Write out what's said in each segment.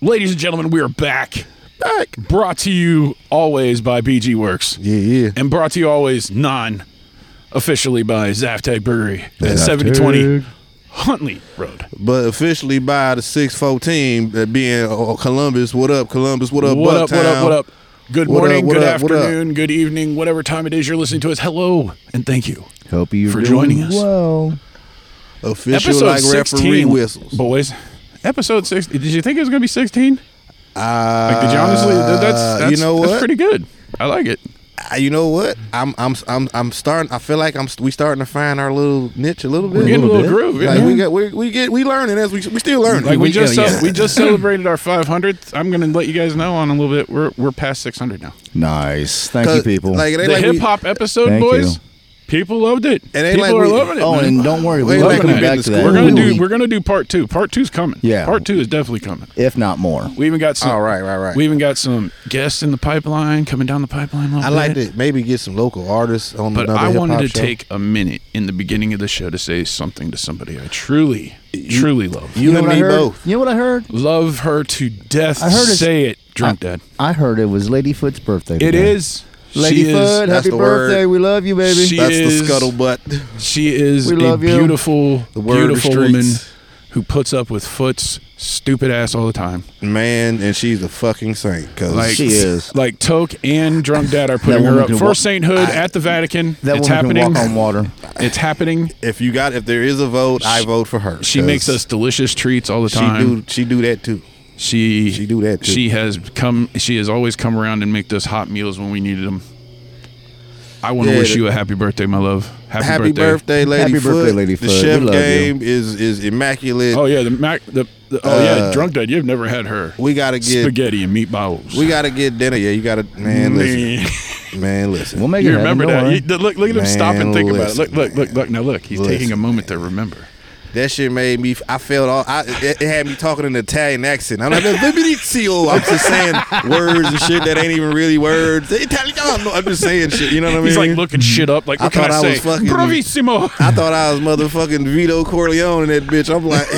Ladies and gentlemen, we are back. Back. Brought to you always by BG Works. Yeah, yeah. And brought to you always non officially by Zaftag Brewery at Zaftag. 7020 Huntley Road. But officially by the 614, that being uh, Columbus, what up, Columbus, what up, What up, what up, Bucktown? what up? Good What up, morning, what good up, what up? afternoon, good evening, whatever time it is you're listening to us. Hello and thank you. Hope you For joining us. Well, Official like referee whistles. boys. Episode 16. Did you think it was going to be 16? Uh, Like, did you honestly? that- That's, that's you know That's what? pretty good. I like it. Uh, you know what? I'm I'm I'm I'm starting. I feel like I'm we starting to find our little niche a little bit. We're getting a little, bit. groove. yeah. like we got we, we get we learning as we we still learning. Like we We- just oh, yeah. cel- we just celebrated our 500th. I'm gonna let you guys know on a little bit. We're we're past 600 now. nice. Thank you, Cause- people. Uh, Like it ain't The like we- hip hop episode, Thank boys. you. People loved it. It ain't people like are we- loving it. oh, man. and don't worry, Wait, we're like coming we back did to this- that. we're gonna every do week, we're gonna do part two. Part two's coming. Yeah. Part two is definitely coming. if not more. We even got some. All Oh, right, right, right. We even got some guests in the pipeline coming down the pipeline. a I little like bit. to maybe get some local artists on But another I hip-hop wanted to show. take a minute in the beginning of the show to say something to somebody I truly, truly love. you, and what I me heard? both. You know what I heard? Love her to death. I heard it's- say it, drunk dad. I heard it was Ladyfoot's birthday. It today. is. she Ladyfoot, is. that's happy the word. birthday. We love you, baby. She- That's is- the scuttlebutt. She is We a love you. beautiful, The word of the beautiful woman streets. who puts up with Foot's stupid ass all the time. Man, and she's a fucking saint. Cause Like She is. Like Toke and Drunk Dad are putting That her woman up can for walk- sainthood at the Vatican. that it's woman happening. can walk on water. It's happening. if you got if there is a vote, I vote for her. She 'cause makes us delicious treats all the She time. do she do that too. She She do that, too. She has come. She has always come around and make us hot meals when we needed them. I want to Yeah, wish the- you a happy birthday, my love. Happy, Happy birthday, Lady Happy birthday, Foot. Lady the Foot. chef We love you. game is is immaculate. Oh yeah, the mac. The, the oh yeah, Uh, drunk dad. You've never had her We gotta get spaghetti and meatballs. we gotta get dinner. Yeah, you gotta man listen. Man listen. We'll make you it happen, remember don't that? worry. You, look, look at him stop and Man, think about it. Look, listen, look, look, look. Now look, he's taking a Listen, moment to remember. That shit made me. I felt all. I, it, it had me talking in an Italian accent. I'm like, "Benvenizio." oh," I'm just saying words and shit that ain't even really words. Italian. I don't know. I'm just saying shit. You know what I mean? He's like looking shit up. Like I what can I, thought I say? was fucking- Bravissimo. I thought I was motherfucking Vito Corleone in that bitch. I'm like,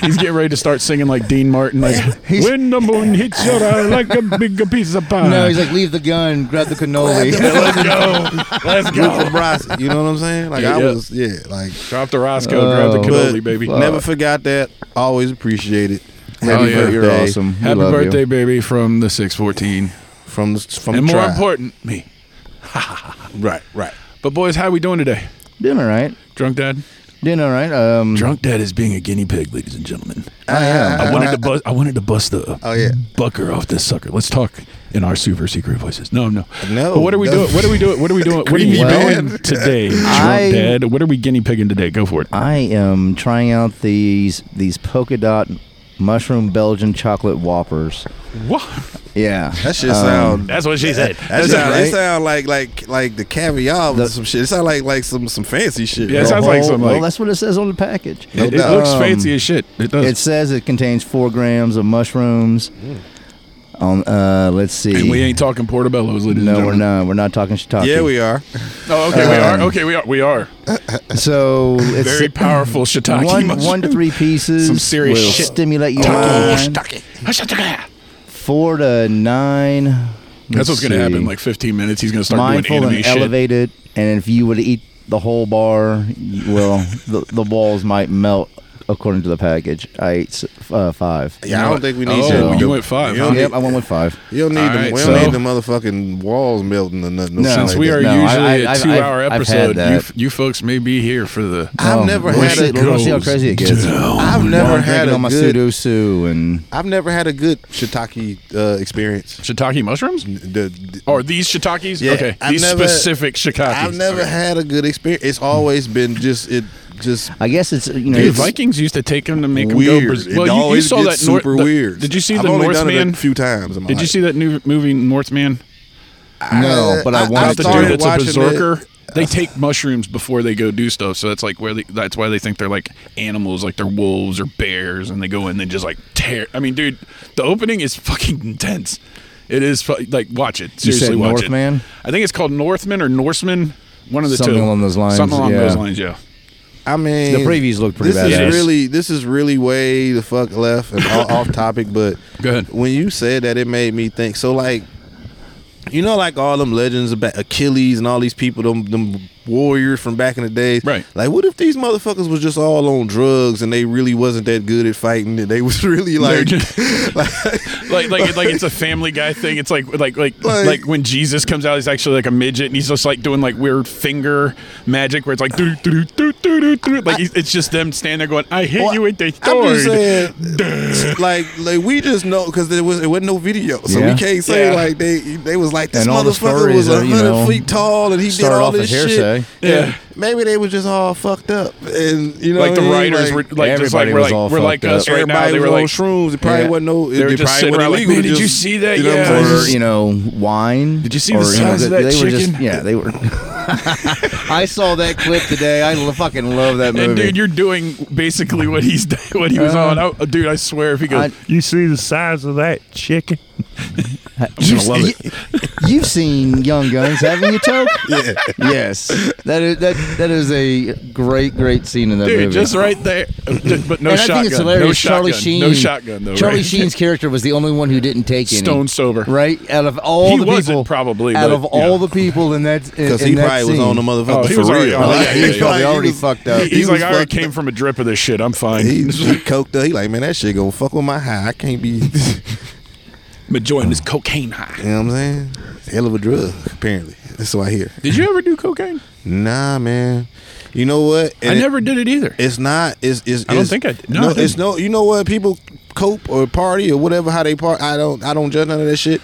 he's getting ready to start singing like Dean Martin. Like when the moon hits your eye like a big piece of pie. uh, No, he's like, leave the gun, grab the cannoli. let's go, let's Luther go. Brasi. You know what I'm saying? Like Yeah, I yeah. was, yeah. Like, Drop the Roscoe, Oh, grab the but cannoli, baby. never forgot that. Always appreciate it. Oh, yeah. You're awesome. We Happy love you. birthday, baby, from the 614. from the from And the more tribe. important, me. Right, right. But boys, how we doing today? Doing all right. Drunk Dad? Doing all right. Um, Drunk Dad is being a guinea pig, ladies and gentlemen. I am. I wanted to bust. I wanted to bust the Oh, yeah. bucker off this sucker. Let's talk in our super secret voices. No, no, No, But what are we no. doing? What are we doing? What are we doing? What are you Creepy doing man. today, drunk I- dad? What are we guinea pigging today? Go for it. I am trying out these these polka dot mushroom Belgian chocolate whoppers. What? Yeah, That shit sound. That's what she said. that That's sound, right. it sound like like like the caviar with some shit. It sound like like some some fancy shit. Yeah, it bro. sounds like some, Well, like- that's what it says on the package. No It, it doubt. looks Um, fancy as shit. It does. It says it contains four grams of mushrooms. On uh, let's see. and we ain't talking portobello's, ladies and no, we're gentlemen. not. We're not talking shiitake. Yeah, we are. Oh, okay, we are. Um, Okay, we are. We are So it's very powerful shiitake. one, mushroom. one to three pieces. Some serious will shit. Stimulate your Taco mind. shiitake. Four to nine. That's what's gonna Let's happen. see. in Like 15 minutes, he's gonna start mindful doing anime and shit. elevated. And if you would eat the whole bar, you- well, the, the walls might melt. According to the package, I ate s- uh, five. Yeah, I don't think we need. Oh, shit. you went five, You huh? don't, Yep, need, I went with five. you don't need All them. right, we don't so- need the motherfucking walls melting or nothing. No. shit Since like we that. are No, I- usually I- a I've- two-hour I've- I've episode, had you, that. you folks may be here for the. I've Oh, never we'll had see, a- we'll see how goes crazy it gets. down. I've never I'm had drinking a on my good. sudoku and I've never had a good shiitake uh, experience. shiitake mushrooms? The- the- Or these shiitakes? Yeah, okay, I've these never- specific shiitakes. I've never Okay. had a good experience. It's always been just it just I guess it's you know Dude, it's- Vikings used to take them to make them go. weird. Brazil. it well, you- you, always saw gets that Nor- super the- weird. Did you see I've the only done Northman? It a few times. In my Did you life. see that new movie Northman? No, but I wanted About the started dude that's a watching it. berserker. They take mushrooms before they go do stuff, so that's like where they, that's why they think they're like animals, like they're wolves or bears, and they go in and just like tear. I mean, dude, the opening is fucking intense. It is fu- like watch it You said seriously. watch it. Northman? I think it's called Northman or Norseman, one of the two. Something along those lines, Something along yeah. those lines, yeah. I mean, The previews look pretty this bad. is badass. really this is really way the fuck left and all, off topic, but Go ahead. when you said that, it made me think. So like, you know, like all them legends about Achilles and all these people, them them warriors from back in the days. Right. Like, what if these motherfuckers was just all on drugs and they really wasn't that good at fighting? And they was really like, like like like like it's a Family Guy thing. It's like like like Like- like, when Jesus comes out, he's actually like a midget, and he's just like doing like weird finger magic where it's like do do do do do do. Like he's- it's just them standing there going, "I hit Well, you with the I'm just sword." saying, like, like we just know because there was it wasn't no video, so Yeah. we can't say Yeah. like they they was like this And all the motherfucker was stories are, hundred you know, feet tall and he did started all off this as shit. hearsay. Yeah. maybe they was just all fucked up, and you know, Like what the I mean? writers Like, were like just like everybody we're was like all we're like fucked us up. right now. everybody They were was like on shrooms. It probably Yeah. wasn't no. they were it just probably sitting wasn't around like, illegal man, to did you just- see that? you know what I'm Yeah. saying? or Or- you know wine. Did you see or, the you know, size of they- that they were just- chicken? yeah, they were. I saw that clip today. I lo- fucking love that movie. And dude, you're doing basically what he's what he was Uh, on. I, dude, I swear, if he goes, I- you see the size of that chicken? I'm gonna love it. You've seen Young Guns, haven't you, Toke? Yeah. Yes, that is that that is a great great scene in that Dude, movie. just right there. But no and shotgun. I think it's hilarious. No shotgun. Charlie Sheen. No shotgun though. Charlie right? Sheen's character was the only one who didn't take any. Stone sober. Right out of all He the wasn't, people, probably, out but, of yeah. all the people in that in, because he in that probably was scene. on the motherfucker Oh, he for was already real. on Oh, Like, yeah, he was he probably already was- fucked up. He- he's He like, was I already fucked came from a drip of this shit. I'm fine. He, he coked up. He like, man, that shit gonna fuck with my high. I can't be. you I'm enjoying this cocaine high. know what I'm saying? It's a hell of a drug. Apparently, that's what I hear. Did you ever do cocaine? Nah, man. You know what? I And it- never did it either. It's not. It's. it's I don't it's- think I did. No, I didn't. it's no. You know what? People cope or party or whatever how they part. I don't. I don't judge none of that shit.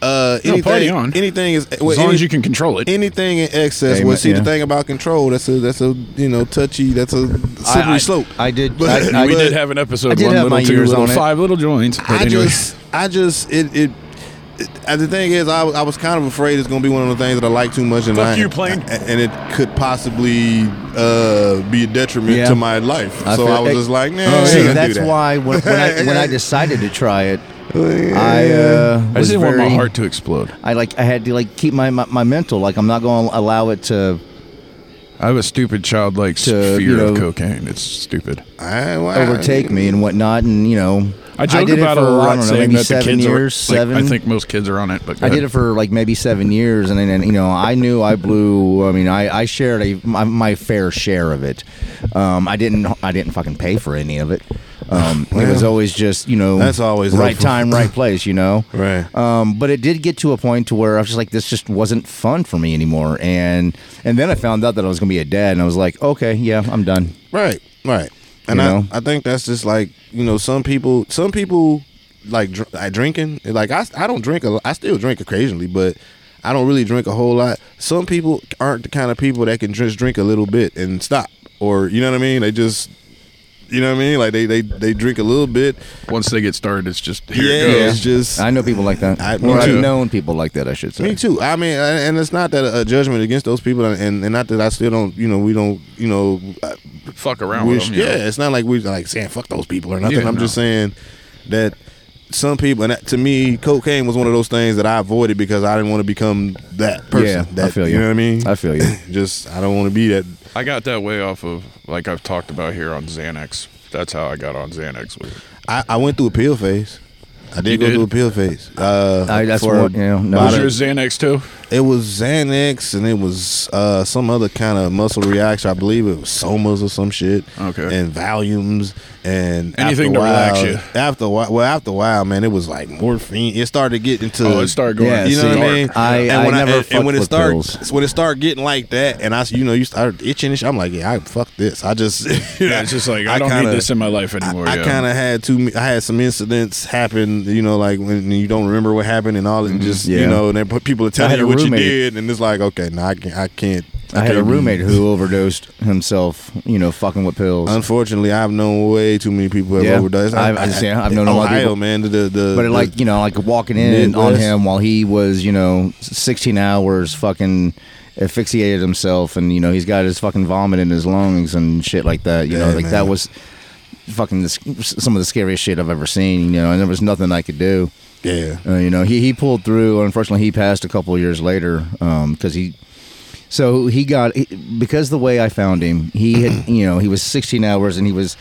Uh, No, anything, party on. Anything is well, as long any- as you can control it. Anything in excess. Hey, well, man, see yeah. the thing about control. That's a. That's a. You know, touchy. That's a slippery I, I, slope. I did. But- I, I, we but- did have an episode. I did one have little my two, years little on it. five little joints. But I anyway. just, I just, it, it, it- uh, the thing is, I, was- I was kind of afraid it's gonna be one of the things that I like too much, and Fuck I, you, plane. I- and it could possibly uh, be a detriment Yeah. to my life. I so feel- I was it- just like, nah, Oh, I see, ain't gonna that's do that. why when, when I when I decided to try it, I uh, I was just didn't very, want my heart to explode. I like I had to like keep my my, my mental like I'm not going to allow it to I have a stupid childlike s- To, fear you of know- cocaine. It's stupid. I, well, I- overtake me and whatnot. And you know, I joke did about it it for a I lot, don't know, saying maybe that the seven kids years, are. like, seven. I think most kids are on it, but go I did ahead. it for like maybe seven years, and then you know I knew I blew. I mean, I, I shared a my, my fair share of it. Um, I didn't I didn't fucking pay for any of it. Um, it was Well, always just you know that's always right helpful. time, right place. You know, Right. Um, but it did get to a point to where I was just like, this just wasn't fun for me anymore. And and then I found out that I was gonna be a dad, and I was like, okay, yeah, I'm done. Right, right. And You I, know? I think that's just like you know some people some people like dr- like drinking like I I don't drink a lo- I still drink occasionally but I don't really drink a whole lot. Some people aren't the kind of people that can just drink a little bit and stop or you know what I mean. They just you know what I mean like they they they drink a little bit. Once they get started, it's just here yeah, it goes. it's just I know people like that. I- me or I've too. known people like that. I should say. Me too. I mean, and and it's not that a a judgment against those people, and, and not that I still don't, you know, we don't, you know, I- Fuck around we with sh- them. you know. yeah, it's not like we're like saying fuck those people or nothing. Yeah, I'm no. just saying that some people, and that, to me, cocaine was one of those things that I avoided because I didn't want to become that person. Yeah, I that- feel you. You know what I mean? I feel you. just I don't want to be that. I got that way off of like I've talked about here on Xanax. That's how I got on Xanax. Was I, I went through a pill phase. I did You go did? through a pill phase. Uh, I- that's for what- yeah, no. about was I a- yours Xanax too? It was Xanax and it was uh, some other kind of muscle reaction. I believe it was Somas or some shit. Okay. And Valiums and Anything after a to relax while- you. After a while, well, after a while, man, it was like morphine. It started getting to. Oh, it started going. Yeah, You know what see, I mean? I- I when never and, and when fucked it with start, pills. when it started getting like that, and I, you know, you started itching. And shit, I'm like, yeah, I fuck this. I just, Yeah, it's just like I, don't kinda- need this in my life I, anymore. I yeah. kind of had too. m- I had some incidents happen, you know, like when you don't remember what happened and all, and just Yeah. you know, and then p- people are I telling had you a what roommate. you did, and it's like, okay, no, I can't. I can't. I had a can't be- roommate who overdosed himself, you know, fucking with pills. Unfortunately, I've known way too many people who have Yeah. overdosed. I've- I've- yeah, I've known a lot of Ohio, people. man. The, the, the but it, like, you know, like walking in on Midwest. him while he was, you know, 16 hours fucking asphyxiated himself and, you know, he's got his fucking vomit in his lungs and shit like that. You know, Yeah, like man. that was fucking this, some of the scariest shit I've ever seen, you know, and there was nothing I could do. yeah, Uh, you know, um, he, he pulled through. Unfortunately, he passed a couple of years later because he So he got he- because the way I found him, he had you know he was 16 hours and he was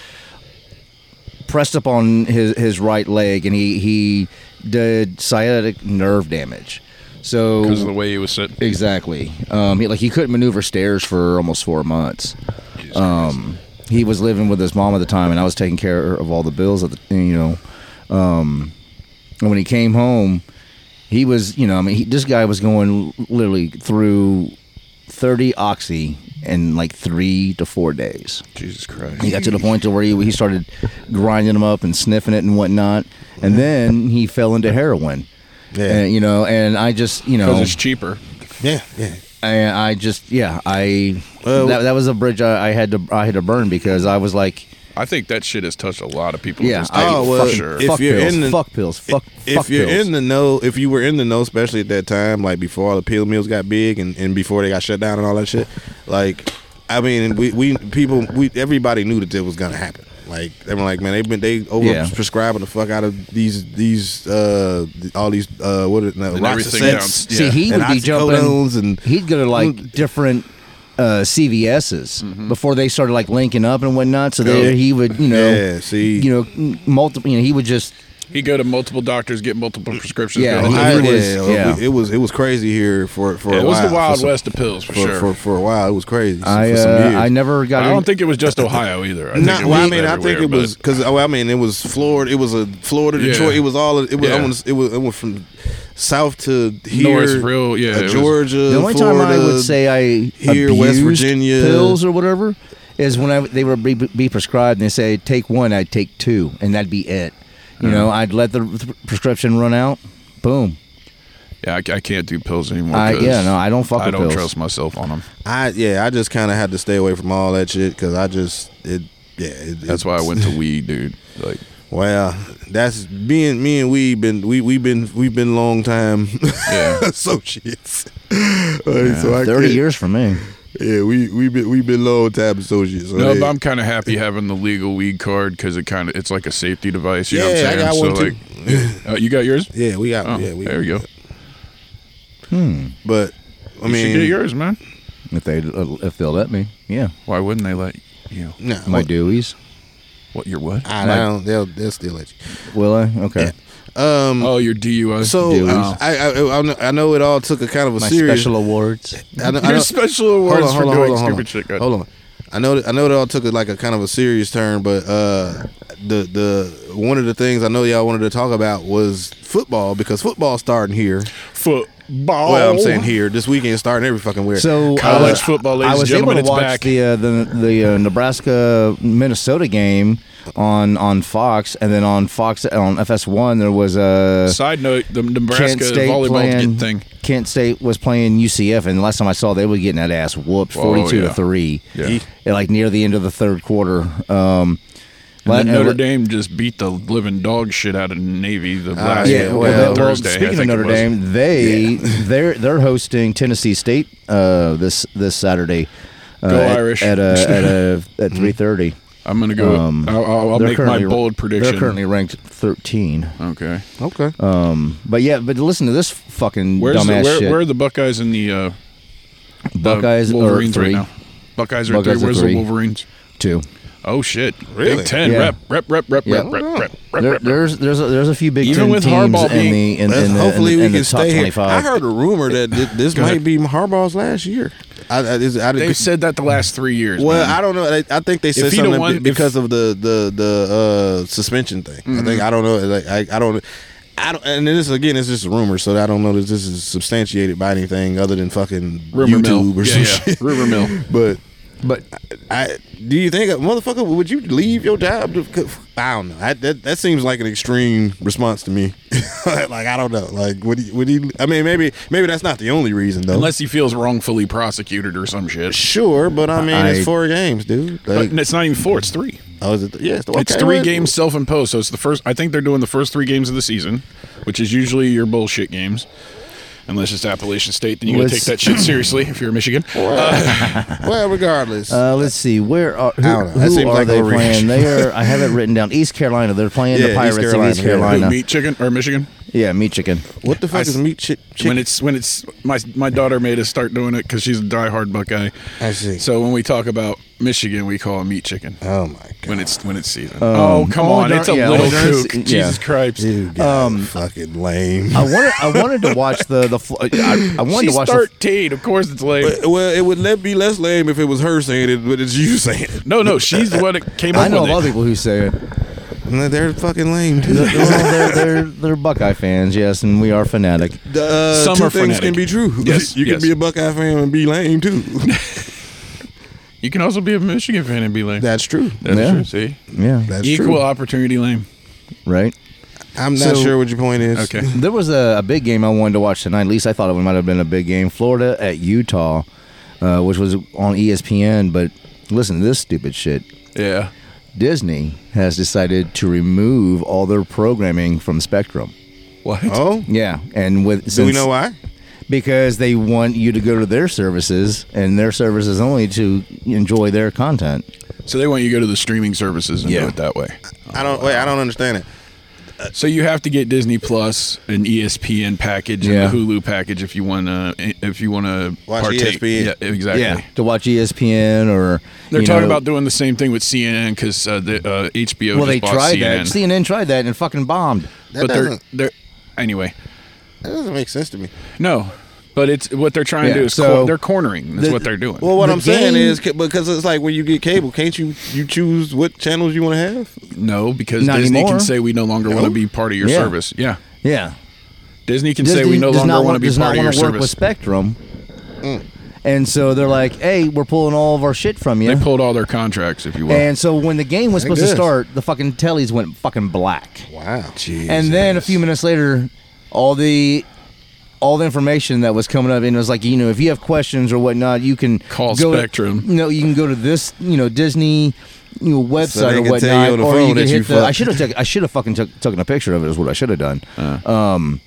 pressed up on his his right leg and he he did sciatic nerve damage. So because of the way he was sitting. Exactly. Um, he, like he couldn't maneuver stairs for almost four months. Um, he was living with his mom at the time, and I was taking care of all the bills at the you know. Um, and when he came home, he was you know I mean he, this guy was going literally through thirty oxy in like three to four days. Jesus He Christ. got to the point to where he, he started grinding them up and sniffing it and whatnot, and then he fell into heroin. Yeah. And, you know, and I just you know Because it's cheaper. Yeah, yeah. and I just yeah I Well- that, that was a bridge I, I had to I had to burn because I was like I think that shit has touched a lot of people. yeah Just I, Oh, well, for fuck, sure. if fuck you're pills in the- fuck pills fuck If fuck you're pills. in the know, if you were in the know, especially at that time, like before all the pill mills got big and, and before they got shut down and all that shit, like, I mean, we, we people, we everybody knew that it was gonna happen. Like they were like, man, they've been they over Yeah. prescribing the fuck out of these these uh all these uh what are, no, And everything Roxasets down- see yeah. he and would be jumping oxycodones and he'd go to like different uh, CVS's Mm-hmm. before they started like linking up and whatnot so there Yeah. he would you know Yeah, see. you know multiple you know he would just He go to multiple doctors, get multiple prescriptions. Yeah, go to- I- it Oh, was- yeah, yeah. it was it was crazy here for for Yeah, a it was while, the Wild for some- West of pills for, for, sure. for for a while. It was crazy I for some uh, years. I never got I in- don't think it was just Ohio either. I think Not, it well, I was mean, I think everywhere, it was but- because I mean, it was Florida. It was a Florida, Yeah. Detroit. It was all. It was. I Yeah. wanna s- it was. It went from south to here. North, real- yeah, uh, it was- Georgia. The only Florida, time I would say I here, West abused Virginia. pills or whatever is when I, they were be, be prescribed and they say take one, I'd take two, and that'd be it. You know, I'd let the th- prescription run out. Boom. yeah, I, I can't do pills anymore. I- 'cause yeah, no, I don't fuck I with don't pills. trust myself on them. I yeah, I just kind of had to stay away from all that shit because I just it. Yeah, it, That's it- why I went to weed, dude. Like, Well, that's me and me and we been we we been we've been long time Yeah. associates. Like, so I Thirty can't- years for me. Yeah, we we been we been long time associates. So no, yeah. but I'm kind of happy having the legal weed card because it kind of it's like a safety device. You know what Yeah, I I'm saying? got so one too. like, uh, you got yours? yeah, we got Oh, yeah. We, there you go. But I you mean, should get yours, man. If they if they'll let me, yeah. Why wouldn't they let you? Nah, My Deweys. What your what? I my- don't. They'll they'll still let you. Will I? Okay. Um. oh, your DUI. so Deweys. I, Oh. I I I know- I know it all took a kind of a um, My serious. special awards. I know, I know, your special awards for doing stupid shit. Go ahead. Hold on. Oh, I know I know it all took a, like a kind of a serious turn, but uh, the the one of the things I know y'all wanted to talk about was football because football's starting here. Football. Well, I'm saying here this weekend starting every fucking where. So uh, College football, ladies I and was gentlemen, able to it's watch back. the uh, the, the uh, Nebraska Minnesota game on on Fox, and then on Fox on FS1 there was uh, a Side note: the Kent Nebraska State volleyball playing, get thing. Kent State was playing UCF, and last time I saw, they were getting that ass whooped, Oh, forty-two yeah. to three, Yeah. And, like near the end of the third quarter. Um, And let- then Notre uh, Dame just beat the living dog shit out of Navy the last Uh, yeah, yeah, well, well, Thursday. I speaking of think it Notre was. Dame, they they're they're hosting Tennessee State uh, this this Saturday. Uh, Go at- Irish. at uh, at uh, at three thirty. I'm gonna go. um, I'll, I'll, I'll they're make my currently- bold They're currently prediction. ranked thirteen. Um, Okay. okay, uh, But yeah, but listen to this fucking Where's the, dumbass where, shit. where are the Buckeyes and the uh, the Buckeyes are Wolverines three, right now? Buckeyes are at Buckeyes three. are Where's three. the Wolverines? two. Oh shit! Really? Big Ten Yeah. rep rep rep rep Yeah. rep rep rep rep There, rep. rep. there's there's a, there's a few Big Even Ten with teams Harbaugh in being- the in, in, Let's- the, hopefully in, we the- in can the top stay here. I 25. heard a rumor that thi- this Go might ahead. be Harbaugh's last year. I, I, is- I, They've said that the last three years. Well, man. I don't know. I, I think they said he'd have something won- be- because of the the the uh, suspension thing. I think Mm-hmm. I don't know. Like I, I don't. I don't, and this again, it's just a rumor, so I don't know that this is substantiated by anything other than fucking rumor YouTube mill. or yeah, some yeah. shit. Rumor mill. But but I, do you think, motherfucker, would you leave your job? To, c- I don't know. I, that that seems like an extreme response to me. like I don't know. Like would he, would he? I mean, maybe maybe that's not the only reason though. Unless he feels wrongfully prosecuted or some shit. sure, but I mean, I- it's four games, dude. Like, But it's not even four. It's three. oh, is it? Yeah, it's, it's okay, three well, games self-imposed. So it's the first. I think they're doing the first three games of the season, which is usually your bullshit games, unless it's Appalachian State. Then you gotta Let's- take that shit seriously if you're Michigan. Uh, well, regardless. uh, let's see where are who, don't know. That who seems are like they overreach. playing? They are. I have it written down. East Carolina. They're playing Yeah, the East Pirates of Carolina, East yeah. Who Carolina. beat Chicken or Michigan? Yeah, meat chicken. What the fuck I is s- meat chi- chicken? When it's when it's my my daughter made us start doing it because she's a diehard Buckeye. I see. So when we talk about Michigan, we call it meat chicken oh my god. when it's when it's season. oh come only on, dur- it's a Um, yeah, little only during kook. se- yeah. Jesus Christ. you guys are fucking lame. I wanted I wanted to watch the the fl- I, I wanted She's to watch the, thirteen. of course, it's late. well, it would let be less lame if it was her saying it, but it's you saying it. No, no, she's the one that came up I know a with lot it. of people who say it. No, They're fucking lame. too. Well, they're, they're they're Buckeye fans, yes, and we are fanatic. The, uh, Some two are things frenetic. can be true. Yes, you yes. can be a Buckeye fan and be lame too. You can also be a Michigan fan and be lame. That's true. That's Yeah. true. See, Yeah, That's equal true. opportunity lame. right. I'm not So- sure what your point is. Okay. There was a, a big game I wanted to watch tonight. At least I thought it might have been a big game. Florida at Utah, uh, which was on ESPN. But listen to this stupid shit. Yeah. Disney has decided to remove all their programming from Spectrum. What? Oh, Yeah, and with do we since- know why? because they want you to go to their services and their services only to enjoy their content. So they want you to go to the streaming services and do Yeah. it that way. I don't. Wait, I don't understand it. So you have to get Disney Plus, E an ESPN package, Yeah. and the Hulu package if you want to. If you want to Watch partake. ESPN. Yeah, exactly. to watch E ESPN or They're you talking know- about doing the same thing with CNN because uh, the uh, HBO. well, just they bought tried CNN. that. CNN tried that and fucking bombed. That but they're doesn't- they're anyway. That doesn't make sense to me. No, but it's what they're trying Yeah, to do is so- cor- they're cornering. That's the- what they're doing. Well, what The I'm saying game- is c- because it's like when you get cable, can't you you choose what channels you want to have? no, because Not Disney anymore. can say we no longer want to be part of your Yeah. service. Yeah, Yeah, Disney can Disney say we no does longer not want want to be does part not of your want to work with service. Spectrum, Mm. and so they're like, "Hey, we're pulling all of our shit from you." They pulled all their contracts, if you will. and so when the game was They supposed to did. start, the fucking tellies went fucking black. Wow. Jeez. and then a few minutes later, all the all the information that was coming up, and it was like, you know, if you have questions or whatnot, you can Call go to- Spectrum. no, you can go to this, you know, Disney, you know, website So they or can whatnot, tell you on the or phone you that can you hit the. I fucked. should have. I should have fucking took, taken a picture of it. Is what I should have done. Uh, Um,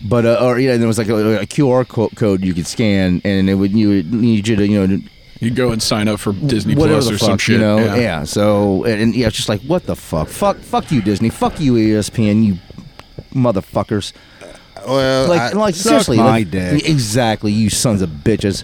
but uh, or yeah, there was like a, a QR co- code you could scan, and it would you would need you to you know you go and sign up for Disney whatever Plus the or fuck, some shit. You know? yeah. So and, and yeah, it's just like what the fuck? Fuck, fuck you, Disney. Fuck you, E ESPN. You motherfuckers. well, Like, I- like Suck seriously, my like, dick. exactly. You sons of bitches.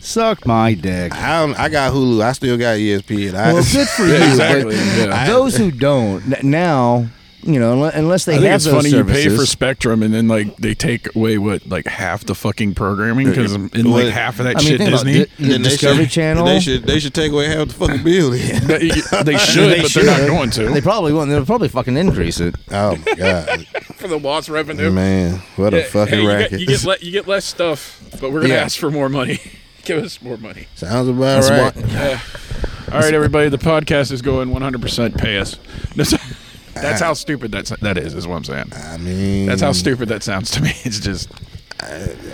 Suck my dick. I, don't, I got Hulu. I still got E ESPN. I, Well, good for Yeah, you. exactly, But yeah. those who don't n- now, you know, unle- unless they I have think it's those funny services, you pay for Spectrum and then like they take away what like half the fucking programming because in Well, like half of that Uh, I mean, shit think about Disney. Di- you know, Then they Discovery should- Channel. They should they should take away half the fucking bill. then. they, they should, They but they're not should. going to They probably won't. They'll probably fucking increase it. oh my god, for the lost revenue. man, what a Yeah, fucking hey, you racket! Get, you, get le- you get less stuff, but we're gonna Yeah. ask for more money. Give us more money. Sounds about That's right. why- All right, everybody. The podcast is going 100% pay us. That's, that's how stupid that's, that is. Is what I'm saying. I mean, That's how Mm. stupid that sounds to me. It's just.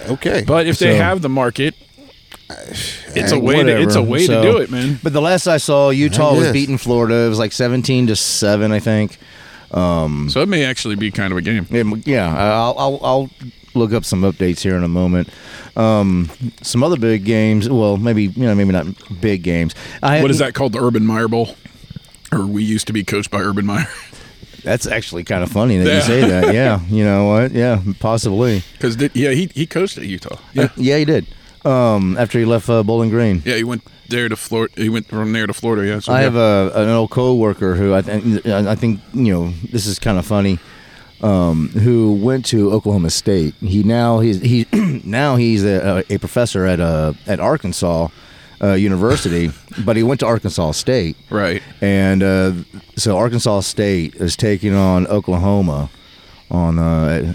Okay, But if they So- have the market, it's a Hey, way. To, it's a whatever. way So- to do it, man. But the last I saw, Utah I was guess. beating Florida. It was like seventeen to seven, I think. So it may actually be kind of a game. It- yeah, I'll, I'll I'll look up some updates here in a moment. Um, some other big games. Well, maybe you know, maybe not big games. I, What is that called? The Urban Meyer Bowl, or we used to be coached by Urban Meyer That's actually kind of funny that Yeah. you say that. Yeah, you know what? Yeah, possibly. Uh, because yeah, he he coached at Utah. Yeah, Yeah, he did. Um, after he left uh, Bowling Green. yeah, he went there to Florida. He went from there to Florida. Yeah, so I yeah. have a an old coworker who I think I think you know this is kind of funny. Um, who went to Oklahoma State? He now he's he now he's a, a professor at uh at Arkansas uh, University, but he went to Arkansas State, right. and uh, so Arkansas State is taking on Oklahoma on uh,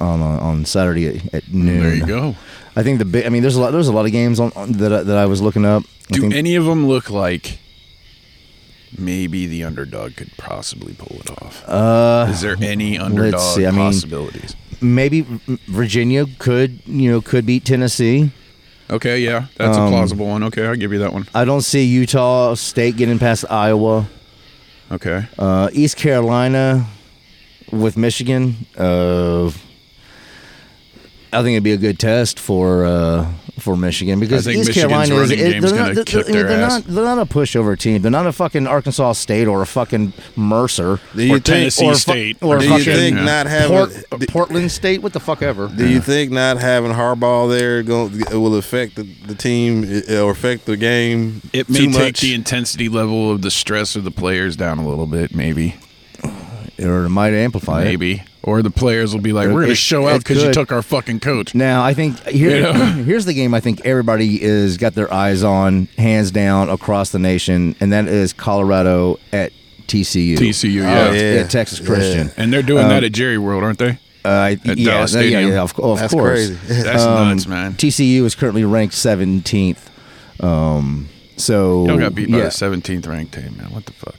on uh, on Saturday at, at noon. There you go. I think the big. I mean, there's a lot. There's a lot of games on, on that I, that I was looking up. I Do think- any of them look like maybe the underdog could possibly pull it off? Uh, Is there any underdog see, I mean- possibilities? maybe V- Virginia could you know could beat Tennessee. okay, yeah, that's um, a plausible one. Okay, I'll give you that one. I don't see Utah State getting past Iowa. Okay, Uh, East Carolina with Michigan. Uh, I think it'd be a good test for uh, for Michigan because think East Michigan's Carolina is running it- game's they're, gonna not, they're, kick they're their ass. not they're not a pushover team. They're not a fucking Arkansas State or a fucking Mercer Do you Or think- Tennessee or fu- State. or Do you fucking think Yeah. not having Port, do- Portland State. What the fuck ever. Do you think not having Harbaugh there go, will affect the, the team uh, or affect the game? It may too take much? the intensity level of the stress of the players down a little bit, maybe, or it might amplify it. maybe, or the players will be like, Or "We're going to it- show it out because you could. took our fucking coach." Now I think here, You know? here's the game. I think everybody is got their eyes on, hands down, across the nation, and that is Colorado at TCU. TCU, Uh, yeah. yeah, Oh, Yeah. Texas Christian. And they're doing um, that at Jerry World, aren't they? Uh, yeah, At yeah, Dallas yeah, Stadium. yeah, of, of That's course. Um, crazy. That's um, nuts, man. TCU is currently ranked 17th. Um, so Y'all got beat by yeah. the 17th ranked team, man. What the fuck?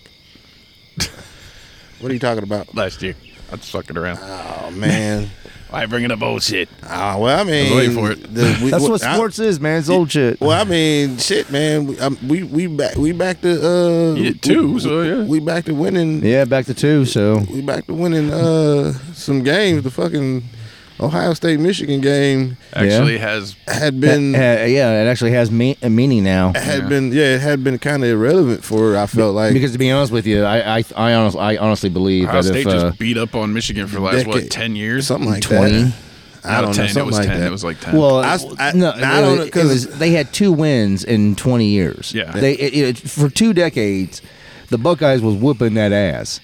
What are you talking about? Last year, I'm just fucking around. Oh man. Why bringing up old shit? Ah, well, I mean, waiting for it. the- we- That's we- what I- sports is, man. It's old shit. Well, I mean, shit, man. We um, we, we back we back to uh You did two, we- so, yeah. we back to winning. yeah, back to two. So We back to winning uh some games. The fucking Ohio State Michigan game Actually, has had been Uh, yeah, it actually has me- a meaning now. had been yeah it had been kind of irrelevant for I felt like Because to be honest with you, I I, I, honest, I honestly believe Ohio that State if uh, just beat up on Michigan for the last what decade- ten years? something like 20? that. I No, don't 10. know something it was like 10. that. It was like 10. well, I- I- no, I don't know, it 'cause- was- they had two wins in twenty years. Yeah. they it, it, for two decades, the Buckeyes was whooping that ass.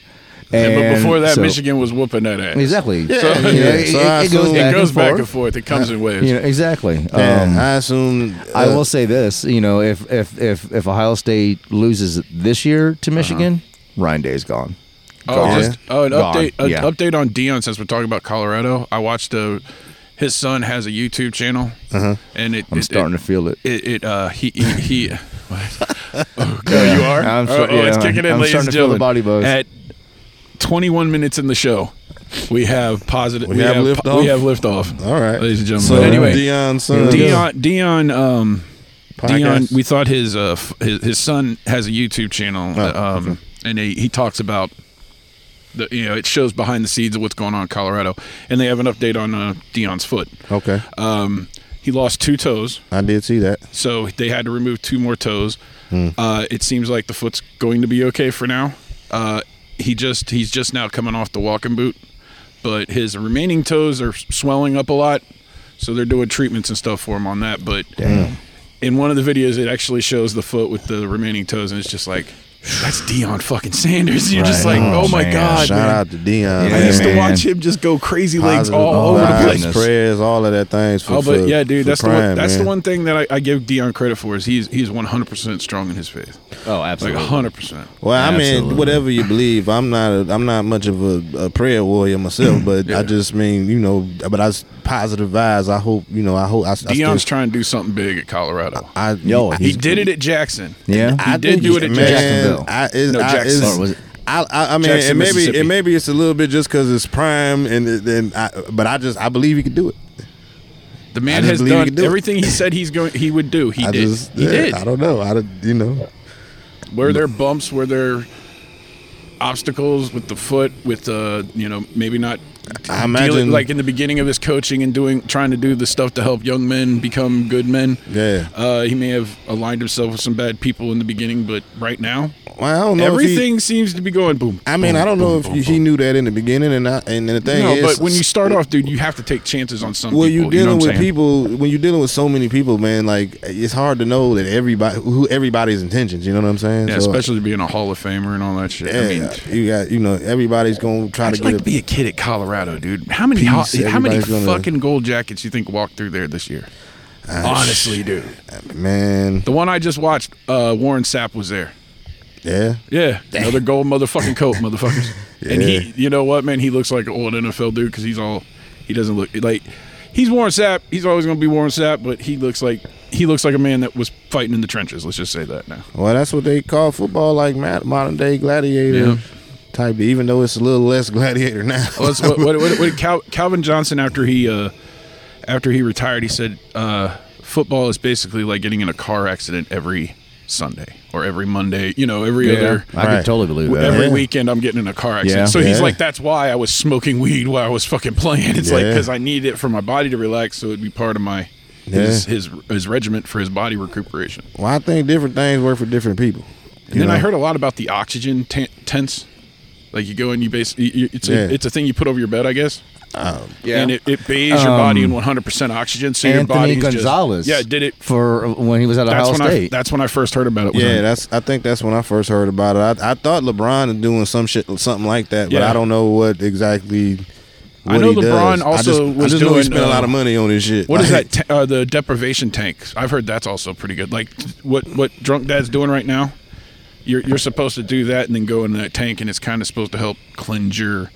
And, but before that, so- Michigan was whooping that ass. Exactly. Yeah, So, yeah, you know, yeah. it, So it- I it goes assume- It back goes and back forth. and forth. It comes in waves. You know, exactly. Yeah, Um, I assume. I uh, will say this, you know, if if if if Ohio State loses this year Uh-huh. to Michigan, Ryan Day's gone. Oh, Gone. just oh, an Gone. update. An Yeah. update on Dion since we're talking about Colorado. I watched a. His son has a YouTube channel, uh-huh. and it. I'm it, starting to feel it. It, it uh he he. he what? Oh, God, you are. I'm oh, star- oh, it's yeah, kicking in, I'm ladies starting and to feel gentlemen. the body buzz. At 21 minutes in the show, we have positive. We have po- liftoff? We have liftoff. All right, ladies and gentlemen. So But anyway, Dion's son, Dion, Dion, um, Podcast. Dion. We thought his uh f- his, his son has a YouTube channel, um, and he, he talks about the you know it shows behind the scenes of what's going on in Colorado, and they have an update on uh, Dion's foot. Okay, Um, he lost two toes, I did see that. so they had to remove two more toes. Uh, it seems like the foot's going to be okay for now. Uh, he just he's just now coming off the walking boot, but his remaining toes are swelling up a lot, so they're doing treatments and stuff for him on that. But in one of the videos, it actually shows the foot with the remaining toes, and it's just like that's Dion fucking Sanders. You're just like, Right. oh, Oh, my man. god, Shout man. out to Dion. Yeah, I used to man. watch him just go crazy legs Positive Oh, all over the vibes, place. Prayers, all of that things. For, Oh, but for- yeah, dude, for that's the one, prime, that's the man. one thing that I, I give Dion credit for is he's he's one hundred percent strong in his faith, Oh, like hundred percent. Well, I Absolutely. mean, whatever you believe, I'm not. A, I'm not much of a, a prayer warrior myself, but I just mean, you know, but I s- positive vibes. I hope, you know, I hope. I, s- I Dion's still, trying to do something big at Colorado. I, Yo, I- He he's- did it at Jackson. Yeah. he I did think do he- it at man, Jacksonville. I, it's, No, I, Jackson. it's- Or was it- I, I, I mean, Jackson, and maybe Mississippi. and maybe it's a little bit just because it's prime, and it- then I, but I just I believe he could do it. The man just has believe he done can do it. everything he said he's going he would do. He I did. just he yeah, did. I don't know. I don't- you know. Were there bumps? Were there obstacles with the foot? With the you know maybe not. I imagine- like in the beginning of his coaching and doing trying to do the stuff to help young men become good men. Yeah. Uh, he may have aligned himself with some bad people in the beginning, but right now Well, I don't know. if he- everything seems to be going boom. I mean, I don't know if he knew that in the beginning, and I, and the thing No, is, but when you start off, dude, you have to take chances on some well, people. you're you know dealing what I'm with saying? people. When you're dealing with so many people, man, like it's hard to know that everybody who everybody's intentions. You know what I'm saying? Yeah, So, especially being a Hall of Famer and all that shit. yeah, I mean, you got you know everybody's gonna try I'd to like get to a, be a kid at Colorado, dude. How many ho- Peace, how many everybody's gonna- Uh, fucking gold jackets you think walked through there this year? Honestly, dude. man. The one I just watched, uh, Warren Sapp was there. Yeah, Yeah, another gold motherfucking coat, motherfuckers. And Yeah. he, you know what, man? He looks like an old NFL dude because he's all, he doesn't look like he's Warren Sapp. He's always gonna be Warren Sapp, but he looks like he looks like a man that was fighting in the trenches. Let's just say that now. well, that's what they call football, like ma- modern day gladiator Yeah. type. Even though it's a little less gladiator now. Well, it's what, what, what, what Cal, Calvin Johnson after he uh, after he retired, he said uh, football is basically like getting in a car accident every Sunday or every Monday. You know, every other. I Right. could totally believe that. Every Yeah. weekend, I'm getting in a car accident. Yeah. so he's Yeah. like, "That's why I was smoking weed while I was fucking playing." It's like Yeah. because I needed it for my body to relax, so it'd be part of my his his his regiment for his body recuperation. Well, I think different things work for different people. And then I heard a lot about the oxygen t- tents. Like you go and you basically it's a, Yeah. it's a thing you put over your bed, I guess. Yeah. And it, it bathes your body Um, in 100% oxygen, so your Anthony body Gonzalez. Just, yeah, did it. for when he was at That's Ohio when I State. that's when I first heard about it. was Yeah, on- that's. I think that's when I first heard about it. I, I thought LeBron is doing some shit, something like that, but Yeah. I don't know what exactly. I What know he does. LeBron I just- also I just, was know he doing, spent a lot uh, of money on this shit. What is Like, that? ta- uh, the deprivation tank. I've heard that's also pretty good. Like what what drunk dad's doing right now. You're you're supposed to do that and then go in that tank, and it's kind of supposed to help cleanse your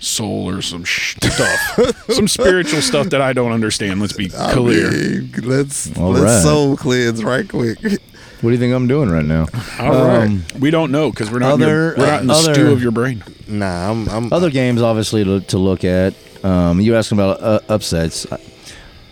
soul or some sh- stuff, some spiritual stuff that I don't understand. Let's be I clear. mean, let's All let's right. soul cleanse right quick. what do you think I'm doing right now? All right, we don't know because we're not in your- Um, other- uh, we're not in the other- stew of your brain. Nah, I'm. I'm Other games, obviously, to, to look at. Um, you were asking about uh, upsets.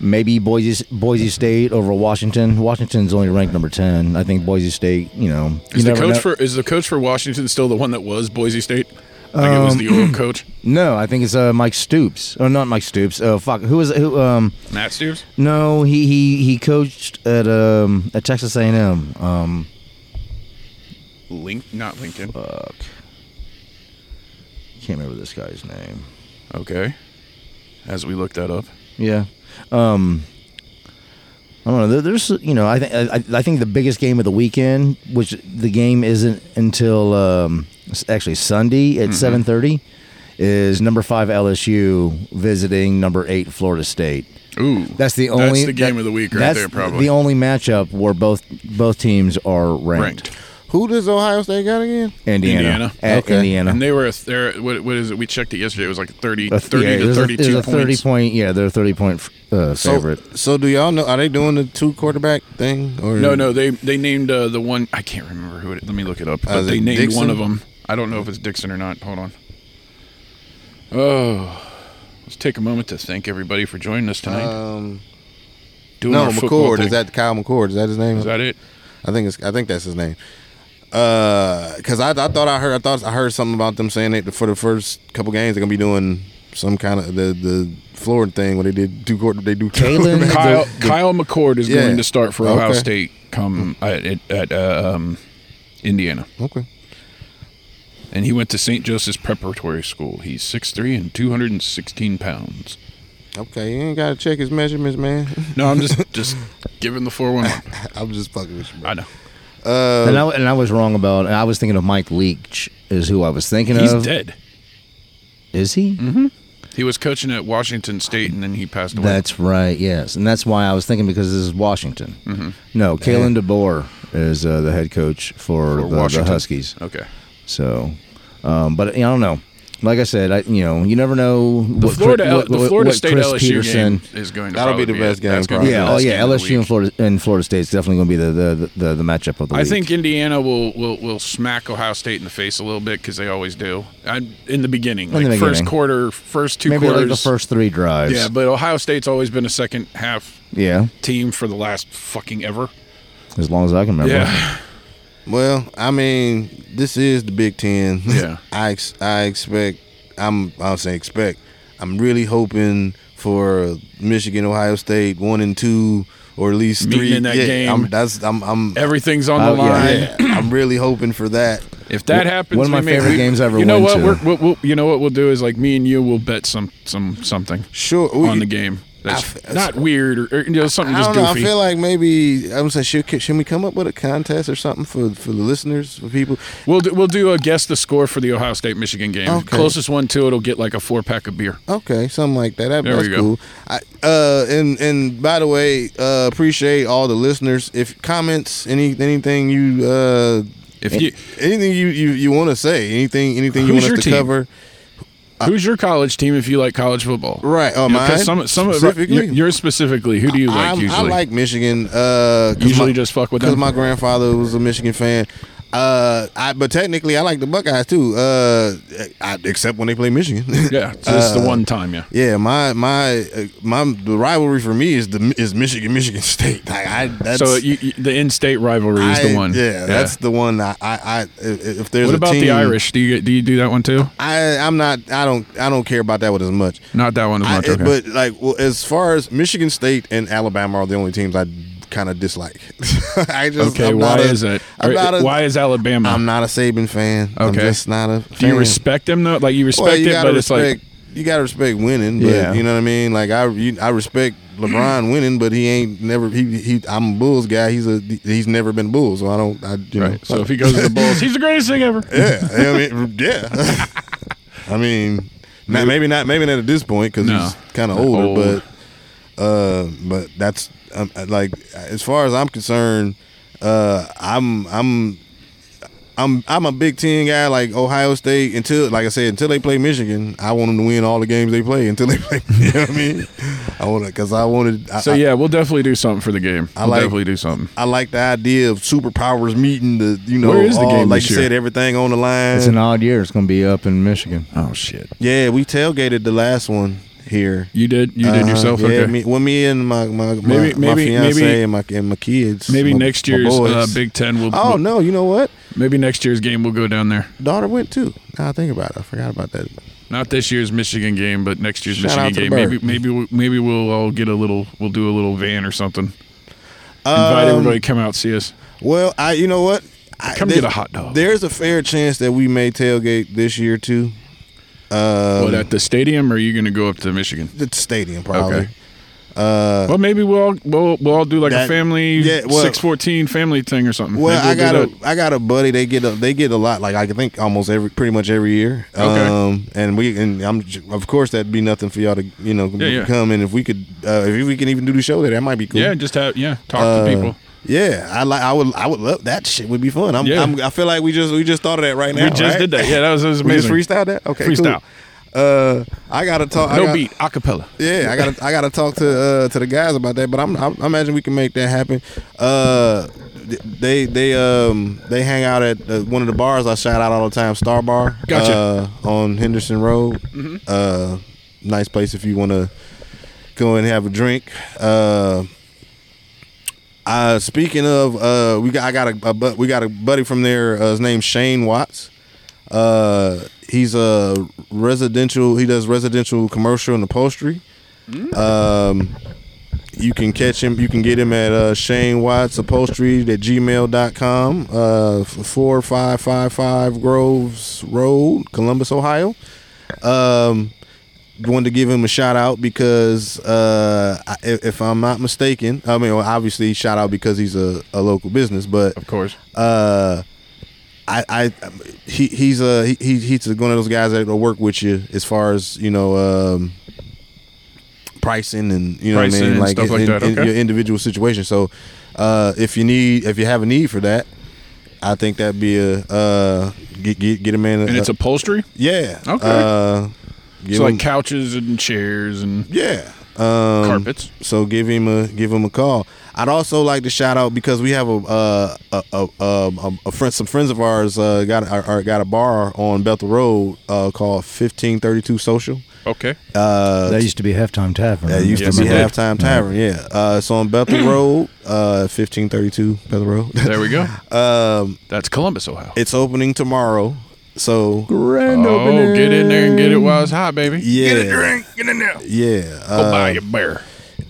Maybe Boise Boise State over Washington. Washington's only ranked number ten. I think Boise State. You know, you Is the never coach know- for is the coach for Washington still the one that was Boise State? Like it was the Um, old coach, no. I think it's uh, Mike Stoops. Oh, not Mike Stoops. Oh, fuck. Who is it? Who? Um, Matt Steves. no, he he he coached at um at Texas A and M. Um, Link, not Lincoln. fuck. Can't remember this guy's name. Okay, as we look that up. Yeah. Um, I don't know. There, there's, you know, I think I, I think the biggest game of the weekend, which the game isn't until um, s- actually Sunday Mm-hmm. at seven thirty, is number five LSU visiting number eight Florida State. Ooh, That's the only the game that- of the week right that's there, probably. the only matchup where both both teams are ranked. ranked. who does Ohio State got again? Indiana, Indiana. at Okay. Indiana. And they were a they're what, what is it? We checked it yesterday. It was like 30, A th- 30 yeah, to there's a- thirty there's two a thirty points. point. Yeah, they're a thirty point uh, favorite. So, so do y'all know? Are they doing the two quarterback thing? Or No, no, they they named uh, the one I can't remember who it. Let me look it up. But Uh, is they it named one Dixon? of them. I don't know if it's Dixon or not. Hold on. Oh, let's take a moment to thank everybody for joining us tonight. Um, Doing no, our football McCord. thing. Is that Kyle McCord? Is that his name? is that it? I think it's. I think that's his name. Uh, cause I, I thought I heard. I thought I heard something about them saying that for the first couple games they're gonna be doing some kind of the the Florida thing where they did two quarter. They do two Kalen- quarterback- Kyle Kyle McCord is Yeah. going to start for Ohio Okay. State. Come at, at, at uh, um, Indiana. Okay. and he went to St. Joseph's Preparatory School. He's 6'3 and 216 pounds. Okay. You ain't gotta check his measurements, man. No, I'm just just giving the 411. I'm just fucking with you. Bro. I know. and, Oh. I, and I was wrong about. And I was thinking of Mike Leach is who I was thinking He's of. dead. Mm-hmm. Is he? He was coaching at Washington State and then he passed away. That's right. Yes, and that's why I was thinking because this is Washington. Mm-hmm. No, Kalen DeBoer is uh, the head coach for, For the, the Washington. Huskies. okay. So, um, but you know, I don't know. Like I said, I you know you never know. The what Florida, Chris, what- the what- Florida what State Chris LSU Peterson. game is going to That'll be probably the best game that's probably. gonna be Yeah. the Oh best yeah. game of the LSU and week. Florida and Florida State is definitely going to be the the, the the matchup of the I week. think Indiana will, will, will smack Ohio State in the face a little bit because they always do. I'm, in the beginning, the like first beginning. quarter, first two maybe quarters. like the first three drives. yeah, but Ohio State's always been a second half yeah. team for the last fucking ever. As long as I can remember. Yeah. Well, I mean, this is the Big Ten. Yeah. I ex- I expect. I'm. I'll say expect. I'm really hoping for Michigan, Ohio State, one and two, or at least Meeting three. in that yeah, game. I'm, that's. I'm. I'm. Everything's on the Oh, yeah. line. yeah, I'm really hoping for that. If that happens, one of my we may- favorite we- games I ever You know went what? to. We're, we'll, we'll, you know what we'll do is like me and you will bet some some something Sure. on the game. I That's f- not weird or, or, you know something I just don't know. I goofy. feel like maybe I'm saying should, should we come up with a contest or something for for the listeners for people? we'll do, we'll do a guess the score for the Ohio State Michigan game. Okay. Closest one to it'll get like a four pack of beer. Okay, something like that. that There that's we go. cool. I, uh, and and by the way, uh, appreciate all the listeners. If comments, any anything you uh, If you, anything you you, you want to say, anything anything you Who's want your us to team? cover, who's your college team if you like college football? right? Oh, You know, 'cause mine some some of specifically? you're specifically. Who do you like I'm- usually? I like Michigan. Uh, 'cause usually my- just fuck with because them. my grandfather was a Michigan fan. Uh, I but technically I like the Buckeyes too. Uh, I, except when they play Michigan. Yeah, so this is uh, the one time. Yeah, Yeah, my my uh, my the rivalry for me is the is Michigan Michigan State. Like I that's so you, you, the in-state rivalry is I- the one. Yeah, that's the one. I I, I if there's What a about the team- Irish? Do you do you do that one too? I I'm not I don't I don't care about that one as much. Not that one as I, much. okay. But like, well, as far as Michigan State and Alabama are the only teams I kind of dislike. I just okay, I'm why not a- is it? I'm Or not a, why is Alabama? I'm not a Saban fan. I'm Okay. just not a. do you fan. respect them though? Like you respect Well, you it, gotta but respect. it's like you gotta respect winning, but Yeah. you know what I mean. Like I, you, I respect LeBron winning, but he ain't never. He, he, I'm a Bulls guy. He's a, he's never been Bulls, so I don't. I, you know, right. So if he goes to the Bulls, he's the greatest thing ever. yeah, I mean, yeah. I mean, not, maybe not, maybe not at this point because No. he's kind of older. Old. But, uh, but that's um, like as far as I'm concerned, uh, I'm I'm I'm I'm a Big Ten guy. Like Ohio State until, like I said, until they play Michigan, I want them to win all the games they play until they play. You know what I mean? I want because I wanted. I, So I- yeah, we'll definitely do something for the game. I We'll like- definitely do something. I like the idea of superpowers meeting the you know Where is the all- game like this you year? said everything on the line. It's an odd year. It's going to be up in Michigan. Oh shit! Yeah, we tailgated the last one here. You did you did Uh-huh. yourself. Yeah, okay. me, well, me and my my my, Maybe- my maybe- fiance maybe- and my and my kids. Maybe my- next my year's boys. uh, Big Ten will. Oh will- no, you know what? Maybe next year's game will go down there. Daughter went too. Now I think about it. I forgot about that. Not this year's Michigan game, but next year's Shout out Michigan to the game. Maybe bird. maybe we- maybe we'll all get a little. We'll do a little van or something. Invite everybody to come out see us. Um, Well, I you know what? I, Come there's- get a hot dog. There's a fair chance that we may tailgate this year too. Uh, what at the stadium? Or are you going to go up to Michigan? the stadium probably. Uh, Okay. well, maybe we'll all we'll, we'll all do like That- a family yeah, well- six fourteen family thing or something. Well, I Maybe got we'll a do I got a buddy. They get a, they get a lot. Like I think almost every pretty much every year. Okay. Um, and we and I'm j- of course that'd be nothing for y'all to you know Yeah, yeah. come and if we could uh, if we can even do the show there that might be that. cool. yeah, just have yeah talk Uh, to people. Yeah, I like I would I would love that shit. Would be fun. I'm, Yeah. I'm I feel like we just we just thought of that right now. we just right? did that. Yeah, that was, that was we just amazing. freestyled that. Okay, Freestyle. Cool. Uh, I gotta talk. I no got- beat, acapella. yeah, I gotta I gotta talk to uh, to the guys about that, but I'm, I'm I imagine we can make that happen. Uh, th- they they um they hang out at uh, one of the bars I shout out all the time, Star Bar. Gotcha. Uh, on Henderson Road. Uh, nice place if you want to go and have a drink. Uh, uh, speaking of, uh, we got I got a, a bu- we got a buddy from there. Uh, his name's Shane Watts. Uh, he's a residential. He does residential, commercial, and upholstery. Um, you can catch him. You can get him at uh, Shane Watts Upholstery at gmail.com. Uh, four five five five Groves Road, Columbus, Ohio. Um, wanted to give him a shout out because uh, I- if, if I'm not mistaken, I mean, well, obviously shout out because he's a, a local business, but Of course. uh, I, I he he's a he he- he's one of those guys that will work with you as far as you know um, pricing and you know what I Pricing mean and stuff like in, that, in okay. your individual situation. So uh, if you need if you have a need for that, I think that'd be a uh, get get get a man. And it's upholstery, yeah Okay. Uh, give so like him- couches and chairs and yeah um, carpets. so give him a give him a call. I'd also like to shout out because we have a uh, a a, um, a, a friend some friends of ours uh, got are, are- got a bar on Bethel Road uh, called fifteen thirty two Social. Okay. Uh, That used to be halftime tavern. that used Yes, to be it did. halftime tavern. Yeah, uh, it's on Bethel Road, uh, fifteen thirty two Bethel Road. There we go. um, That's Columbus, Ohio. it's opening tomorrow, so Grand oh, get in there and get it while it's hot, baby. Yeah. Get a drink. Get in there. yeah. Go uh, buy your beer.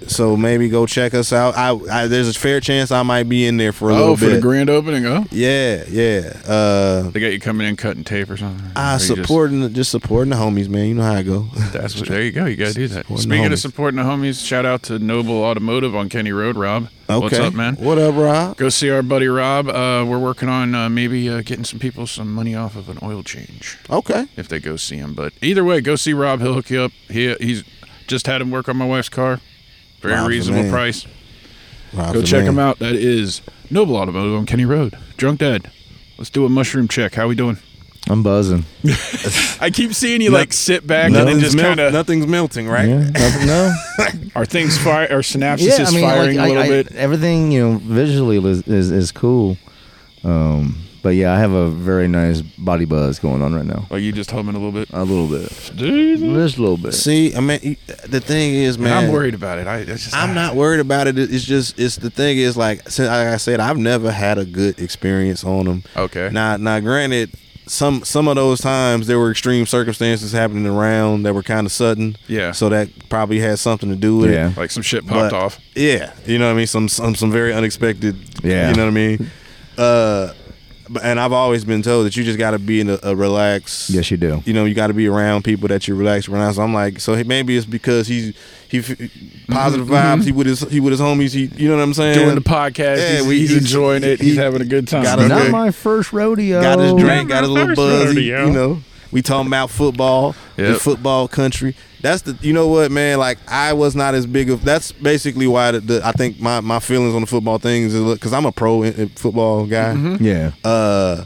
so maybe go check us out. I, I there's a fair chance I might be in there for a Oh, little for bit. the grand opening. Oh, yeah, yeah. Uh, they got you coming in cutting tape or something. I Or you just- supporting just, supporting the homies, man. You know how I go. That's what, there you go. You gotta do that. Supporting the Speaking of homies. supporting the homies, shout out to Noble Automotive on Kenny Road, Rob. What's up, man? What up, Rob? Go see our buddy Rob. Uh, we're working on uh, maybe uh, getting some people some money off of an oil change Okay. if they go see him. But either way, go see Rob. He'll hook you up. He he's just had him work on my wife's car. Very Rob's the reasonable man. price. Rob's Go the check man. him out. That is Noble Automotive on Kenny Road. Drunk Dad. Let's do a mushroom check. How we doing? I'm buzzing. I keep seeing you like sit back and then Nothing's, just mel- kind of nothing's melting, right? Yeah, nothing- no. our things fire, our synapses yeah, is I mean, firing a like, little I, I, bit. Everything you know visually is is, is cool. Um, But yeah, I have a very nice body buzz going on right now. Like you just humming a little bit. A little bit, Dude, just a little bit. See, I mean, you- the thing is, man, I'm worried about it. I it's just I'm not worried about it. It's just it's the thing is like since like I said, I've never had a good experience on them. Okay. Now now granted, some some of those times there were extreme circumstances happening around that were kind of sudden. Yeah. So that probably had something to do with Yeah. it. like some shit popped But, off. Yeah. You know what I mean? Some some some very unexpected Yeah. You know what I mean? Uh but- and I've always been told that you just got to be in a, a relaxed. Yes, you do. You know, you got to be around people that you're relaxed around. So I'm like, so he- maybe it's because he's he f- positive Mm-hmm, vibes. He with his he with his homies. He, you know what I'm saying? Doing the podcast, Yeah, he's, we- he's he's- enjoying it. He's he- having a good time. got a- Not Okay. my first rodeo. Got his drink. Got his little First buzz. He- rodeo. you know, we talking about football. The Yep. football country. That's the. You know what, man? Like I was not as big of. That's basically why the, the I think my my feelings on the football things is because I'm a pro in, in football guy. Yeah, Uh,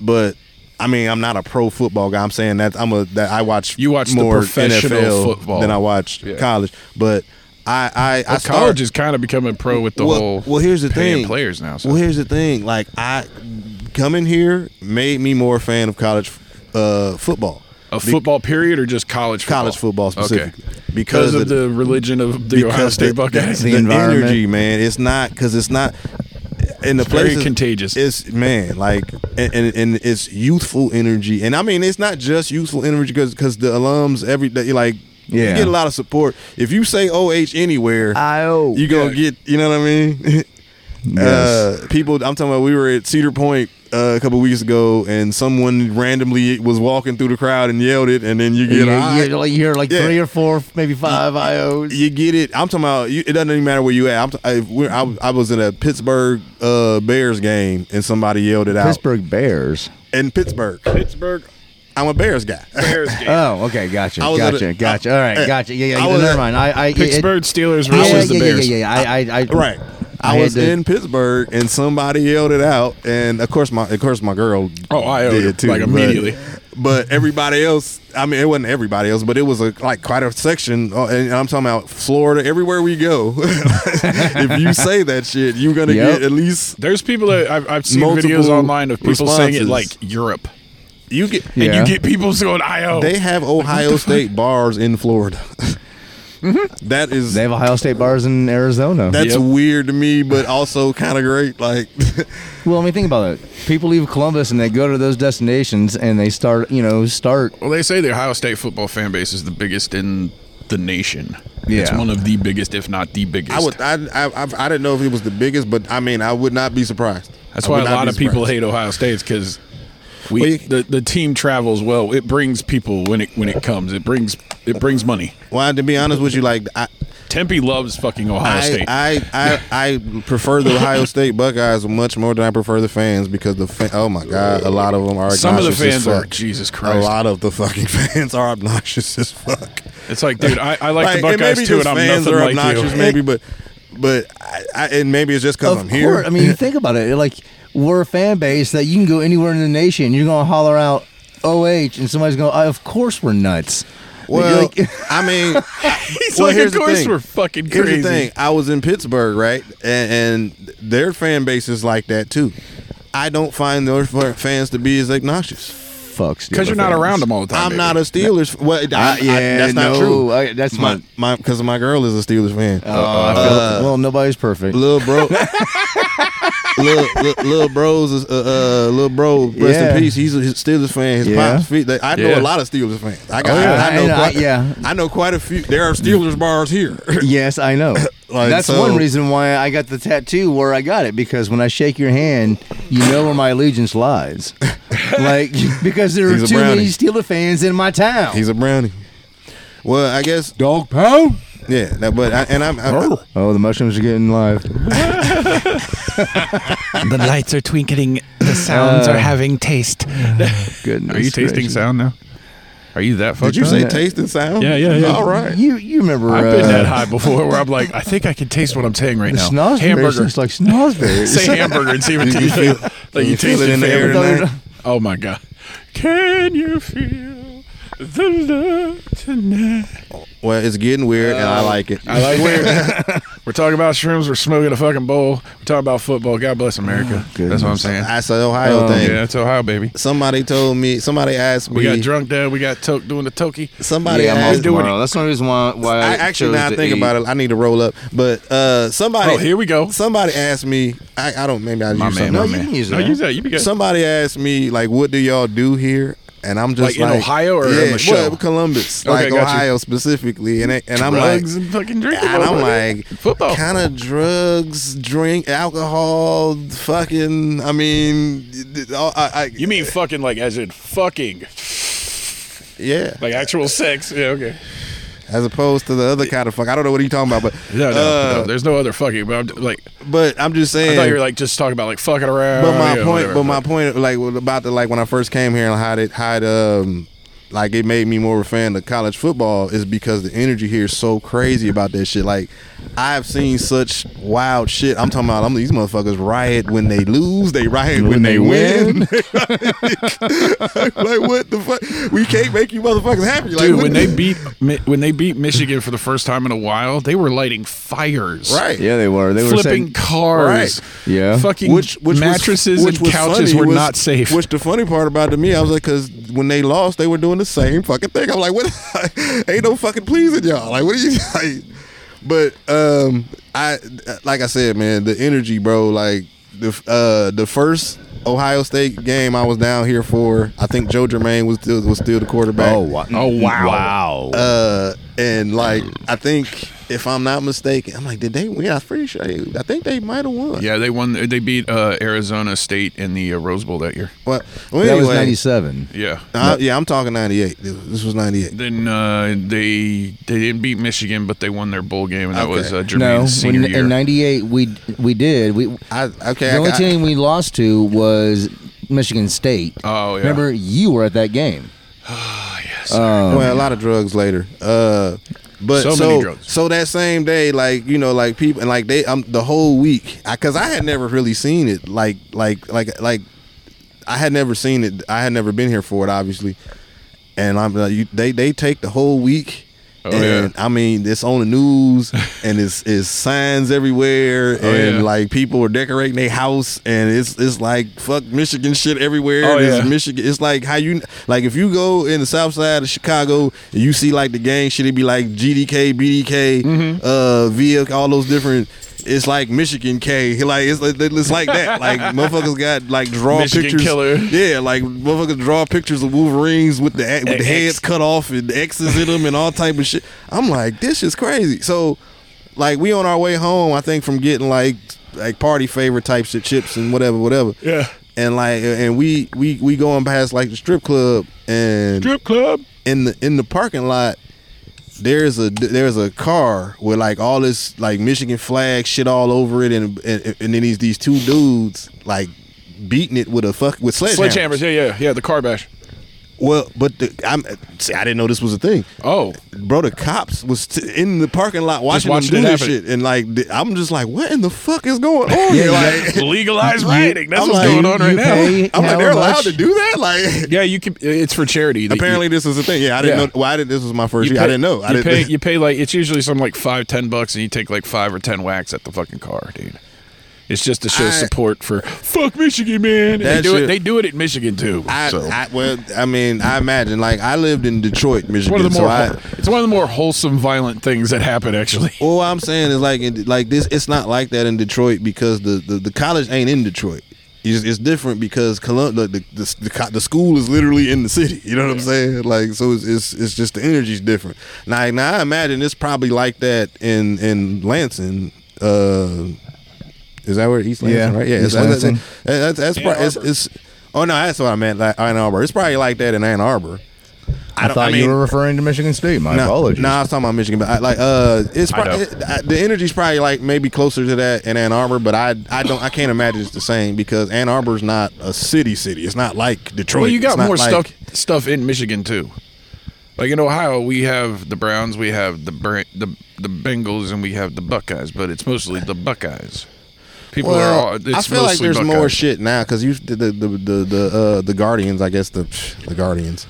but I mean, I'm not a pro football guy. I'm saying that I'm a that I watch. You watch the more professional NFL football. than I watch Yeah. college. But I I, I Well, college start- is kind of becoming pro with the well, whole. well, here's the paying thing. players now. So. Well, here's the thing. Like I coming here made me more a fan of college uh, football. a football period or just college football? College football specifically. Because, of the religion of the Ohio because State the- Buckeyes. the the environment. energy, man. It's not because it's not in the It's very places. contagious. It's man, like and, and and it's youthful energy, and I mean it's not just youthful energy because because the alums every day like Yeah. you get a lot of support. If you say OH anywhere, Io. you gonna get you know what I mean. Uh, people, I'm talking about. We were at Cedar Point uh, a couple weeks ago, and someone randomly was walking through the crowd and yelled it, and then you you, get "Ah." you, like, you hear like Yeah. three or four, maybe five IOs. you get it. I'm talking about. You, it doesn't even matter where you at. I'm t- I, we I, I was in a Pittsburgh uh, Bears game and somebody yelled it out. Pittsburgh Bears. In Pittsburgh, Pittsburgh I'm a Bears guy. Bears Uh, game. Oh, okay, gotcha, I was gotcha, at a- gotcha. I- All right, I- gotcha. Yeah, I yeah. was Never at- mind. I, I it- Pittsburgh Steelers Yeah, versus the yeah, Bears. yeah, yeah, yeah. I, I, I right. I, I had was to- in Pittsburgh and somebody yelled it out, and of course my of course my girl. Oh, I owed did it, too, like, but- immediately. But, everybody else, I mean, it wasn't everybody else, but it was a like quite a section. uh, And I'm talking about Florida. Everywhere we go, if you say that shit, you're gonna Yep. get at least There's people that I've, I've seen Multiple videos online of people saying it responses. like Europe. you get. And Yeah. you get people going, I owe. They have Ohio State bars in Florida. Mm-hmm. That is They have Ohio State bars in Arizona. that's Yep. weird to me, but also kind of great. Like, well, I mean, think about it. People leave Columbus and they go to those destinations and they start, you know, start. Well, they say the Ohio State football fan base is the biggest in the nation. It's Yeah. one of the biggest, if not the biggest. I would, I, I, I, I didn't know if it was the biggest, but I mean, I would not be surprised. That's I why would a not lot be of people surprised. hate Ohio State's because we Well, you- the, the team travels well. It brings people when it when it comes. It brings it brings money. Well, to be honest with you, like I, Tempe loves fucking Ohio I, State. I, I, I prefer the Ohio State Buckeyes much more than I prefer the fans because the fan, oh my god, a lot of them are Some of the obnoxious as fans are fuck. Jesus A Christ. lot of the fucking fans are obnoxious as fuck. It's like, dude, I, I like, the it may be Buckeyes too, just and I'm fans nothing are like obnoxious, you. Maybe, but but I, I, and maybe it's just because I'm here. I mean, you think about it. Like we're a fan base that you can go anywhere in the nation. You're gonna holler out OH, and somebody's going, to "Of course we're nuts." well, Like- I mean, He's well, like, here's of the course thing. we're fucking Here's crazy. the thing. I was in Pittsburgh, right? And, and their fan base is like that too. I don't find their f- fans to be as obnoxious. Fucks. Because you're not around them all the time. I'm baby. not a Steelers. Well, I, I- yeah, that's not no, true. I- that's my uh, my- Oh. my because my girl is a Steelers fan. well, nobody's perfect. Little bro, little, little, little bros, is, uh, uh, little bro, rest Yeah. in peace. He's a he's a Steelers fan. His Yeah. pops feet. I know Yeah. a lot of Steelers fans. I got, Oh, yeah. I, I know, And I- quite, yeah. I know quite a few. There are Steelers bars here. Yes, I know. Like, That's so- one reason why I got the tattoo where I got it because when I shake your hand, you know where my allegiance lies. like because there He's are a too many brownie. Steeler fans in my town. He's a brownie. Well, I guess Dog pound. yeah. That, but I, and I'm I, oh, the mushrooms are getting live. The lights are twinkling. The sounds Uh, are having taste. Goodness. Are you tasting gracious. sound now? Are you that fucked did you up? say taste and sound? Yeah, yeah, yeah. All right. You you remember I've been uh, that high before where I'm like, I think I can taste what I'm saying right the now. snozzberries hamburger. tastes like snozzberries. say hamburger and see what you feel. Like you you feel taste it it in the air hamburger. tonight? Oh my god! Can you feel the love tonight. Well, it's getting weird, and I like it. I like weird. we're talking about shrooms. We're smoking a fucking bowl. We're talking about football. God bless America. that's what I'm saying. That's the Ohio thing. Oh, yeah, it's Ohio, baby. Somebody told me. Somebody asked me. We got drunk there. We got toke doing the toki. Somebody Yeah, I'm asked. always doing tomorrow. That's the reason why. why I actually now I think about it, I need to roll up. But uh, somebody, Oh, here we go. Somebody asked me. I, I don't. Maybe I My use man, something. my else. you man. can use No, that. use that. You be good. Somebody asked me like, "What do y'all do here?" And I'm Like just in like, Ohio or in yeah, Michelle? well, Columbus, Okay, like got you. Ohio specifically, and it- and I'm like, drugs and fucking drinking. and I'm motherfucker. like, football. kind of drugs, drink, alcohol, fucking. I mean, I, I, You mean fucking like as in fucking yeah, like actual sex? Yeah, okay. as opposed to the other kind of fuck. I don't know what he's talking about, but No, no, uh, no. There's no other fucking. But I'm d- like, but I'm just saying. I thought you were like just talking about like fucking around. But my yeah, point, whatever. but my point, like was about the like when I first came here and how it how it um like it made me more of a fan of college football is because the energy here is so crazy about that shit. Like I've seen such wild shit. I'm talking about. I'm these motherfuckers riot when they lose. They riot when, they, win. like what the fuck? We can't make you motherfuckers happy. Like Dude, what when the- they beat Mi- when they beat Michigan for the first time in a while, they were lighting fires, right. Yeah, they were. They were Flipping saying, cars, Right. Yeah. Fucking was- mattresses which and was couches funny were was- not safe. Which the funny part about it to me, I was like, because when they lost, they were doing the same fucking thing. I'm like, what? ain't no fucking pleasing y'all. Like, what are you? Like, but um, I like I said, man, the energy, bro. Like the uh, the first Ohio State game I was down here for. I think Joe Germain was still was still the quarterback. Oh wow! Oh, wow. Wow! Uh, and like I think if I'm not mistaken, I'm like, did they win? I'm pretty sure. I think they might have won. yeah, they won. They beat uh, Arizona State in the uh, Rose Bowl that year. But well, that was anyway. '97. Yeah. Uh, yeah, I'm talking 98. This- This was 98. Then uh, they they didn't beat Michigan, but they won their bowl game, and that Okay. was uh, No, Jermaine's when, senior year. in '98 we we did. We I okay. the I, only I, team we lost to was Michigan State. Oh, yeah. Remember, you were at that game. well, a lot of drugs later. Uh, but Um, So so many drugs. so that same day, like you know, like people and like they um the whole week because I, had never really seen it. Like like like like I had never seen it. I had never been here for it, obviously. And I'm like, you, they they take the whole week. Oh, and I mean, it's on the news, and it's it's signs everywhere, and Oh, yeah. like people are decorating their house, and it's it's like fuck Michigan shit everywhere. Oh, and it's yeah. Michigan. It's like how you like if you go in the south side of Chicago and you see like the gang shit, it be like GDK, BDK, Mm-hmm. uh, VIA, all those different. It's like Michigan K, like it's, it's like that. Like motherfuckers got like draw Michigan pictures. killer. Yeah, like motherfuckers draw pictures of Wolverines with the with the X. heads cut off and X's in them and all type of shit. I'm like, this is crazy. So, like, we on our way home, I think from getting like like party favorite types of chips and whatever, whatever yeah, and like and we we we going past like the strip club and strip club. in the in the parking lot there's a there's a car with like all this like Michigan flag shit all over it and and, and then these these two dudes like beating it with a fuck with sledgehammers. Sledgehammers. Yeah, yeah, yeah. The car bash. Well, but the, I'm see, I didn't know this was a thing Oh, bro, the cops was t- in the parking lot watching, watching them it do this happen. shit, and like th- I'm just like, what in the fuck is going on? here? like, legalized rioting. That's I'm what's like, going on right you now. pay- I'm like, How they're allowed much- to do that? Like, Yeah, you can. It's for charity. that you- apparently this is a thing. Yeah, I didn't Yeah. know. Well, I didn't. This was my first you year. I pay- didn't know. I you didn't. pay. You pay like it's usually some like five, ten bucks, and you take like five or ten whacks at the fucking car, dude. It's just to show I- support for fuck Michigan, man. And They That do it. shit- They do it in Michigan too. I, so. I well, I mean, I imagine like I lived in Detroit, it's Michigan. one of the more. so I, it's one of the more wholesome, violent things that happen. Actually, well, what I'm saying is like in- like this. It's not like that in Detroit because the the, the college ain't in Detroit. It's, it's different because Colum- the, the, the, the co- the school is literally in the city. You know what I'm saying? Like so, it's it's, it's just the energy's different. Now, now I imagine it's probably like that in in Lansing. Uh, is that where East Lansing? Yeah, Right? Yeah, East that's, Lansing. that's, that's, that's Ann probably, it's, it's oh no, that's what I meant. Like Ann Arbor. It's probably like that in Ann Arbor. I, don't- thought you mean- were referring to Michigan State. My apologies. no, I was talking about Michigan, but I, like, uh, it's I know. probably, the energy's probably like maybe closer to that in Ann Arbor, but I, I don't, I can't imagine it's the same because Ann Arbor's not a city city. It's not like Detroit. well, you It's got not more like- stuff stuff in Michigan too. Like in Ohio, we have the Browns, we have the Bra- the the Bengals, and we have the Buckeyes, but it's mostly the Buckeyes. People Well, are. All, it's I feel like mostly there's Buckeyes. more shit now because you the the the the, the, uh, the Guardians, I guess the the Guardians,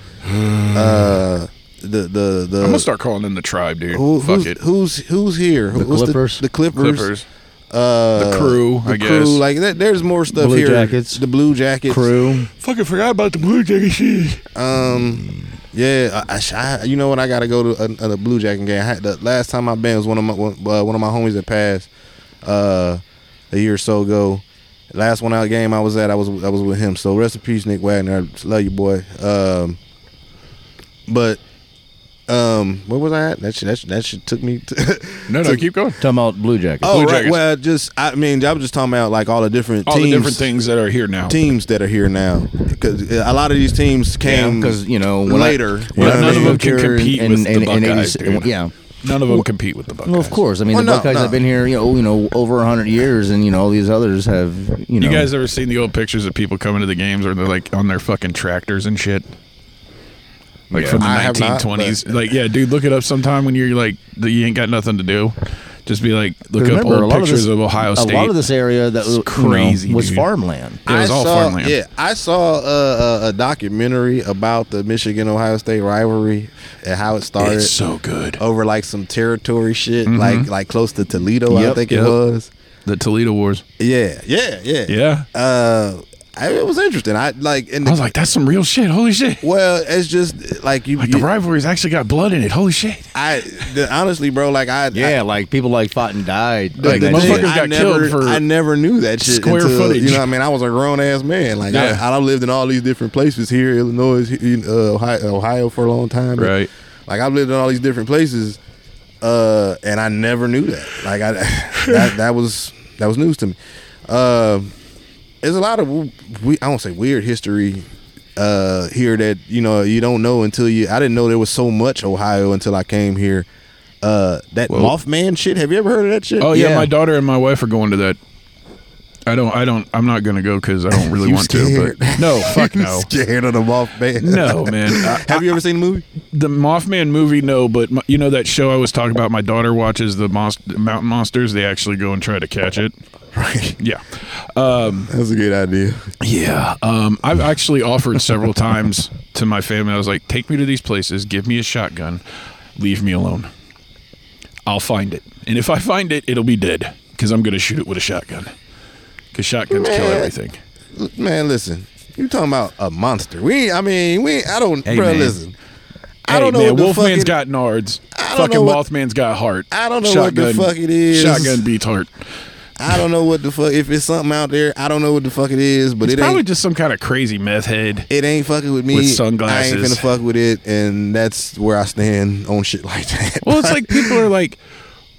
Uh, the the the. I'm gonna start calling them the tribe, dude. Who, Fuck who's, it. who's who's here? The Clippers? The, Clippers. Clippers. Uh, The crew, The I crew. guess. Like that, there's more stuff Blue here. Jackets. The Blue Jackets. Crew. Fucking forgot about the blue jacket. Um, yeah, I, I sh- I, you know what? I gotta go to a, a Blue Jacket game. I had, the last time I been was one of my one, uh, one of my homies that passed uh, a year or so ago. Last one out game I was at, I was I was with him. So rest in peace, Nick Wagner. I love you, boy. Um, but um, where was I at? That shit, that shit, that shit took me. To No, no, keep going. Talking about Blue Jackets. oh, Blue right. Jackets. Well, just I mean, I was just talking about like all the different All teams, the different things that are here now. teams that are here now. Because a lot of these teams came because you know when I- later. when But I none of moved them can here compete in- with the in- in Buckeyes, 80s dude. Yeah. None of them compete with the Buckeyes. Well, of course. I mean, Well, the no, Buckeyes no. have been here, you know, you know, over hundred years, and you know, all these others have, you know, You guys ever seen the old pictures of people coming to the games or they're like on their fucking tractors and shit? Like Yeah. from the I have not, 1920s. like, yeah, dude, look it up sometime when you're like, that you ain't got nothing to do. Just be like, look up remember, a old lot of pictures this- of, Ohio State. A lot of this area that was crazy, crazy was dude. farmland. It was I all saw, farmland. Yeah, I saw uh, a, a documentary about the Michigan Ohio State rivalry and how it started It's so good. Oh. over like some territory shit, like like close to Toledo, I Mm-hmm. Yep, think yep. it was. The Toledo Wars. Yeah, yeah, yeah, Yeah. Uh, I, it was interesting. I like in the, I was like, that's some real shit. Holy shit. well, it's just like you. Like, you the rivalry's actually got blood in it. Holy shit. I the, honestly, bro, like I I, Yeah, like people like fought and died. The- like the that motherfuckers shit, shit. got I never, killed for I never knew that shit. square until, footage. You know what I mean? I was a grown ass man. Like Yeah. I, I lived in all these different places here, Illinois, he- uh, Ohio, Ohio for a long time. Right. Like I've lived in all these different places, uh, and I never knew that. Like I, that, that was that was news to me. Um there's a lot of we I don't say weird history uh, here that you know you don't know until you. I didn't know there was so much Ohio until I came here. Uh, that Mothman shit. Have you ever heard of that shit? Oh, yeah, Yeah. My daughter and my wife are going to that. I don't, I don't, I'm not going to go because I don't really You want to. But scared. no, fuck no. Scared of the Mothman. No, man. I- Have you ever seen the movie? the Mothman movie, no, but my, you know that show I was talking about. My daughter watches the monst- mountain monsters. They actually go and try to catch it. Right. Yeah, um, That's a good idea. yeah. Um, I've actually offered several times to my family. I was like, "Take me to these places. Give me a shotgun. Leave me alone. I'll find it. And if I find it, it'll be dead because I'm gonna shoot it with a shotgun. Because shotguns kill Man. everything. L- Man, listen. You talking about a monster? We, I mean, we. I don't, Hey, bro. man. Listen. Hey, I don't know man, what the Wolfman's fucking, got nards. don't Fucking know what- Mothman's got heart. I don't know what the fuck it is. Shotgun beats heart. I don't know what the fuck. If it's something out there, I don't know what the fuck it is, but It's it ain't. probably just some kind of crazy meth head. it ain't fucking with me. With sunglasses. I ain't finna fuck with it, and that's where I stand on shit like that. Well, it's like people are like,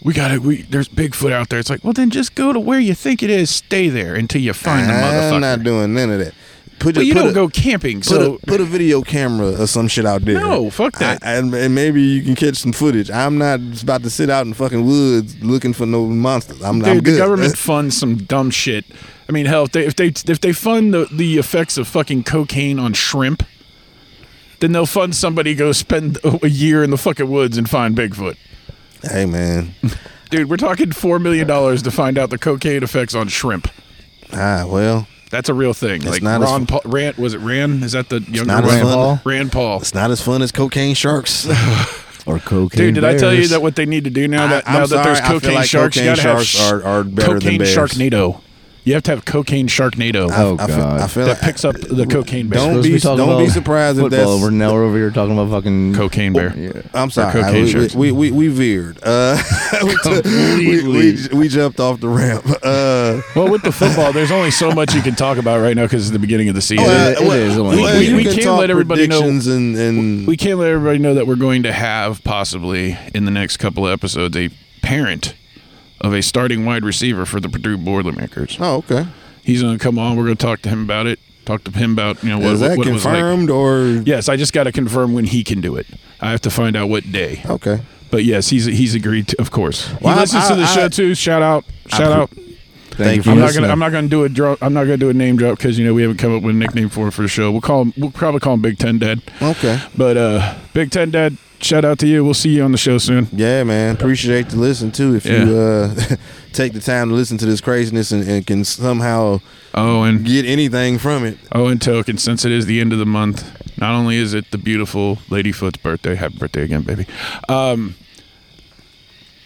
we got to We there's Bigfoot out there. It's like, well, then just go to where you think it is. Stay there until you find the motherfucker. I'm not doing none of that. Put, but your- you put don't a- go camping, Put, so a, put a video camera or some shit out there. No, fuck that. I- and, and maybe you can catch some footage. I'm not just about to sit out in fucking woods looking for no monsters. I'm, I'm dude, good. the government funds some dumb shit. I mean, hell, if they if they if they fund the, the effects of fucking cocaine on shrimp, then they'll fund somebody go spend a year in the fucking woods and find Bigfoot. hey man, Dude, we're talking four million dollars to find out the cocaine effects on shrimp. ah well, That's a real thing. like not as Ron fu- Paul, Rand was it Rand? Is that the younger not as Rand fun. Paul? Rand Paul. it's not as fun as cocaine sharks. or cocaine. Dude, did I tell you bears. that what they need to do now that I- I'm now that there's sorry, I feel cocaine like sharks, you cocaine gotta have sharks sh- are- are better than cocaine bears. sharknado. You have to have cocaine sharknado Oh I feel- god. I feel that like picks up the cocaine bear. Don't Supposed to be- talking don't be about surprised if football. that's- We're now we're over here talking about fucking cocaine bear. I'm sorry. cocaine I- we- shirts. we, we, we, veered. Uh, we, took- we, we, we jumped off the ramp. Uh, Well, with the football, there's only so much you can talk about right now because it's the beginning of the season. Oh, it- it is a well, little- we- you we can can't talk let everybody know- predictions And, and we can't let everybody know that we're going to have possibly in the next couple of episodes a parent of a starting wide receiver for the Purdue Boilermakers. oh, okay. He's going to come on. We're going to talk to him about it. Talk to him about you know what, Is that what it was like. confirmed or Yes, I just got to confirm when he can do it. I have to find out what day. okay? But yes, he's he's agreed to, of course. Well, he I- listens to the I- show I- too. Shout out, shout out. Thank, you. I'm not gonna I'm not gonna do a drop. I'm not gonna do a name drop because you know we haven't come up with a nickname for him for the show. We'll call him. We'll probably call him Big Ten Dad. Okay. But uh, Big Ten Dad, shout out to you. We'll see you on the show soon. Yeah, man. Appreciate the listen too. If you uh, take the time to listen to this craziness and, and can somehow Oh, and get anything from it, oh, and tokens. Since it is the end of the month, Not only is it the beautiful Ladyfoot's birthday, happy birthday again, baby. Um,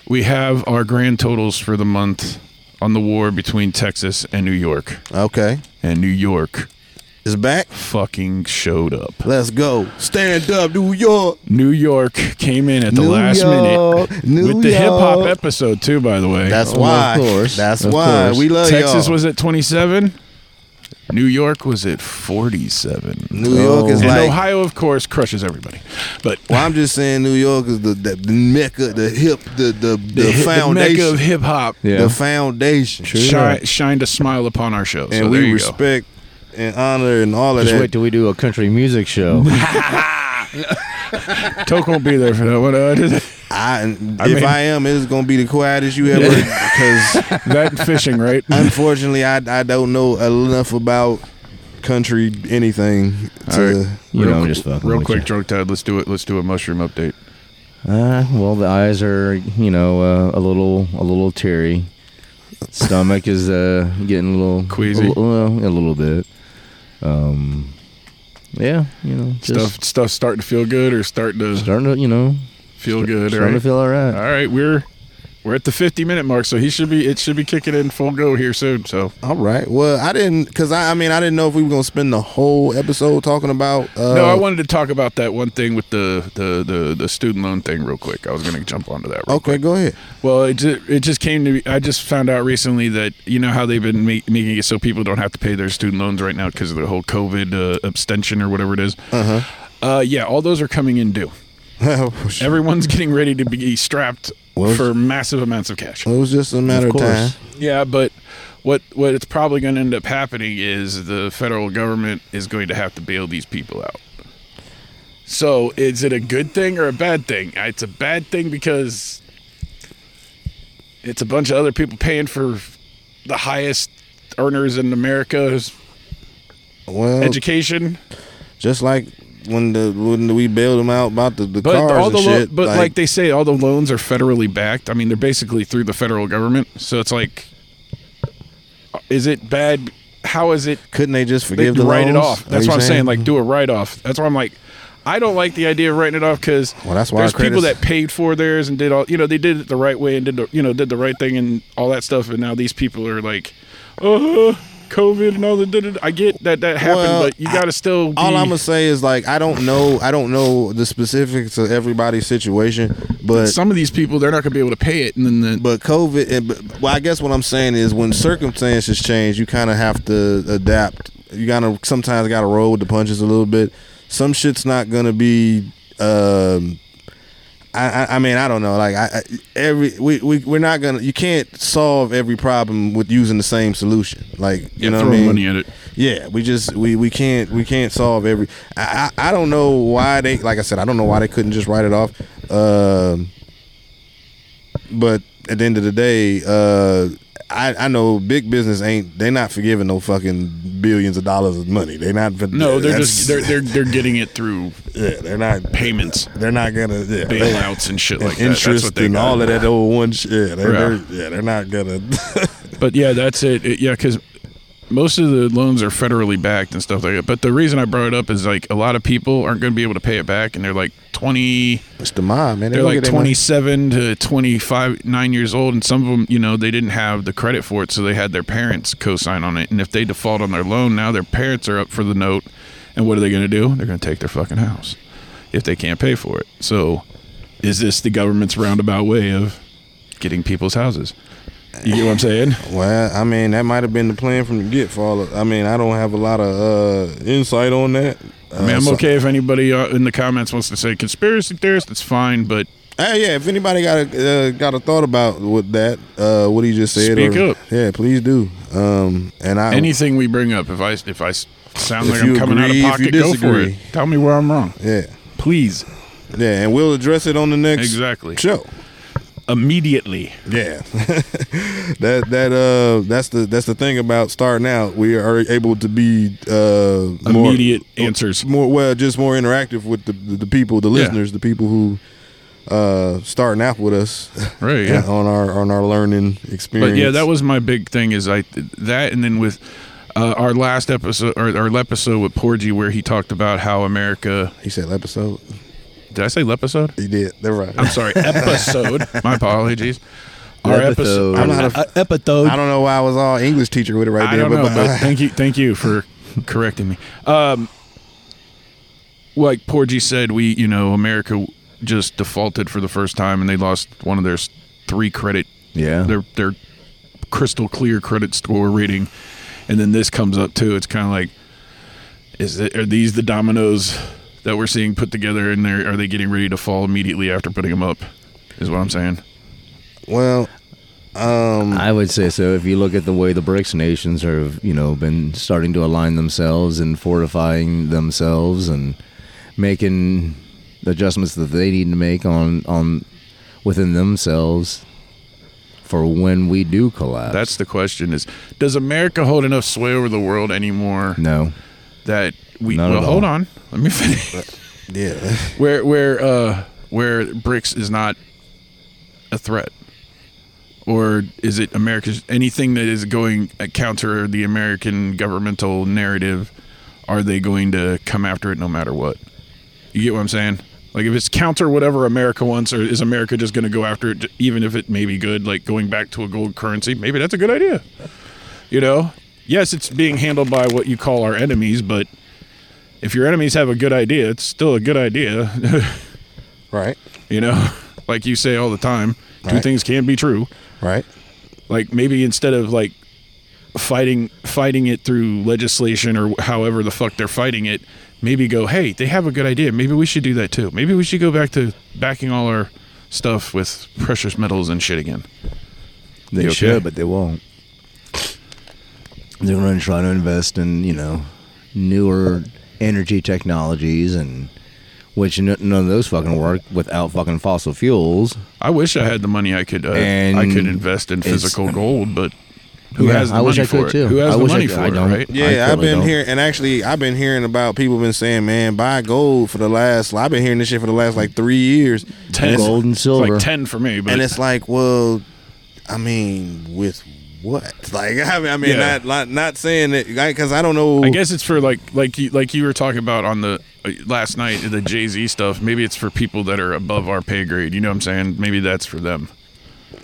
we have our grand totals for the month on the war between Texas and New York. Okay. And New York It's back. fucking showed up. Let's go. Stand up, New York. New York came in at the New last York, minute New with the hip hop York. episode too. By the way, That's Oh, why. of course, That's of why. course. We love Texas y'all. was at 27. New York was at 47. New York is Oh. and like. Ohio, of course, crushes everybody. But Well, I'm just saying New York is the, the, the mecca, the hip, the the, the, hi- foundation, mecca of hip hop Yeah. the foundation. shi- shined a smile upon our show. And so there we you go. respect and honor and all of Just wait that. till we do a country music show. Toke won't be there for that one. Uh, I, and I if mean- I am, it's gonna be the quietest you ever because that and fishing, right? unfortunately, I I don't know enough about country anything to. You know, Real I'm qu- just fucking Real with quick, drunk Ted. Let's do it. Let's do a mushroom update. Uh, well, the eyes are, you know, uh, a little, a little teary. Stomach is uh, getting a little Queasy. A, li- well, a little bit. Um, yeah, you know, just Stuff, stuff starting to feel good or starting to starting to, you know, feel good. starting to right? feel all right. All right, we're we're at the 50 minute mark, so he should be it should be kicking in full go here soon. So All right. Well, I didn't because I, I mean I didn't know if we were gonna spend the whole episode talking about. Uh, no, I wanted to talk about that one thing with the the the, the student loan thing real quick. I was going to jump onto that. Real Okay, go ahead. Well, it just, it just came to me. I just found out recently that you know how they've been ma- making it so people don't have to pay their student loans right now because of the whole COVID uh, abstention or whatever it is. Uh-huh. Uh Yeah, all those are coming in due. it Everyone's getting ready to be strapped for massive amounts of cash. was just a matter of, time. Yeah, but what what it's probably going to end up happening is the federal government is going to have to bail these people out. So is it a good thing or a bad thing? It's a bad thing because it's a bunch of other people paying for the highest earners in America's Well, education. just like when the when we bailed them out about the, the But cars all the and lo- shit. but like, they say, all the loans are federally backed. I mean, they're basically through the federal government. So it's like, is it bad? How is it couldn't they just they forgive can the write it loans? off. Are That's you what I'm saying? Like do a write off. That's why I'm like, I don't like the idea of writing it off because Well, that's why there's our credits- people that paid for theirs and did all you know they did it the right way and did the you know did the right thing and all that stuff and now these people are like, oh, COVID and all the. da- da- da." I get that that happened, Well, but you I- got to still. Be, all I'm gonna say is like I don't know I don't know the specifics of everybody's situation, but some of these people they're not gonna be able to pay it, and then the but COVID and but, well I guess what I'm saying is when circumstances change, you kind of have to adapt. You gotta sometimes gotta roll with the punches a little bit. Some shit's not gonna be. Um, I, I I mean I don't know like I, I every we we we are not gonna you can't solve every problem with using the same solution like you yeah, know throwing what I mean? money at it. Yeah, we just we, we can't we can't solve every. I, I I don't know why they like I said I don't know why they couldn't just write it off. Um, but at the end of the day, uh, I I know big business ain't they not forgiving no fucking billions of dollars of money. They not No, they're that's- just they're they're they're getting it through yeah, they're not payments, They're not gonna yeah, they- bailouts, and shit and like that. That's interest what they and got. all of that old one shit. Yeah, they're, Yeah. They're, yeah, they're not gonna. But yeah, that's it. It- yeah, because most of the loans are federally backed and stuff like that. But the reason I brought it up is like a lot of people aren't going to be able to pay it back, and they're like twenty. it's the mob, man. They They're gonna like get their money. twenty-seven to twenty-five, nine years old, and some of them, you know, they didn't have the credit for it, so they had their parents co-sign on it. And if they default on their loan, now their parents are up for the note. And what are they going to do? They're going to take their fucking house if they can't pay for it. So, is this the government's roundabout way of getting people's houses? You get what I'm saying? Well, I mean, that might have been the plan from the get. For all of, I mean, I don't have a lot of uh, insight on that. Uh, I mean, I'm so- okay if anybody uh, in the comments wants to say conspiracy theorist. It's fine, but Hey, yeah. If anybody got a uh, got a thought about what that uh, what he just said, Speak or- up. Yeah, please do. Um, and I anything we bring up, if I if I s- sound If like I'm you coming agree, if out of pocket, you go for it. disagree. Tell me where I'm wrong, yeah please. yeah, and we'll address it on the next Exactly. show. Immediately. Yeah, that that uh that's the that's the thing about starting out. We are able to be uh more- Immediate answers. more well just more interactive with the the people, the Yeah. listeners, the people who uh starting out with us, Right, yeah. on our on our learning experience. But yeah, that was my big thing. Is I that and then with uh, our last episode or our episode with Porgy where he talked about how America. He said episode. Did I say episode? He did. They're right. I'm sorry, episode. My apologies. Our episode. I don't, know how to, episode. I don't know why I was all English teacher with it right I there, don't know, but, but thank you, thank you for correcting me. Um, like Porgy said, we you know America just defaulted for the first time, and they lost one of their s- three credit Yeah. their their crystal clear credit score rating, and then this comes up too. It's kind of like, is it, are these the dominoes that we're seeing put together, and they're, are they getting ready to fall immediately after putting them up? Is what I'm saying. well, um, I would say so. If you look at the way the BRICS nations have, you know, been starting to align themselves and fortifying themselves and making the adjustments that they need to make on on within themselves for when we do collapse. That's the question: Is does America hold enough sway over the world anymore? no. that we Not well at hold all. on let me finish yeah. where where uh where BRICS is not a threat or is it America's anything that is going uh, counter the American governmental narrative are they going to come after it no matter what you get what I'm saying like if it's counter whatever America wants or is America just going to go after it even if it may be good like going back to a gold currency maybe that's a good idea you know yes it's being handled by what you call our enemies but if your enemies have a good idea it's still a good idea Right. You know, like you say all the time, two Right. things can be true. Right. Like maybe instead of like fighting fighting it through legislation or however the fuck they're fighting it, maybe go, "Hey, they have a good idea. Maybe we should do that too. Maybe we should go back to backing all our stuff with precious metals and shit again." They You okay? should, but they won't. They're going to try to invest in you know newer energy technologies and which n- none of those fucking work without fucking fossil fuels. I wish I had the money I could uh, And I could invest in it's- physical gold, but who Yeah, has the I wish money I could for it? too. Who has I the wish I money could. for I it, don't. right? I Yeah, I've totally been don't. hearing, and actually, I've been hearing about people been saying, "Man, buy gold for the last." I've been hearing this shit for the last like three years, Ten, Gold and it's silver. like 10 for me, but and it's like, well, I mean, with what? Like, I mean, I mean, Yeah. not, not not saying that, because I don't know. I guess it's for like like you like you were talking about on the uh, last night the Jay Z stuff. Maybe it's for people that are above our pay grade. You know what I'm saying? Maybe that's for them.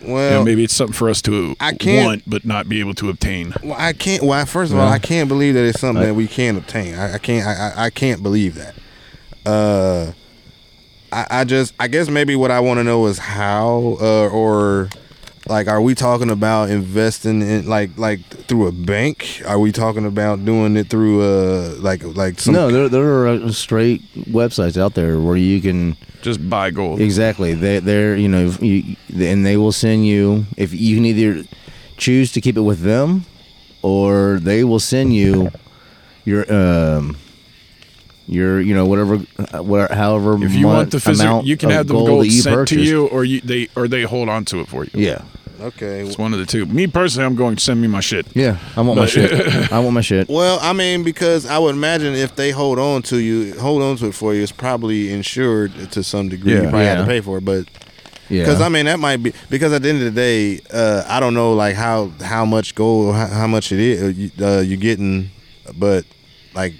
Well, You know, maybe it's something for us to I can't- want but not be able to obtain. well, I can't. Well, first of all, I can't believe that it's something that we can't obtain. I, I can't. I, I, I can't believe that. Uh, I, I just. I guess maybe what I want to know is how, uh, or like, are we talking about investing in like like through a bank? Are we talking about doing it through uh like like some? no, there, there are uh, straight websites out there where you can Just buy gold. exactly they they're you know if you, and they will send you if you can either choose to keep it with them or they will send you your um your you know whatever uh, whatever however If you mon- want the physical, amount you can of have them gold, that you sent to purchased. you, or you they or they hold on to it for you. yeah Okay. It's one of the two. Me personally, I'm going send me my shit. yeah i want my But- shit i want my shit Well, I mean, because I would imagine if they hold on to you, hold on to it for you, it's probably insured to some degree. Yeah. You probably have Yeah. to pay for it, but yeah Because I mean that might be because at the end of the day, uh, I don't know like how how much gold how, how much it is uh, you, uh, you're getting, but like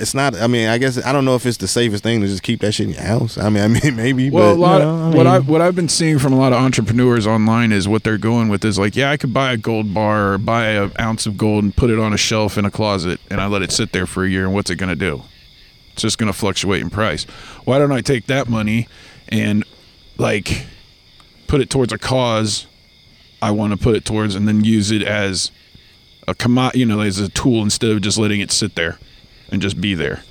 it's not. I mean I guess I don't know if it's the safest thing to just keep that shit in your house. I mean I mean maybe. Well, a but, lot No, I what mean- I what I've been seeing from a lot of entrepreneurs online is what they're going with is like, yeah, I could buy a gold bar or buy an ounce of gold and put it on a shelf in a closet and I let it sit there for a year and what's it going to do? It's just going to fluctuate in price. Why don't I take that money and like put it towards a cause I want to put it towards and then use it as a commodity, you know, as a tool instead of just letting it sit there and just be there.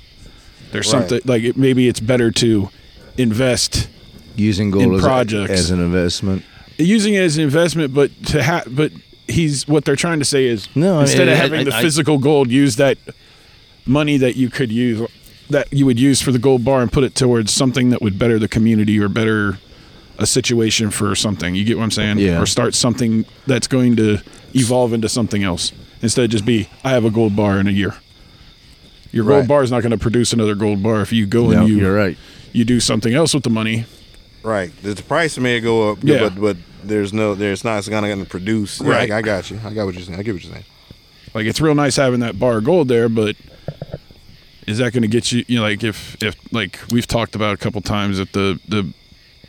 There's Right. something like it, maybe it's better to invest using gold in as, projects. as an investment using it as an investment, but to ha- but he's what they're trying to say is No, I- instead I- of having I- the I- physical gold, use that money that you could use that you would use for the gold bar and put it towards something that would better the community or better a situation for something. You get what I'm saying? Yeah. Or start something that's going to evolve into something else instead of just be I have a gold bar in a year. Your gold Right. bar is not going to produce another gold bar if you go no, and you you're right you do something else with the money. right, the, the price may go up, Yeah. but but there's no there's not it's not going to produce. Yeah, Right. I, I got you. I got what you're saying. I get what you're saying. Like it's real nice having that bar of gold there, but is that going to get you? You know, like if if like we've talked about a couple times, if the the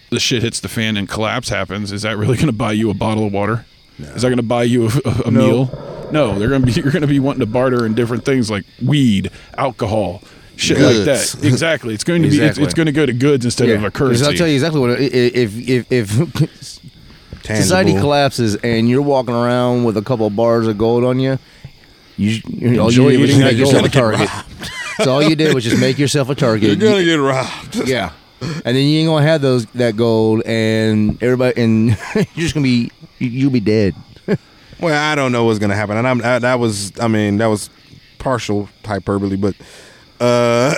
the shit hits the fan and collapse happens, is that really going to buy you a bottle of water? Is that going to buy you a, a, a meal? No, they're going to be you're going to be wanting to barter in different things like weed, alcohol, shit Goods. like that. Exactly. It's going to be it's, Exactly. it's going to go to goods instead of a Because currency. I'll tell you exactly what. i- i- If if if society Tangible. collapses and you're walking around with a couple bars of gold on you, you you- all Enjoy you did was eating make that yourself a gold. target. so all you did was just make yourself a target. You- get robbed. yeah. And then you ain't gonna have those that gold, and everybody, and you're just gonna be, you- you'll be dead. Well, I don't know what's gonna happen, and I'm I, that was I mean that was partial hyperbole, but uh,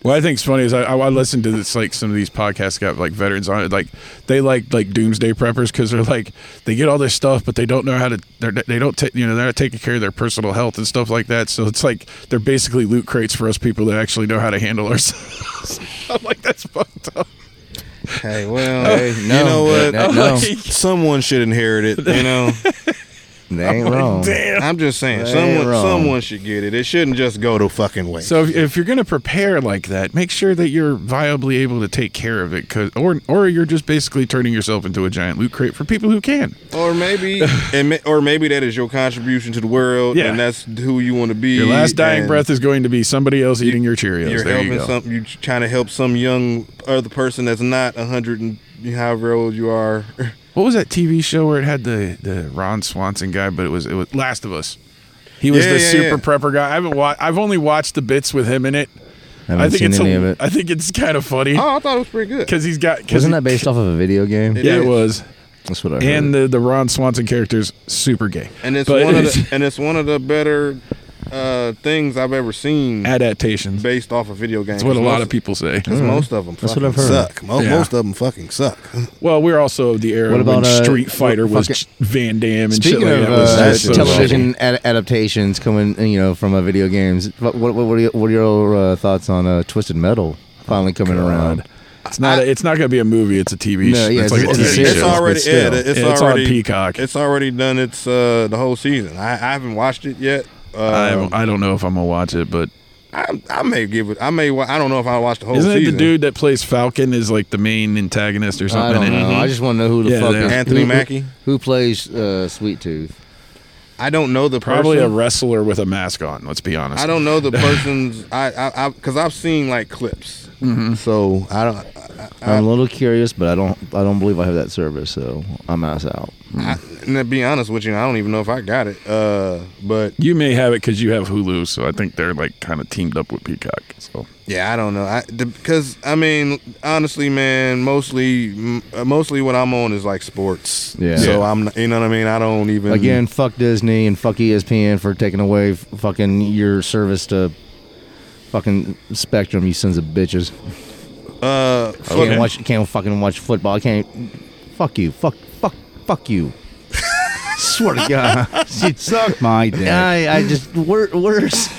What I think's funny is I, I I listened to this like some of these podcasts got like veterans on it like they like like doomsday preppers because they're like they get all this stuff but they don't know how to they're, they don't take you know they're not taking care of their personal health and stuff like that so it's like they're basically loot crates for us people that actually know how to handle ourselves. I'm like that's fucked up. hey, well, you no, know what? that- no. Someone should inherit it. You know, They ain't wrong. I'm just saying, They ain't someone wrong. someone should get it. It shouldn't just go to fucking waste. So if, if you're gonna prepare like that, make sure that you're viably able to take care of it 'cause- or or you're just basically turning yourself into a giant loot crate for people who can. or maybe, and ma- or maybe that is your contribution to the world, Yeah. and that's who you want to be. Your last dying and breath is going to be somebody else eating your Cheerios. You're there helping you go. some. You trying to help some young other person that's not a hundred and however old you are. What was that TV show where it had the the Ron Swanson guy, but it was it was Last of Us. He was Yeah, the yeah, super yeah. prepper guy. I haven't watched. I've only watched the bits with him in it. haven't think seen it's any of it. I think it's kind of funny Oh, I thought it was pretty good. because he's got. Cause Wasn't he- that based off of a video game? Yeah, is. it was. That's what I heard. And the the Ron Swanson character's super gay. and it's But one of it's- the, and it's one of the better uh, things I've ever seen adaptations. based off of video games. That's what a lot Most- of people say. Cause most of them That's fucking what I've heard. suck. Mo- Yeah. Most of them fucking suck. Well, we're also the era What when about, uh, Street Fighter was fucking- Van Damme and Speaking shit like of that. It was uh, just so television ad- adaptations coming, you know, from uh, video games, what what, what, are, your, what are your uh, thoughts on uh, Twisted Metal finally coming around? It's not. a, it's not going to be a movie. It's a TV No, show. yeah, it's, it's- like it's a a TV series. It's show. already but still. yeah, it's, Yeah, it's on already Peacock. It's already done its uh, the whole season. I, I haven't watched it yet. Uh, um, I, I don't know if I'm gonna watch it, but I, I may give it. I may. wa- I don't know if I'll watch the whole isn't it season. the dude that plays Falcon is like the main antagonist or I something? in don't it? know. I just want to know who the Yeah, fuck they- is, Anthony who- who- Mackie? who, plays uh, Sweet Tooth. I don't know the Probably a person. wrestler with a mask on. Let's be honest. I don't know the person's. I I because I've seen like clips. Mm. So I don't. I, I, I'm a little curious, but I don't I don't believe I have that service, so I'm ass out. I, and to be honest with you, I don't even know if I got it. Uh, but You may have it because you have Hulu, so I think they're like kind of teamed up with Peacock. So yeah, I don't know. I because I mean, honestly, man, mostly m- uh, mostly what I'm on is like sports. Yeah. So Yeah. I'm, not- you know what I mean. I don't Mm-hmm. even Again, fuck Disney and fuck E ESPN for taking away f- fucking your service to fucking Spectrum. You sons of bitches. Uh, fuck- Can't watch. Can't fucking watch football. Can't. Fuck you. Fuck. Fuck. Fuck you. Swear to God. Suck my dick. I. I just. Wor- worse.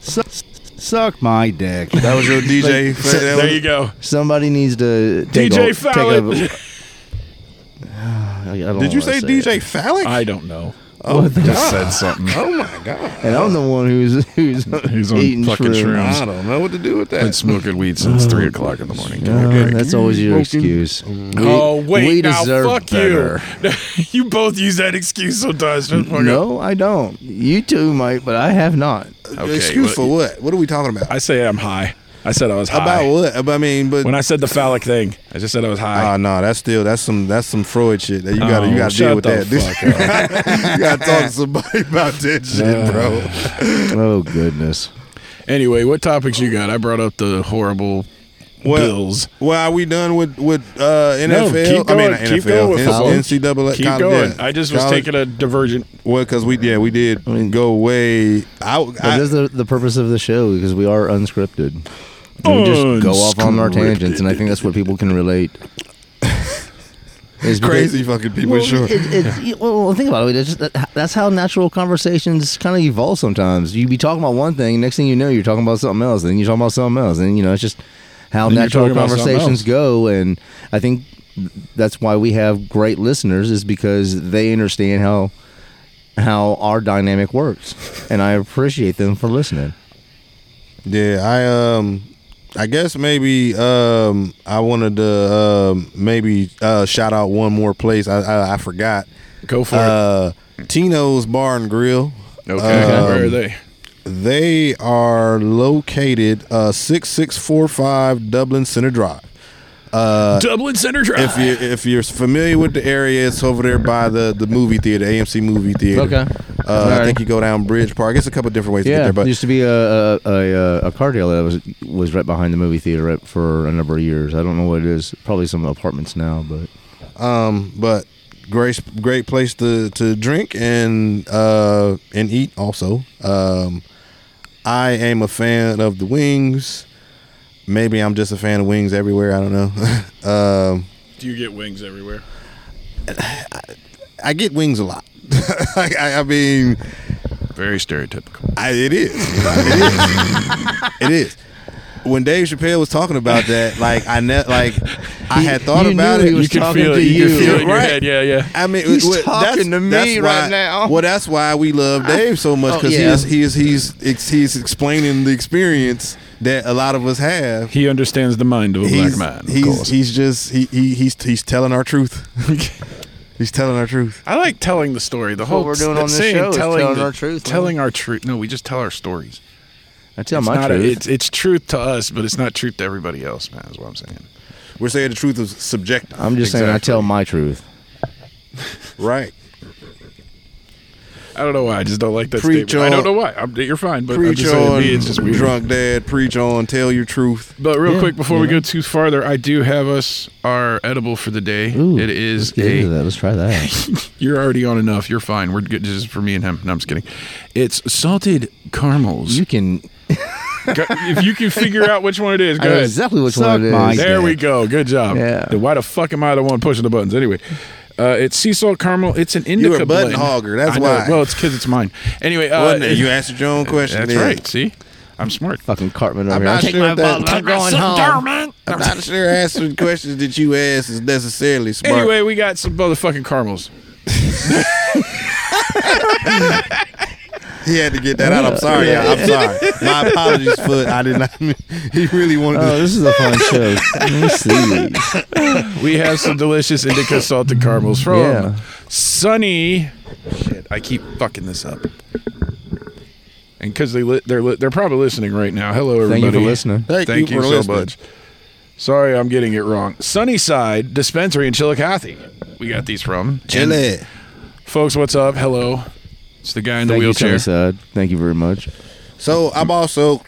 Suck, suck my dick. that was your DJ. fa- that there was- you go. Somebody needs to take DJ a, Fallon. Take a, I don't Did you wanna say DJ it. Phallic? I don't know. oh, Just God. said something. oh my god. And I'm the one who's who's He's on eating fucking shrimp. shrooms. I don't know what to do with that. Been smoking weed since three o'clock in the morning. Give me a Uh, break. that's always your excuse. oh wait, we now deserve fuck better. you. you both use that excuse sometimes. No, I don't. You two might, but I have not. Okay, well, Excuse for what? What are we talking about? I say I'm high. I said I was high. About what? About, I mean, but when I said the phallic thing, I just said I was high. Ah, no, that's still that's some that's some Freud shit that you gotta you Oh, gotta shut deal with the that. dude. you gotta talk to somebody about that shit, bro. Oh goodness. Anyway, what topics you got? I brought up the horrible Well, bills. Well, are we done with with uh, NFL? keep I mean, going, not keep NFL, going with football. NCAA. Keep college, going. yeah. I just was College- taking a divergent. well because we yeah we did mean- go way. I, That is I the, the purpose of the show because we are unscripted. And we just go off on our tangents, and I think that's what people can relate. It's because- crazy fucking people. Well, sure. it, it's, you- well, think about it. It's just that- that's how natural conversations kind of evolve. Sometimes you be talking about one thing, next thing you know, you're talking about something else, then you're talking about something else, and you know it's just how Then you're natural talking about something conversations else. go. And I think that's why we have great listeners is because they understand how how our dynamic works, and I appreciate them for listening. Yeah, I um I guess maybe um I wanted to um maybe uh shout out one more place. I I, I forgot. Go for Uh Tino's Bar and Grill. it. Okay. um, Where are they? They are located uh 6645 Dublin Center Drive. Dublin Center Drive. uh, If you if you're familiar with the area, it's over there by the the movie theater, AMC movie theater. Okay. Uh, I Alright. think you go down Bridge Park. It's a couple different ways to get Yeah, there, there but used to be a a, a a car dealer that was was right behind the movie theater right for a number of years. I don't know what it is. Probably some apartments now, but Um, but great great place to to drink and uh and eat also. Um, I am a fan of the wings. Maybe I'm just a fan of wings everywhere. I don't know. um, Do you get wings everywhere? I get wings a lot. I, I- I mean, Very stereotypical. I, it is. It is. it is. When Dave Chappelle was talking about that, like I ne- like I had thought you about knew it. he was You can talking feel it. to You can you. feel it in your Right. head. Yeah, yeah. I mean, He's well, talking to me that's right why- now. Well, that's why we love Dave so much Oh, because yeah. he is he is he's ex- he's explaining the experience that a lot of us have. He understands the mind of a black He's man. Of he's, course. he's just he, he he's he's telling our truth. he's telling our truth. I like telling the story. The whole what we're doing that on this saying, show is telling telling the- our truth, man. Telling our truth. No, we just tell our stories. I tell it's my not truth. A, it's it's truth to us, but it's not truth to everybody else, man. Is what I'm saying. We're saying the truth is subjective. I'm just saying I Exactly. tell my truth. right. I don't know why. I just don't like that Preach statement. I don't on- know why. I'm, you're fine, but I'm preach just saying, on, me, it's just weird. drunk dad. Preach on, tell your truth. But real Yeah, quick, before you we know. go too farther, I do have us our edible for the day. Ooh, it is Let's get into a. that. Let's try that. You're already on enough. You're fine. We're good. This is for me and him. No, I'm just kidding. It's salted caramels. you can. Go- if you can figure out which one it is, I go know ahead. exactly which Suck one it is. my There we go. Good job. Yeah. Then why the fuck am I the one pushing the buttons anyway? Uh, it's sea salt caramel. It's an indica. You're a button blend. hogger, that's I know. why. Well, it's because it's mine. Anyway, uh, Wasn't it? it- You answered your own question. That's then. right. See, I'm smart. Fucking Cartman over I'm here. not sure if that. I'm going home. I'm not sure answering questions that you ask is necessarily smart. Anyway, we got some motherfucking caramels. He had to get that out. I'm sorry. y'all. I'm sorry. My apologies for I did not. mean- He really wanted Oh, to. this is a fun show. Let me see. We have some delicious indica salted caramels from Yeah. Sunny. Shit, I keep fucking this up. And because they li- they're li- they're probably listening right now. Hello, everybody. Thank you for listening. Thank, Thank you, you, for so listening. much. Sorry, I'm getting it wrong. Sunnyside Dispensary in Chillicothe. We got these from. And Chile. folks, what's up? Hello. It's the guy in the Thank you, wheelchair. Sunnyside. Thank you very much. So I'm also.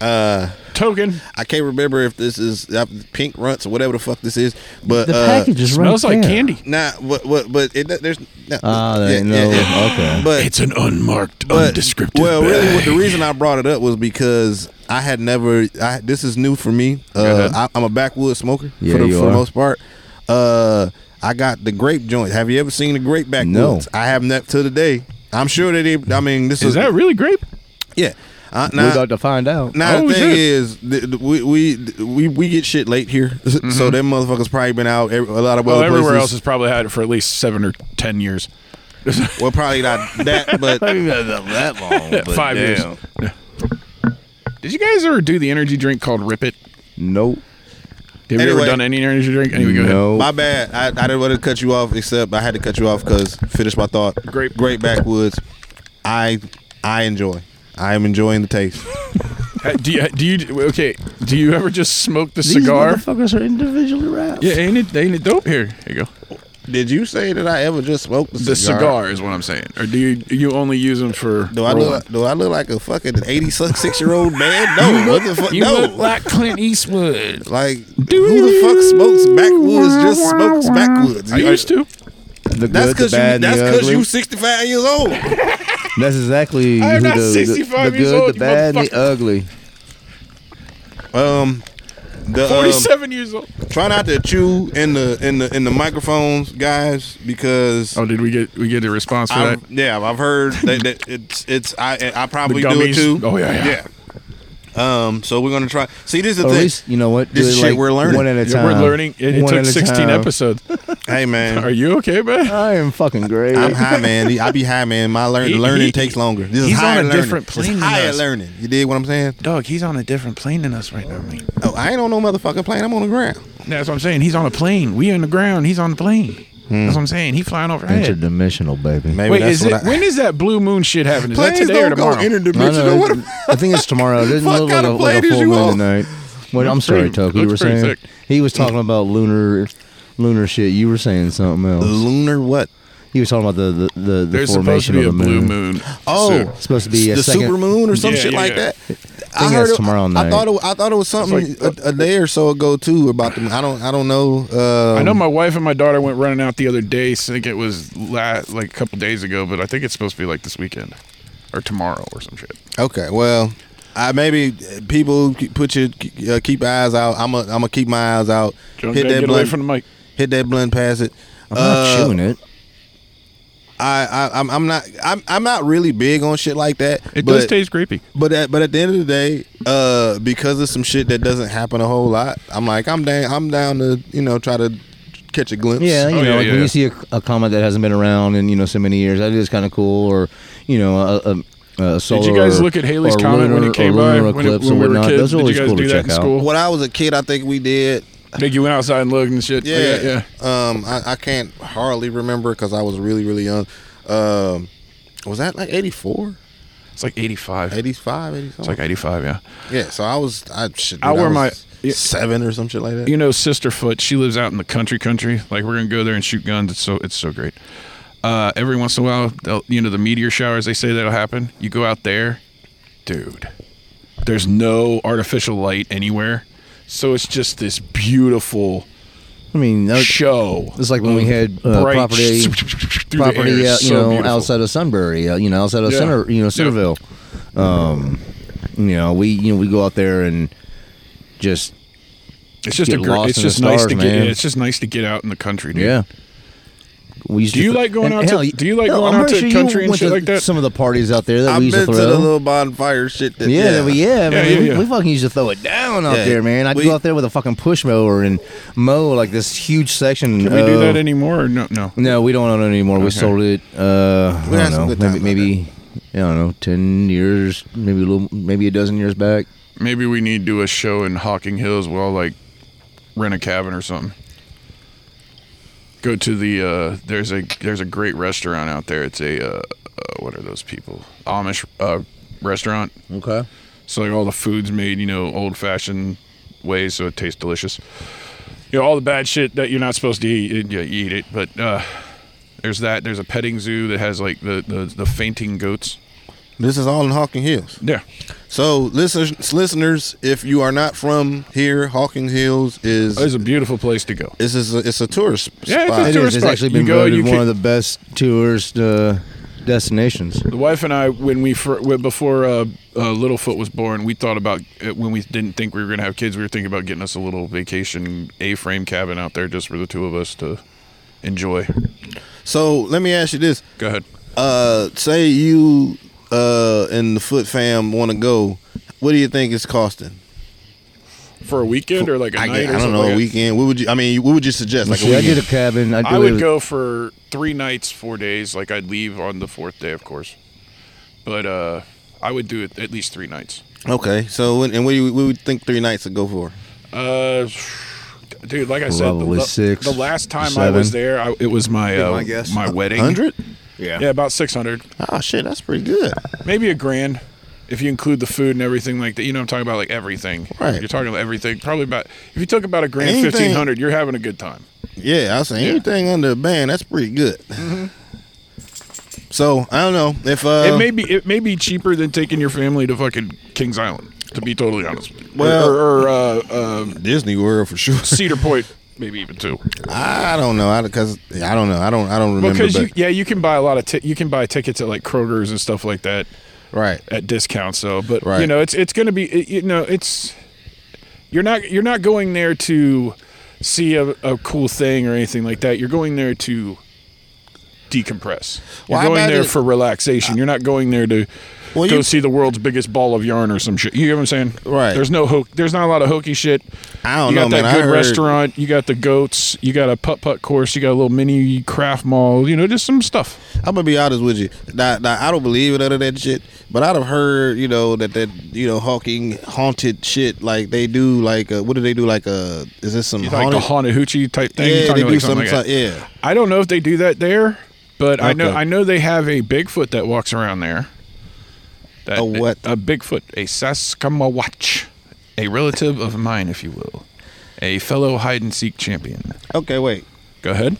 Uh, Token. I can't remember if this is uh, pink runts or whatever the fuck this is, but The uh, package is right Smells like there. candy. Nah, what, what, but it, there's no. Ah, there- no, okay. But It's an unmarked, but undescriptive. well, really, bag. what, the reason I brought it up was because I had never. I, this is new for me. ahead. Uh, I, I'm a backwoods smoker Yeah, for the, you for the are. most part. Uh, I got the grape joint. Have you ever seen the grape backwoods? I have not to the day. I'm sure that it. I mean, this is, Is that really grape? yeah. Uh, We're now, about to find out. now Oh, the thing shit. is, th- th- we, we we we get shit late here, so them motherfuckers probably been out every, a lot of Well, other Oh, everywhere else places. has probably had it for at least seven or ten years. Well, probably not that, but that long. but Five damn. years. Did you guys ever do the energy drink called Rip It? Nope. Have you Anyway. ever done any energy drink? Anyway, go ahead. No. My bad. I, I didn't want to cut you off, except I had to cut you off because finish my thought. Grape. great backwoods. I I enjoy. I am enjoying the taste. Uh, Do you, do you okay? Do you ever just smoke the These cigar? motherfuckers are individually wrapped. Yeah, ain't it ain't it dope? Here, here you go. Did you say that I ever just smoked The cigar, is what I'm saying. Or do you you only use them for? Do I rolling? look do I look like a fucking eighty six year old man? No, what the fuck? You no. look like Clint Eastwood. like who the fuck smokes backwoods? Just smokes backwoods. I used to. The That's good, the because you. bad, That's the because ugly. you sixty five years old. That's exactly I am who not the, the- 65 the years good, old, the you bad, and motherfucker. the ugly. Um, the, um, Forty-seven years old. Try not to chew in the in the in the microphones, guys, because Oh, did we get we get a response for that? I've, yeah, I've heard that, that it's it's I I probably The do it gummies? too. Oh, yeah, yeah. Um, so we're gonna try. See, this is the Or at thing. least you know what? This Do it is shit like we're learning. One at a Yeah, time. We're learning. It, it uh, One took at a 16 time. episodes. hey Are man, you okay, man? I am fucking great. I'm high, man. I be high, man. My learn- He- learning he- takes longer. This he's is higher on a learning. different plane It's than higher us. learning. You dig what I'm saying? Dog, he's on a different plane than us right now, man. Oh, I ain't on no motherfucking plane. I'm on the ground. That's what I'm saying. He's on a plane. We on the ground. He's on the plane. That's what I'm saying. He flying overhead. Interdimensional, baby. Maybe Wait, that's is what it? I- when is that blue moon shit happening? Is that planes today or don't go tomorrow? I, interdimensional. know, What the- I think it's tomorrow. It didn't Fuck look like kind a, of like a plate is full you moon on? tonight. Well, I'm sorry, pretty- Tuck. You looks were pretty saying sick. he was talking about lunar, lunar shit. You were saying something else. lunar what? He was talking about the the the, the There's supposed to formation be a of the moon. blue moon. Oh, soon. It's supposed to be a the uh, second- super moon or some Yeah, shit yeah, like yeah. that. I think that's tomorrow I night. thought it, I thought it was something It's like- uh, a, a day or so ago too about the. I don't I don't know. Um, I know my wife and my daughter went running out the other day. so I think it was la- like a couple days ago, but I think it's supposed to be like this weekend or tomorrow or some shit. Okay, well, I maybe uh, people keep- put your uh, keep your eyes out. I'm a, I'm gonna keep my eyes out. John, hit go- that get away blunt. from the mic. hit that blunt. Pass it. I'm not Uh, chewing it. I, I I'm, I'm not I'm, I'm not really big on shit like that. It but, does taste creepy. But at, but at the end of the day, uh, because of some shit that doesn't happen a whole lot, I'm like I'm down I'm down to you know try to catch a glimpse. Yeah, you Oh, know, yeah, like yeah, when yeah. you see a, a comet that hasn't been around in you know so many years, that is kind of cool. Or you know, a, a, a solar. Did you guys or- look at Haley's or comment when lunar- it came or by lunar when, it, eclipse when or we were whatnot? kids? Those are Did you always guys cool do to that check in out. school? When I was a kid, I think we did. Like you went outside and looked and shit. Yeah, yeah, yeah. Um, I, I can't hardly remember because I was really really young. Um, was that like 84, It's like 85. 85, 80 something? It's like 85, yeah. yeah. So I was I should. I wear my- seven or some shit like that. You know, Sisterfoot, she lives out in the country, country. Like we're gonna go there and shoot guns. It's so it's so great. Uh, every once in a while, they'll- you know, the meteor showers they say that'll happen. You go out there, dude. There's no artificial light anywhere, so it's just this beautiful I mean, that, show. Mm-hmm. it's like when we had uh, bright property through the air. property, uh, It's you so know, beautiful. outside of Sunbury, uh, you know, outside of Yeah. Center, you know, Centerville. Um, you know, we you know we go out there and just It's just a get great. lost It's in the just nice stars, to get. man. It's just nice to get out in the country, dude. yeah. We used Do you like going and out to- do you like going I'm out pretty to you country and went shit to like that? Some of the parties out there that we I've used been to to throw. the little bonfire shit. That, Yeah, yeah, yeah, Yeah, man, yeah, we- yeah. We, fucking used to throw it down out Yeah. there, man. I'd We- go out there with a fucking push mower and mow like this huge section. Can we do of- that anymore? Or no, no. No, we don't own it anymore. We Okay. sold it. Uh, I We had don't some know, good time maybe out maybe I don't know, ten years, maybe a little, maybe a dozen years back. Maybe we need to do a show in Hocking Hills. We'll like rent a cabin or something. Go to the uh, there's a there's a great restaurant out there. It's a uh, uh, what are those people Amish uh, restaurant. Okay. So like all the food's made you know old fashioned ways, so it tastes delicious. You know all the bad shit that you're not supposed to eat. You you eat it, but uh, there's that. There's a petting zoo that has like the the, the fainting goats. This is all in Hawking Hills. Yeah, So listeners, listeners, if you are not from here, Hawking Hills is it's a beautiful place to go. This is a, it's a tourist Yeah, it's spot. a It tourist is. It's spot. actually You been go, voted you one can- of the best tourist uh, destinations. The wife and I, when we fir- when- before uh, uh, Littlefoot was born, we thought about uh, when we didn't think we were going to have kids. We were thinking about getting us a little vacation A-frame cabin out there just for the two of us to enjoy. so let me ask you this: Go ahead. uh, Say you uh, and the Foot Fam want to go. What do you think it's costing? For a weekend or like a I, night? get- or I don't something know. like a that? weekend. What would you? I mean, what would you suggest? Like a See, I did weekend? a cabin. I, I would go for three nights, four days. Like I'd leave on the fourth day, of course, but uh, I would do it at least three nights. okay. So when- and what do you, what would you think three nights would go for? Uh, dude, like I said, the, Probably the- six, the last time I was seven. there, I, it was my uh, my guess. my wedding. Hundred? Yeah, about six hundred. Oh shit, that's pretty good. maybe a grand if you include the food and everything like that. You know, I'm talking about like everything. Right. You're talking about everything. Probably about if you took about a grand, Anything- fifteen hundred, you're having a good time. Yeah, Mm-hmm. I was saying anything under a band, that's pretty good. So I don't know if uh, it may be it may be cheaper than taking your family to fucking Kings Island. To be totally honest, with you. Well- or, or, uh, uh, Disney World for sure. Cedar Point, maybe even two. I don't know. I because I don't know. I don't. I don't remember. Because you, but- yeah, you can buy a lot of ti- you can buy tickets at like Kroger's and stuff like that. right. at discounts though but you Right. know it's it's going to be it, you know it's you're not you're not going there to see a, a cool thing or anything like that you're going there to decompress you're Well, I going there imagine- for relaxation you're not going there to Well, go you- see the world's biggest ball of yarn or some shit. You know what I'm saying? Right. There's no hook. There's not a lot of hokey shit. I don't you got know, that man. I good heard- restaurant. You got the goats. You got a putt putt course. You got a little mini craft mall. You know, just some stuff. I'm gonna be honest with you. Now, now, I don't believe in none of that shit, but I'd have heard, you know, that that you know hawking haunted shit like they do, like uh, what do they do? Like uh, is this some Like haunted? the haunted hoochie type thing. You're yeah, they talking do like something. something like that. like- yeah, I don't know if they do that there, but I know Okay. I know they have a Bigfoot that walks around there. That, A what? A, Bigfoot, a Sasquatch, a relative of mine, if you will, a fellow hide and seek champion. okay, wait. Go ahead.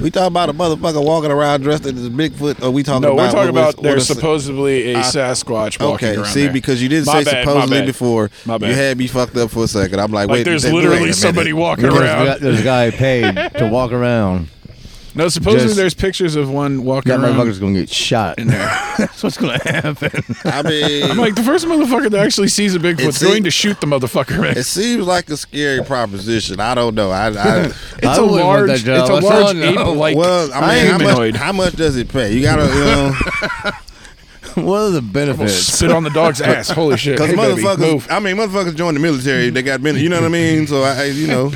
We talking about a motherfucker walking around dressed as Bigfoot, or we talking No, we're talking about? what was- about what there's is- supposedly a Sasquatch walking Okay, around see, there. because you didn't My say bad, my supposedly bad. before, My bad. you had me fucked up for a second. I'm like, like wait, there's wait a literally minute. somebody walking There's, a guy, around. there's a guy paid to walk around. No, supposedly Just- there's pictures of one walking That around. motherfucker's gonna get shot. in there. That's what's gonna happen. I I'm mean, like the first motherfucker that actually sees a Bigfoot's see- going to shoot the motherfucker. man. it seems like a scary proposition. I don't know. I, I It's I a wouldn't want large, that it's job. a I "Oh, large don't know. ape-like well, I mean, how much, humanoid. how much does it pay? You gotta, you know, what are Will the benefits? spit on the dog's ass. Holy shit! because Hey, baby, motherfuckers. move. I mean, motherfuckers join the military. They got benefits. You know what I mean? So I, I- you know,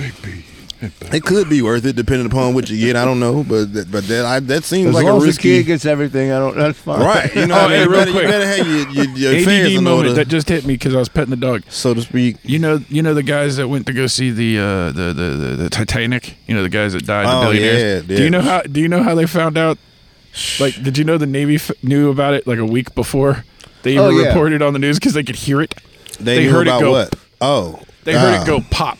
it could be worth it depending upon what you get. I don't know, but that, but that I, that seems As like long a as the risky. kid gets everything, I don't. That's fine. Right, you know, Oh, what I mean? hey, you, real better, you quick. better have your, your, your affairs ADD in moment order, that just hit me because I was petting the dog. so to speak. You know, you know the guys that went to go see the uh, the, the the the Titanic. You know the guys that died. Oh, the billionaires. yeah, Do yeah. you know how? Do you know how they found out? Like, did you know the Navy f- knew about it like a week before they even Oh, yeah. reported on the news because they could hear it. They, They knew heard it about go- what? Oh, They heard ah. Uh, it go pop.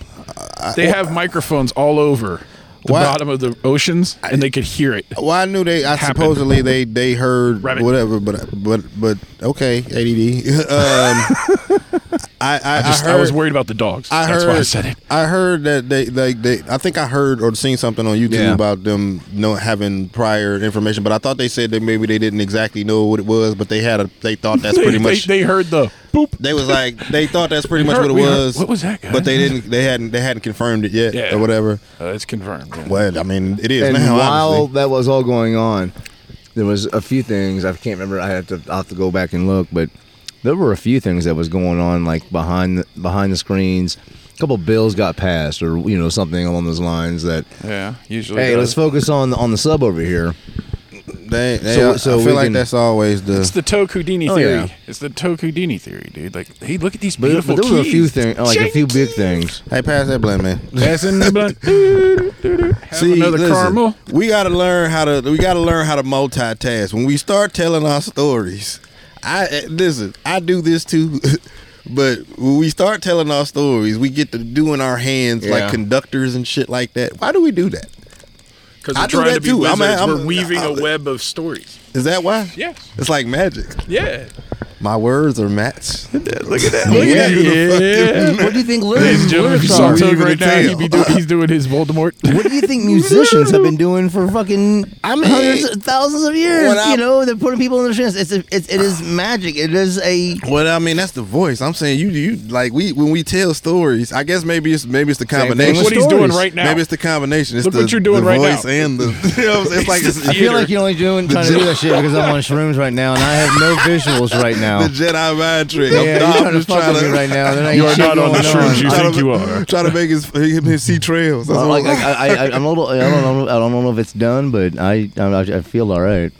They have microphones all over the Why- bottom of the oceans, and they could hear it. Well, I knew they. I happened. supposedly they they heard Rabbit. whatever, but but but okay, ADD. um, I I, I, Just, I heard. was worried about the dogs. I That's heard. why I said it. I heard that they like they. I think I heard or seen something on YouTube Yeah. about them not having prior information, but I thought they said that maybe they didn't exactly know what it was, but they had a. They thought that's They- pretty they, much. They, heard the boop. They was like they thought that's pretty We much heard- what we it heard- was. what was that, guys? But they didn't. They hadn't. They hadn't confirmed it yet Yeah. or whatever. Uh, it's confirmed. Well, I mean, it is And now. while obviously. that was all going on, there was a few things I can't remember. I have to I'll have to go back and look, but there were a few things that was going on like behind the, behind the screens. A couple bills got passed, or you know something along those lines. That Yeah, usually. hey, let's focus on the, on the sub over here. They, they, So- I- so I we feel like can- that's always the. It's the Toe Houdini Oh, theory. yeah. It's the Toe Houdini theory, dude. Like, hey, look at these But, beautiful but there were a keys. few things, like a few big things. hey, pass that blunt, man. Passing the blunt. Doo, doo, doo. Have another listen, caramel. We gotta learn how to. We gotta learn how to multitask. When we start telling our stories, I eh, listen. I do this too, but when we start telling our stories, we get to doing our hands like Yeah. conductors and shit like that. Why do we do that? Because I we're do trying to that be too. I'm- wizards. I'm- we're weaving a I'm- web of stories. Is that why? Yes. It's like magic. Yeah. My words are matched. Look at that. Look at Yeah. that. What do you think Ladies and gentlemen, if lyrics, you lyrics saw are? Toad right Reading the now, tale. he'd be doing, he's doing his Voldemort. What do you think musicians have been doing for fucking I mean, hundreds of thousands of years? when I- you know, they're putting people in their trance. It's, a, it's it is magic. It is a Well, I mean, that's the voice. I'm saying you, you like we when we tell stories. I guess maybe it's maybe it's the thing combination. with What he's doing stories. right now. Maybe it's the combination. It's Look the, what you're doing the right now. voice and the. You know what I'm saying? It's like it's I feel like the you're only doing trying to do that shit because I'm on shrooms right now and I have no visuals right now. Jedi mind trick. yeah, you're I'm, trying I'm to just fuck trying with me to right now. There ain't You are shit not on the going shrooms you try think to- you are. try to make his him, him see trails. That's Uh, all. like, I, I, I, I'm a little. I don't know. I don't know if it's done, but I I, I feel all right.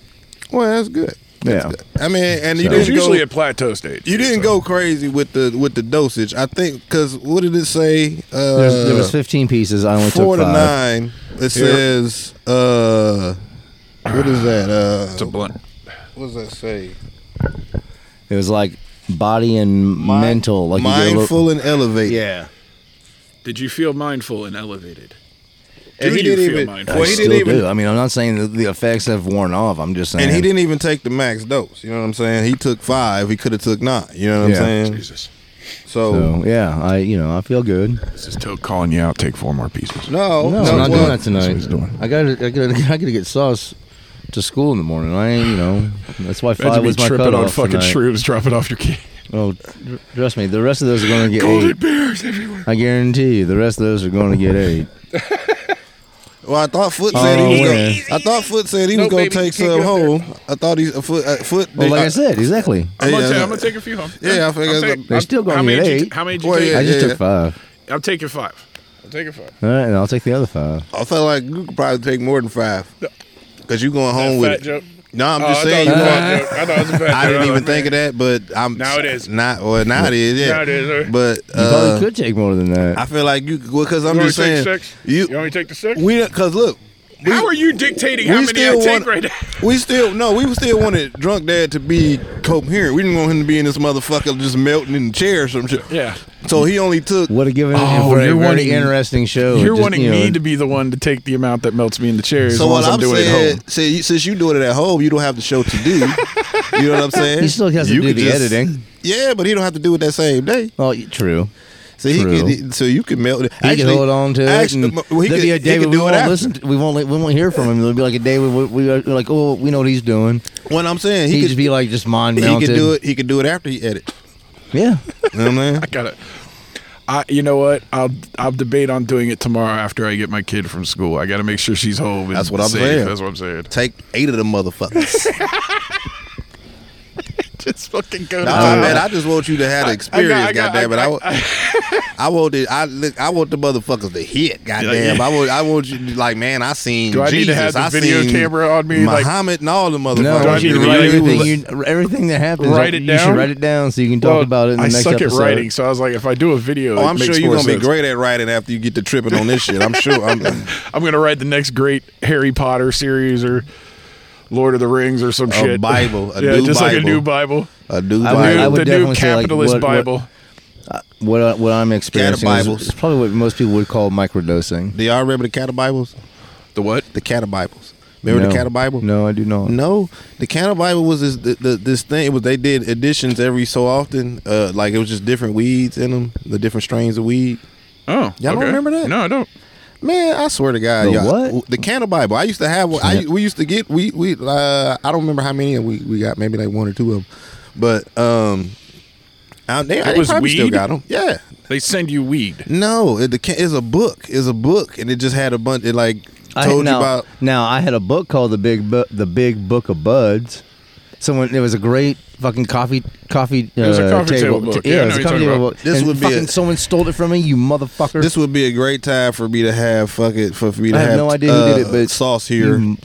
well, that's good. That's Yeah. good. I mean, and you So- didn't It's go- usually a plateau stage. You didn't go crazy with the with the dosage. I think because what did it say? Uh, There's, there was 15 pieces. I only four took to five. nine. It says uh, what is that? Uh, It's a blunt. what does that say? It was like body and mental, like you get a little- mindful and elevate. yeah. Did you feel mindful and elevated? And he Did you didn't feel even- mindful? well, I he still didn't even- do. I mean, I'm not saying that the effects have worn off. I'm just saying. And he didn't even take the max dose. You know what I'm saying? He took five. He could have took nine. You know what Yeah. I'm saying? Jesus. So, So yeah, I you know I feel good. This is Toad calling you out. Take four more pieces. no, No, no, I'm not well, doing that That's tonight. Oh, what he's doing. I gotta, I gotta, I gotta get sauce to school in the morning. I ain't, you know, that's why Imagine five me was my tripping on cutoff fucking tonight. shrooms, dropping off your key. Oh, tr- trust me, the rest of those are gonna get eight. bears everywhere. I guarantee you, the rest of those are gonna get eight. Well, I thought Foot said he was. Oh, yeah. Gonna, I thought Foot said he No, was gonna baby, you take can't go some home. I thought he uh, Foot. Uh, foot Well, like I, said, exactly. I'm, gonna Yeah, ta- yeah. I'm gonna take a few home. Yeah, I I'm think that's taking- a- They're still gonna how many get did you- eight. How many did you Well, take? yeah, I just yeah, yeah. took five. I'm taking five. I'm taking five. All right, and I'll take the other five. I felt like you could probably take more than five because you going home with Fat it. joke. No, I'm Oh, I just saying. thought it You was a fat going, joke. I thought it was a fat I joke. didn't was even like, think of that, but I'm Now it is. not. Well, now it is. Yeah, Now it is, right? But You uh, probably could take more than that. I feel like you because I'm You want just me to take saying six? you. You want me to take the six? we because look, how are you dictating how we many I still take want. right now? we still no. We still wanted drunk dad to be coherent. We didn't want him to be in this motherfucker just melting in the chair or some shit. Yeah. So he only took. What a given Oh, for a you're very wanting- interesting show. You're Oh, Just, wanting you know, me to be the one to take the amount that melts me in the chair as So long what as I'm, I'm doing it at home. saying, see, you- since you doing it at home, you don't have the show to do. you know what I'm saying? He still has to You do could the just- editing. Yeah, but he don't have to do it that same day. Well, y- true. So he True. could. he- So you could melt it. He can hold on to it. And well, he there'll could, be a he day could when we do it won't after. listen. To, we won't. li- We won't hear from him. There'll be like a day when we, we are like, oh, we know what he's doing. What I'm saying, He he would just could. be like, just mind He melted. could do it. He could do it after he edit. Yeah. You know what I'm saying? I gotta. I, you know what? I'll I'll debate on doing it tomorrow after I get my kid from school. I got to make sure she's home. And That's what I'm safe. saying. That's what I'm saying. Take eight of them motherfuckers. Just fucking go. Nah, to man, I just want you to have the experience. I got- Goddamn it, I- I, wa- I want it. I look, I want the motherfuckers to hit. Goddamn, I want. I want you to, like, man. I seen. Do I need to Jesus, have the I video seen camera on me, like- Muhammad and all the motherfuckers. No, I Do I want you need to to write write it? everything. You, everything that happens. Write it you down? should write it down so you can talk Well, about it. In the I next suck episode. at writing, so I was like, if I do a video, Oh, it I'm makes sure you're more gonna be sense. great at writing after you get to tripping on this shit. I'm sure. I'm, uh, I'm gonna write the next great Harry Potter series or Lord of the Rings or some shit. Bible, a yeah, new just like a Bible. new Bible. a dude. I would- New- Bible. would the new definitely say, like, capitalist what- what- Bible. What I- what I'm experiencing is, Bibles. is probably what most people would call microdosing. Do y'all remember the Cat of Bibles? the what? The Cat of Bibles. Remember no. the Cat of Bible? No, I do not. No, the Candle Bible was this the, the, this thing. It was they did additions every so often. Uh, like it was just different weeds in them, the different strains of weed. Oh, Y'all don't okay. remember that? No, I don't. Man, I swear to God, The y'all, what? the Candle Bible. I used to have. one. I we used to get we we. Uh, I don't remember how many we we got. Maybe like one or two of them, but um, out there It they was probably still weed? got them. Yeah, They send you weed. no, it, the ca- it's a book. It's a book, and it just had a bunch. It like I- told now, you about. Now I had a book called the Big Bu- the Big Book of Buds. Someone it was a great fucking coffee coffee. Uh, It was a coffee table book. Yeah, Yeah, I it know was a you're coffee talking table about. book. This and would be fucking a- someone stole it from me. You motherfucker. This would be a great time for me to have fuck it for, for me to I have no idea who did uh, it, but sauce you here m-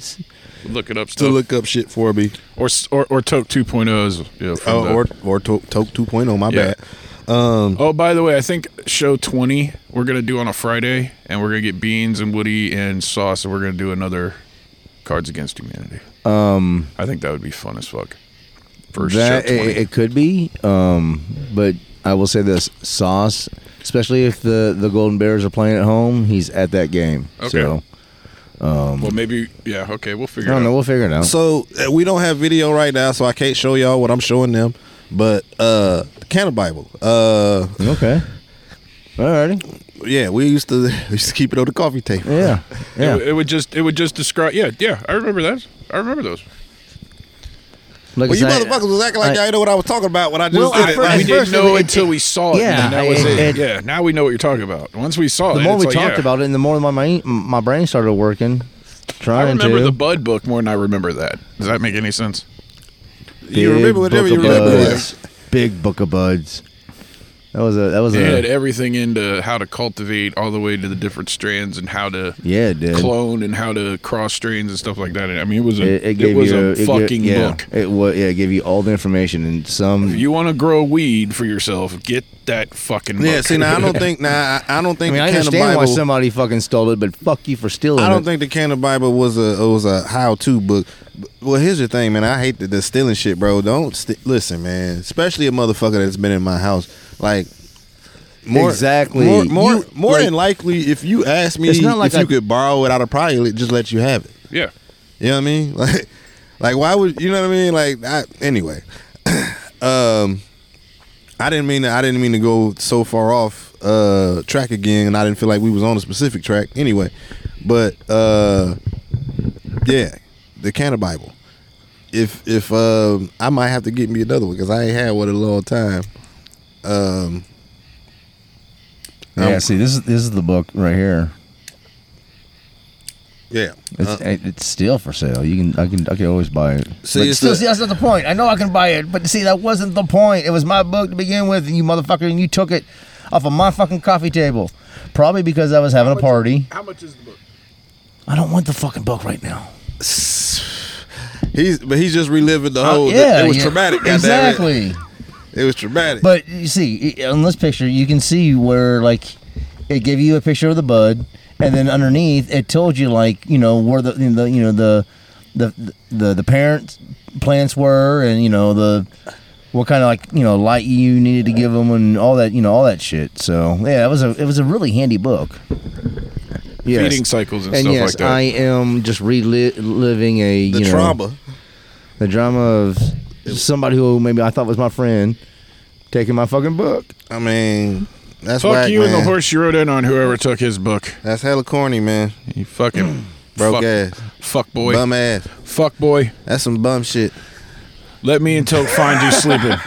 Look it up to stuff. look up shit for me. or s- or or Toke 2.0 is yeah. from Oh, the- or or to- Toke 2.0, my Yeah. bad. Um, oh, by the way, I think show 20 we're gonna do on a Friday, and we're gonna get beans and Woody and sauce, and we're gonna do another Cards Against Humanity. um, I think that would be fun as fuck. For that eh, show 20. it, it could be. Um, but I will say this: Sauce, especially if the the Golden Bears are playing at home, he's at that game. Okay. So well, maybe yeah. Okay, we'll I figure. it don't out. know. We'll figure it out. so uh, we don't have video right now, so I can't show y'all what I'm showing them. But uh, Canna Bible, uh, okay. Alrighty. yeah, we used to we used to keep it on the coffee table. Yeah. It Yeah. would- It, would just it would just describe. Yeah, yeah. I remember that. I remember those. Like Well, I you said, motherfuckers was acting like I- y'all know what I was talking about when I just Well, did I it. first- Like, we didn't first it- know it- until we saw it. yeah, and that was it- it, it- Yeah, now we know what you're talking about. Once we saw the it, more it's we like, talked yeah. about it, and the more my mind, my brain started working, I trying remember to. the Bud book more than I remember that. Does that make any sense? you remember whatever you Book of remember. yeah. Buds. Big book of buds. That was a. That was It had a. everything into how to cultivate all the way to the different strands and how to Yeah, it did. clone and how to cross strains and stuff like that. I mean, it was a It, it, it gave was you a it gave- fucking yeah, book. It was. Yeah, it gave you all the information and some. If you want to grow weed for yourself, get that fucking book. Yeah, see, now I don't think now I, I don't I think mean, I the Canna understand why Bible. somebody fucking stole it, but fuck you for stealing I don't it. think the Canada Bible was a was a how to book. B- Well, here's the thing, man. I hate the, the stealing shit, bro. Don't st- listen, man. Especially a motherfucker that's been in my house. Like more Exactly. more more, You- more like- than likely, if you ask me It's not like if I- you could borrow it, I'd probably li- just let you have it. yeah. You know what I mean? Like, like why would you know what I mean? Like, I, anyway, um, I didn't mean to, I didn't mean to go so far off uh track again, and I didn't feel like we was on a specific track anyway. But uh, yeah, the Canna Bible. If if um, I might have to get me another one because I ain't had one in a long time. Um, yeah, see, this is this is the book right here. Yeah. It's, Uh, it- it's still for sale. You can I can I can always buy it. See, but it's still, the- see, that's not the point. I know I can buy it, but see, that wasn't the point. It was my book to begin with, and you motherfucker, and you took it off of my fucking coffee table, probably because I was having a party. How much is the book? I don't want the fucking book right now. he's but he's just reliving the whole. Oh, yeah, Oh, it was yeah. traumatic. goddamn it. Exactly. It was traumatic. But you see, i- on this picture, you can see where like it gave you a picture of the bud, and then underneath it told you like you know where the you know, the you know the the the the parent plants were, and you know the what kind of like you know light you needed to give them, and all that you know all that shit. So yeah, it was a it was a really handy book. Yes. Feeding cycles and, and stuff yes, like that. I am just reliving a you the know, trauma. the drama of somebody who maybe I thought was my friend taking my fucking book. I mean, that's Fuck whack, you and the man. horse you rode in on. Whoever took his book, That's hella corny, man. you fucking Broke fuck, ass, fuck boy, bum ass. fuck boy. That's some bum shit. Let me and Toke find you sleeping.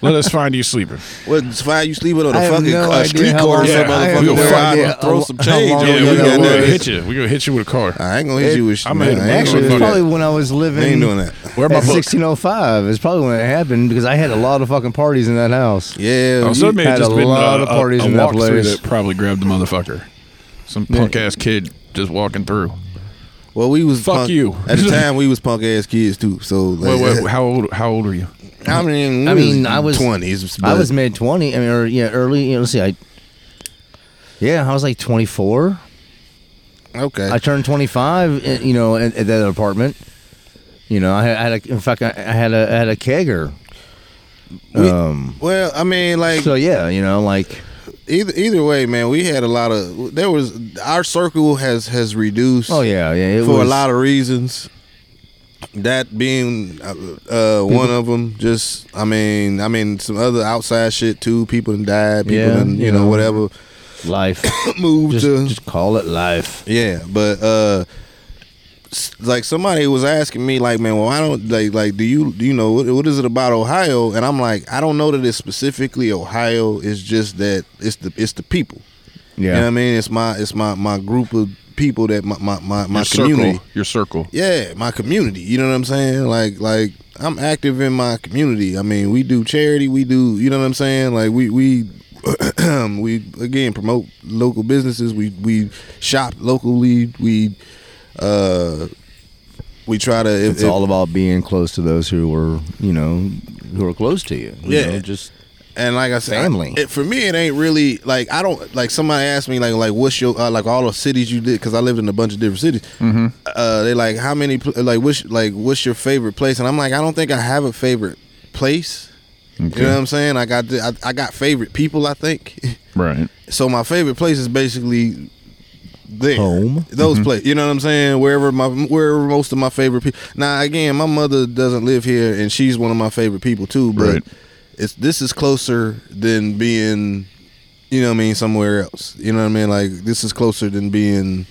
Let us find you sleeping. What? it's Fine, you sleeping on I a have fucking no uh, idea street how corner, long- some Yeah, I have motherfucker. no We'll find idea it, throw how- some how change. long on Yeah, you you, Uh, we got gonna, goddamn we gonna ass. hit you. We gonna hit you with a car. I ain't gonna hit you with shit. I'ma hit man. him. I Actually, ain't Actually, it's gonna do probably that. when I was I ain't doing living that. Where my at book? 1605 is probably when it happened because I had a lot of fucking parties in that house. Yeah, Oh, so it may have had just a been lot a, of parties a, a in that walkthrough place. that probably grabbed the motherfucker. Some punk ass kid just walking through. Well, we was Fuck punk- you. At the time, we was punk ass kids too. So, like, Wait, wait, how old? How old are you? I mean, I mean, I was- twenties. I was mid twenty. I mean, or yeah, early. You know, let's see, I yeah, I was like twenty four. okay. I turned 25, uh, you know, at, at that apartment. You know, I had, I had a, in fact, I I had a, I had a kegger. We- um, well, I mean, like so yeah, you know, like either either way, man. We had a lot of there was our circle has has reduced. oh yeah, yeah, it for was, a lot of reasons. That being uh, uh, one of them, just I mean, I mean, some other outside shit too. People done died, people, Yeah, done, you, you know, know. whatever, life. moved just, to just call it life. yeah. But uh, s- like somebody was asking me, like, man, well, I don't like, like, do you, do you know, what, what is it about Ohio? And I'm like, I don't know that it's specifically Ohio. It's just that it's the it's the people. Yeah, You know what I mean? It's my it's my my group of people that my my my, my your community. circle. Your circle. yeah, my community. You know what I'm saying? Like, like I'm active in my community. I mean, we do charity. We do, you know what I'm saying? Like, we we we again promote local businesses. We we shop locally. We uh we try to. If, it's if- all about being close to those who were, you know, who are close to you. you Yeah. know, just and like I said, I- Family. it, for me, it ain't really like I don't like somebody asked me like like what's your uh, like all the cities you did because I lived in a bunch of different cities. Mm-hmm. Uh, they like how many pl- like what's like what's your favorite place? And I'm like I don't think I have a favorite place. You know what I'm saying? Like I got I, I got favorite people. I think Right. so. My favorite place is basically there. Home. Those Mm-hmm. places. You know what I'm saying? Wherever my wherever most of my favorite people. Now again, my mother doesn't live here, and she's one of my favorite people too. But Right. it's this is closer than being, you know what I mean, somewhere else. You know what I mean? Like this is closer than being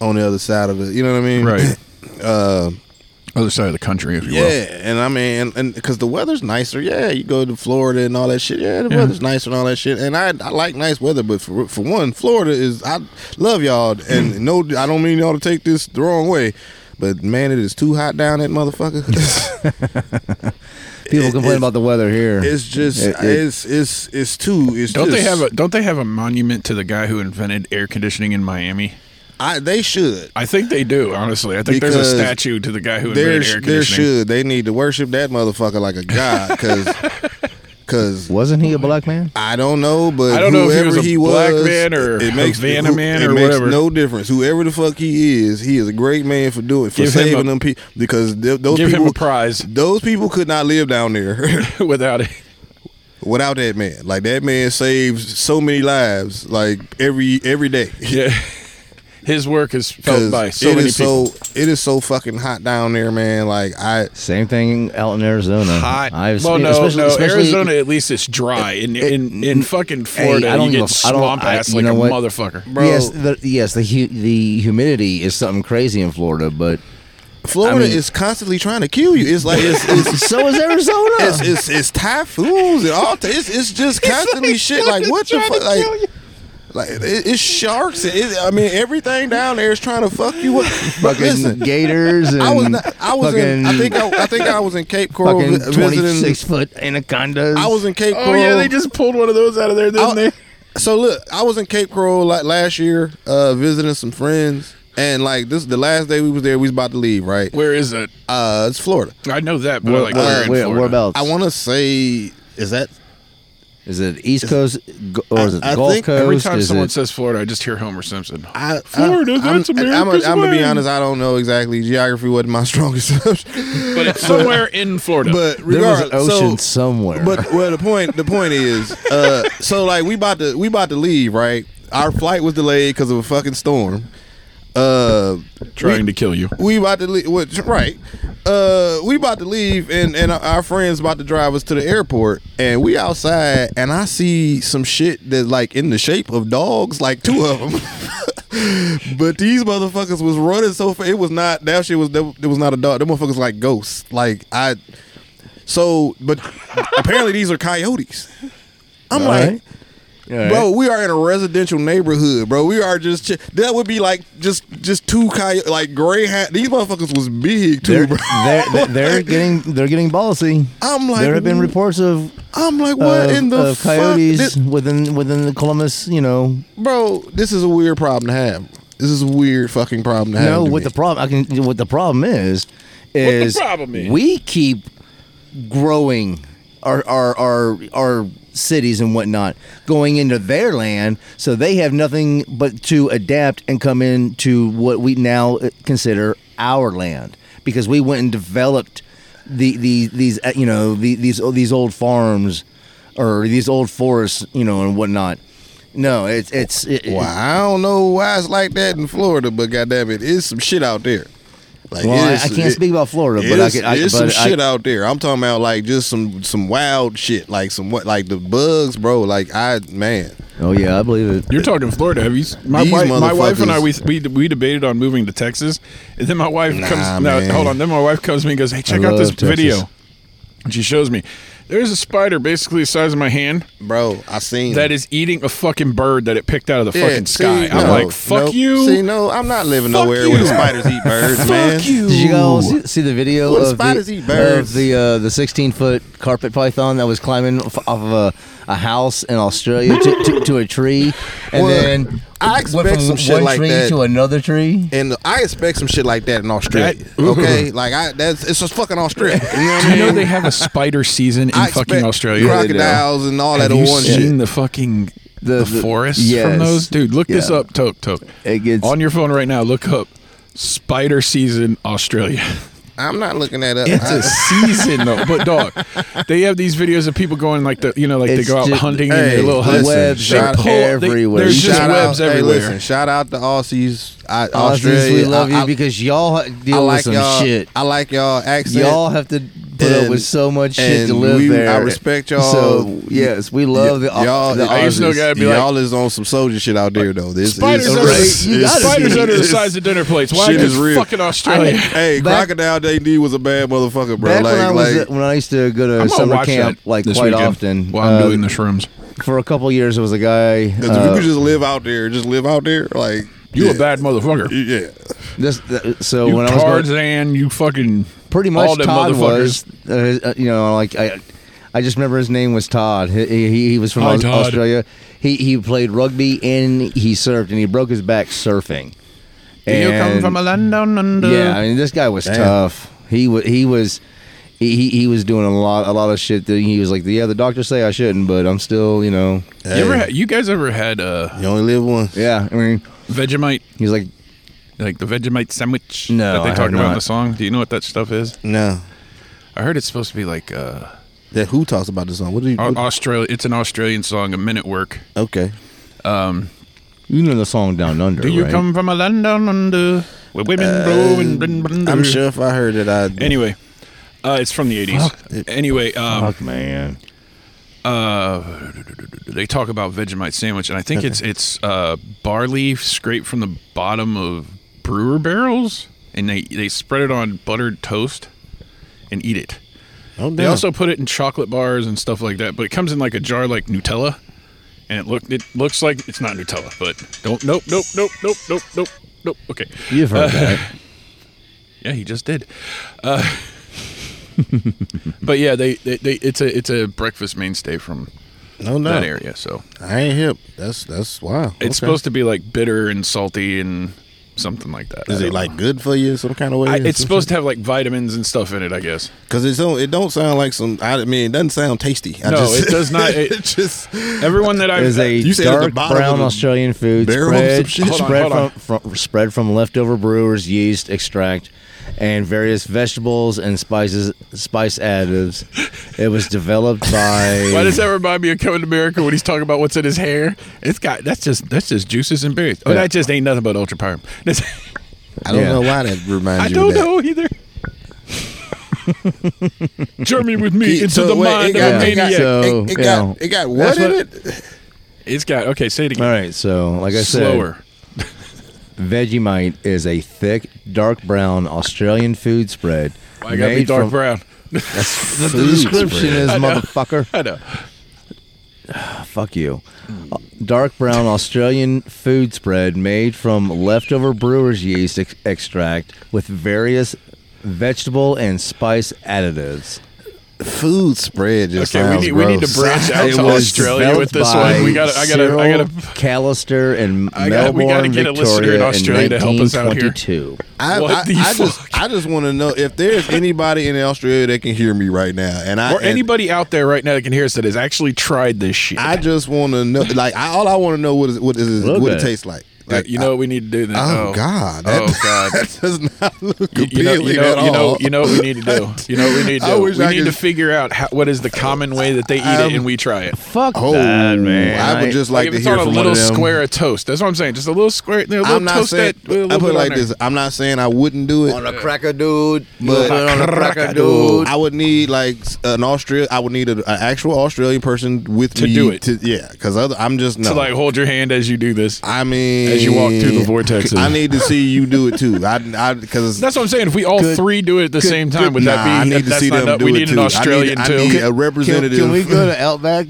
on the other side of the. You know what I mean? Right. Uh, Other side of the country, if you will. yeah, and I mean, and because the weather's nicer. Yeah, you go to Florida and all that shit. Yeah, the weather's nicer and all that shit. And I, I like nice weather, but for for one, Florida is I love y'all, Mm. and no, I don't mean y'all to take this the wrong way, but man, it is too hot down that motherfucker. people It- complain it's- about the weather here. it's just It- it- it's it's it's too. It's Don't just, they have a Don't they have a monument to the guy who invented air conditioning in Miami? I, they should. I think they do. Honestly, I think there's Because a statue to the guy who There, invented air sh- conditioning. there should. They need to worship that motherfucker like a god, because because wasn't he a black man? I don't know, but I don't know if he whoever was a black man or Havana man it or makes whatever. no difference. Whoever the fuck he is, he is a great man for doing for Give him saving a- them people because th- those Give people him a prize those people could not live down there without it. without that man. Like that man saves so many lives, like every every day. Yeah, his work is felt 'Cause by so it many is people. so it is so fucking hot down there, man. Like I Same thing out in Arizona. Hot. I've well, spe- no, especially- no. especially- mm, Arizona, at least it's dry. In in, in fucking Florida, I don't you give get a f- I don't- swamp I- ass you like know a what? motherfucker. bro. Yes, the, yes, the hu- the humidity is something crazy in Florida, but Florida I mean- is constantly trying to kill you. It's like it's, it's so is Arizona. it's, it's it's typhoons and all. T- it's it's just constantly shit. Like what the fuck? Like, Like it, it's sharks. and It, I mean, everything down there is trying to fuck you up. But listen, gators and I was not, I was in, I fucking- think I, I think I was in Cape Coral fucking vi- visiting. 26 foot anacondas. I was in Cape Oh Coral. yeah, they just pulled one of those out of there, didn't I- they? So look, I was in Cape Coral like last year, uh, visiting some friends, and like this the last day we was there, we was about to leave, right? Where is it? Uh, it's Florida. I know that, but Where, like where where, in where, Florida? whereabouts? I want to say, is that Is it East Coast go- or is it I- I Gulf think Coast? Every time is someone it, says Florida, I just hear Homer Simpson. I, Florida, that's I'm, America's I'm gonna way. be honest. I don't know exactly. Geography wasn't my strongest subject, But it's somewhere in Florida. but there was an regardless, ocean so, somewhere. But well, the point the point is, uh, so like we about to we about to leave, right? Our flight was delayed because of a fucking storm. Uh, trying to kill you. we about to leave. Which, right, uh, we about to leave, and and our friends about to drive us to the airport, and we outside, and I see some shit that like in the shape of dogs, like two of them. but these motherfuckers was running so fast. It was not that shit was that, was not a dog. Them motherfuckers like ghosts. Like I, so but apparently these are coyotes. I'm like. right. All Bro, we are in a residential neighborhood, bro. We are just ch- that would be like just just two coy- like gray hat. These motherfuckers was big too, they're, bro. they're, they're getting they're getting ballsy. I'm like, there have been reports of I'm like, what of- in the of coyotes fuck, This- within within the Columbus. You know, bro? This is a weird problem to have. This is a weird fucking problem to have. no. to What me. the problem? I can. What the problem is is problem is? we keep growing our our our our cities and whatnot going into their land so they have nothing but to adapt and come into what we now consider our land because we went and developed the, the these uh, you know the, these these old farms or these old forests you know and whatnot no it's it's it, it- Well, I don't know why it's like that in Florida, but goddamn it, it's some shit out there. Like, well, I, it's- I can't it- speak about Florida, but I It's- can. I, it's but some I- shit out there. I'm talking about like just some some wild shit, like some what, like the bugs, bro. Like I man, oh yeah, I believe it. You're talking Florida. Have you? s- My These wife, my wife and I, we, motherfuckers- we we debated on moving to Texas, and then my wife comes. man. No, hold on. Then my wife comes to me and goes, "Hey, check out this love Texas. video." And she shows me. There's a spider basically the size of my hand bro. I seen that is eating a fucking bird that it picked out of the Yeah, fucking see, sky. I'm no, like, fuck nope. you. See, no, I'm not living Fuck nowhere you. where spiders eat birds, man. fuck you. Did you guys see, see the video Well, of spiders the, eat birds. of the uh, the 16 foot carpet python that was climbing off off of a, a house in Australia to, to, to a tree, and Well, then I went expect from some one shit like tree that. to another tree? And I expect some shit like that in Australia. That- okay, like I that's it's just fucking Australia. You know what Do I you know mean? they have a spider season in I fucking expect Australia? crocodiles and all Have that you old seen shit. the fucking the, The- the- forests from yes. those? Dude, look this Yeah. up, Toke Toke. It gets- on your phone right now. Look up spider season Australia. I'm not looking that up. It's I- a season though, but dog, they have these videos of people going like the you know like they It's go out just- hunting in Hey, their little huts. listen, webs they shout- pull, everywhere. They, there's Shout just webs out, everywhere. Hey, listen, shout out to Aussies, I, Aussies, Australia. we love I, you because y'all ha- I, I deal like with some y'all. shit. I like y'all accent. Y'all have to put up And- with so much shit to and live we- I there. respect y'all. So yes, we love the, y'all, the I used to know Aussies. guys- I'd be like- y'all is on some soldier shit out there though. This Spiders, is under, race. You the- gotta spiders see under the this. size of dinner plates. Why Shit is is real. fucking Australia? Hey, Back- Crocodile D was a bad motherfucker, bro. Back like, when I was uh, like when I used to go to I'm gonna summer watch camp that like this quite weekend often while I'm uh, doing the shrooms. for a couple years there was a guy 'cause if uh, you could just live out there, just live out there, like You yeah, a bad motherfucker. yeah. This, th- so You when I was going, Tarzan, you fucking pretty much all them Todd motherfuckers. was, uh, uh, you know, like I, I just remember his name was Todd. He, he, he was from Hi, Aus- Todd. Australia. He he played rugby and he surfed and he broke his back surfing. You come And- from a land down under. yeah, I mean this guy was tough. He was he was he, he he was doing a lot a lot of shit that he was like, yeah, the doctors say I shouldn't, but I'm still, you know, You, ever Hey. had, you guys ever had uh, You only live once. yeah. I mean, Vegemite, he's like, like the Vegemite sandwich No, that I they have talk about in not. the song? Do you know what that stuff is? No, I heard it's supposed to be like uh, that who talks about this song? What do you? Uh, Au- what- Australia. It's an Australian song, a minute work. okay, you know the song Down Under, Do you right? come from a land down under where women blow and blin- blin- I'm blin- sure if I heard it, I'd Anyway, uh, it's from the 80s. Anyway, um, Uh, Fuck, man. they talk about Vegemite sandwich, and I think it's it's uh, barley scraped from the bottom of brewer barrels, and they they spread it on buttered toast and eat it. Oh, They damn. also put it in chocolate bars and stuff like that, but it comes in like a jar like Nutella, and it looked it looks like it's not Nutella, but don't nope nope nope nope nope nope nope. Okay, You've heard that. yeah, he just did. Uh, but yeah, they, they they it's a it's a breakfast mainstay from No, no, that area. So I ain't hip. That's that's wow. it's supposed to be like bitter and salty and something like that. Is I it don't like good for you in some kind of way? I, it's supposed to have like vitamins and stuff in it, I guess. because it don't it don't sound like some. I mean, it doesn't sound tasty. I No, just, it does not. It- It, just Everyone that I've Is a You said at the dark bottom of brown the Australian food barrel of spread, some shit? Hold on, spread, hold on. From, from, spread from leftover brewers' yeast extract and various vegetables and spices spice additives. It was developed by. why does that remind me of Coming to America when he's talking about what's in his hair? It's got that's just that's just juices and berries. Oh, Yeah. that just ain't nothing but ultra power. I don't Yeah. know why that reminds I you. don't of that. know either. Journey with me It- into so the wait, mind it of got- a it got- maniac. So, it, it you got know, it got that's what in it? it's got okay. Say it again. All right, so like I said, Slower. Vegemite is a thick, dark brown Australian food spread. Why I gotta be made dark from- brown. The, the description is motherfucker. I know. Fuck you. Dark brown Australian food spread made from leftover brewer's yeast ex- extract with various vegetable and spice additives. Food spread just Okay, we sounds need we need to gross. branch out to Australia with developed this by one. We gotta I gotta I Cyril gotta Callister and I gotta- we Melbourne, gotta get a Victoria listener in Australia in to help us out here. 1922. I, What I, the I fuck? just I just want to know if there's anybody in Australia that can hear me right now, and I or and anybody out there right now that can hear us that has actually tried this shit. I just want to know, like, I, all I want to know what is what is Look what at it it. tastes like. Yeah, Like, you know what we need to do then. oh, God, that, Oh God. that does not look You, you know, appealing you know, at you know, all. you know what we need to do. You know what we need to I do. We wish need I to could- figure out how, what is the common way that they eat it, Um, and we try it. Fuck oh, that, man. I would just like, if to it's hear on a from little one of them. square of toast. That's what I'm saying. Just a little square. A little I'm not toast saying. that, a little I put bit it like on there. this. I'm not saying I wouldn't do it. on a cracker, dude. But- on a cracker, dude. I would need like s- an Austria. I would need a- an actual Australian person with To me do it. To, yeah, because other, I'm just no. To like hold your hand as you do this. I mean, As you walk through the vortexes. I need to see you do it too. I, I, because That's what I'm saying. If we all three do it at the same time, would that be? I need to that's see not them enough. do We it need an too. I Australian I too. need a Can, representative. can we go to Outback?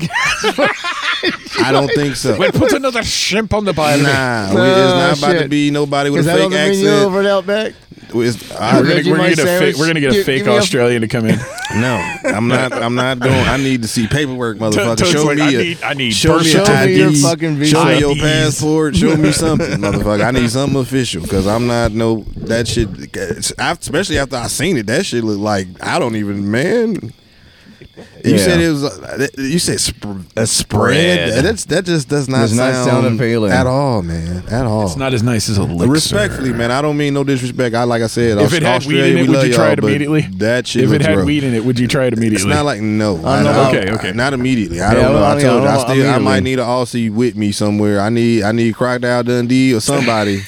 I don't think so. Wait, put another shrimp on the bottom. Nah, we, Oh, it's not about to shit. be nobody with Is a that fake on the menu accent. over at Outback? It's- I- We're gonna, we're, Vegemite gonna get a sandwich. fake, we're gonna get a Give- fake give me a- Australian to come in. no, I'm not. I'm not going. I need to see paperwork, motherfucker. Toad's Show like, me I a- need- I need Show birth me a certificate. ID. Show me your fucking Show me visa. your IDs. passport. Show me something, motherfucker. I need something official because I'm not no that shit. I've- Especially after I seen it, that shit look like I don't even man. You Yeah. said it was. uh, You said sp- a spread. spread. That's that just does not, Does not sound appealing. at all, man. At all. It's not as nice as a elixir. Respectfully, man, I don't mean no disrespect. I like I said, If it had Australia, weed in it, we would love you try y'all, it but immediately? That shit If it looks had rough. weed in it, would you try it immediately? It's not like no. I no. don't- Okay, okay. Not immediately. I Yeah, don't know. I I, mean, told you, I I, don't- still, I immediately. might need an Aussie with me somewhere. I need, I need Crocodile Dundee or somebody.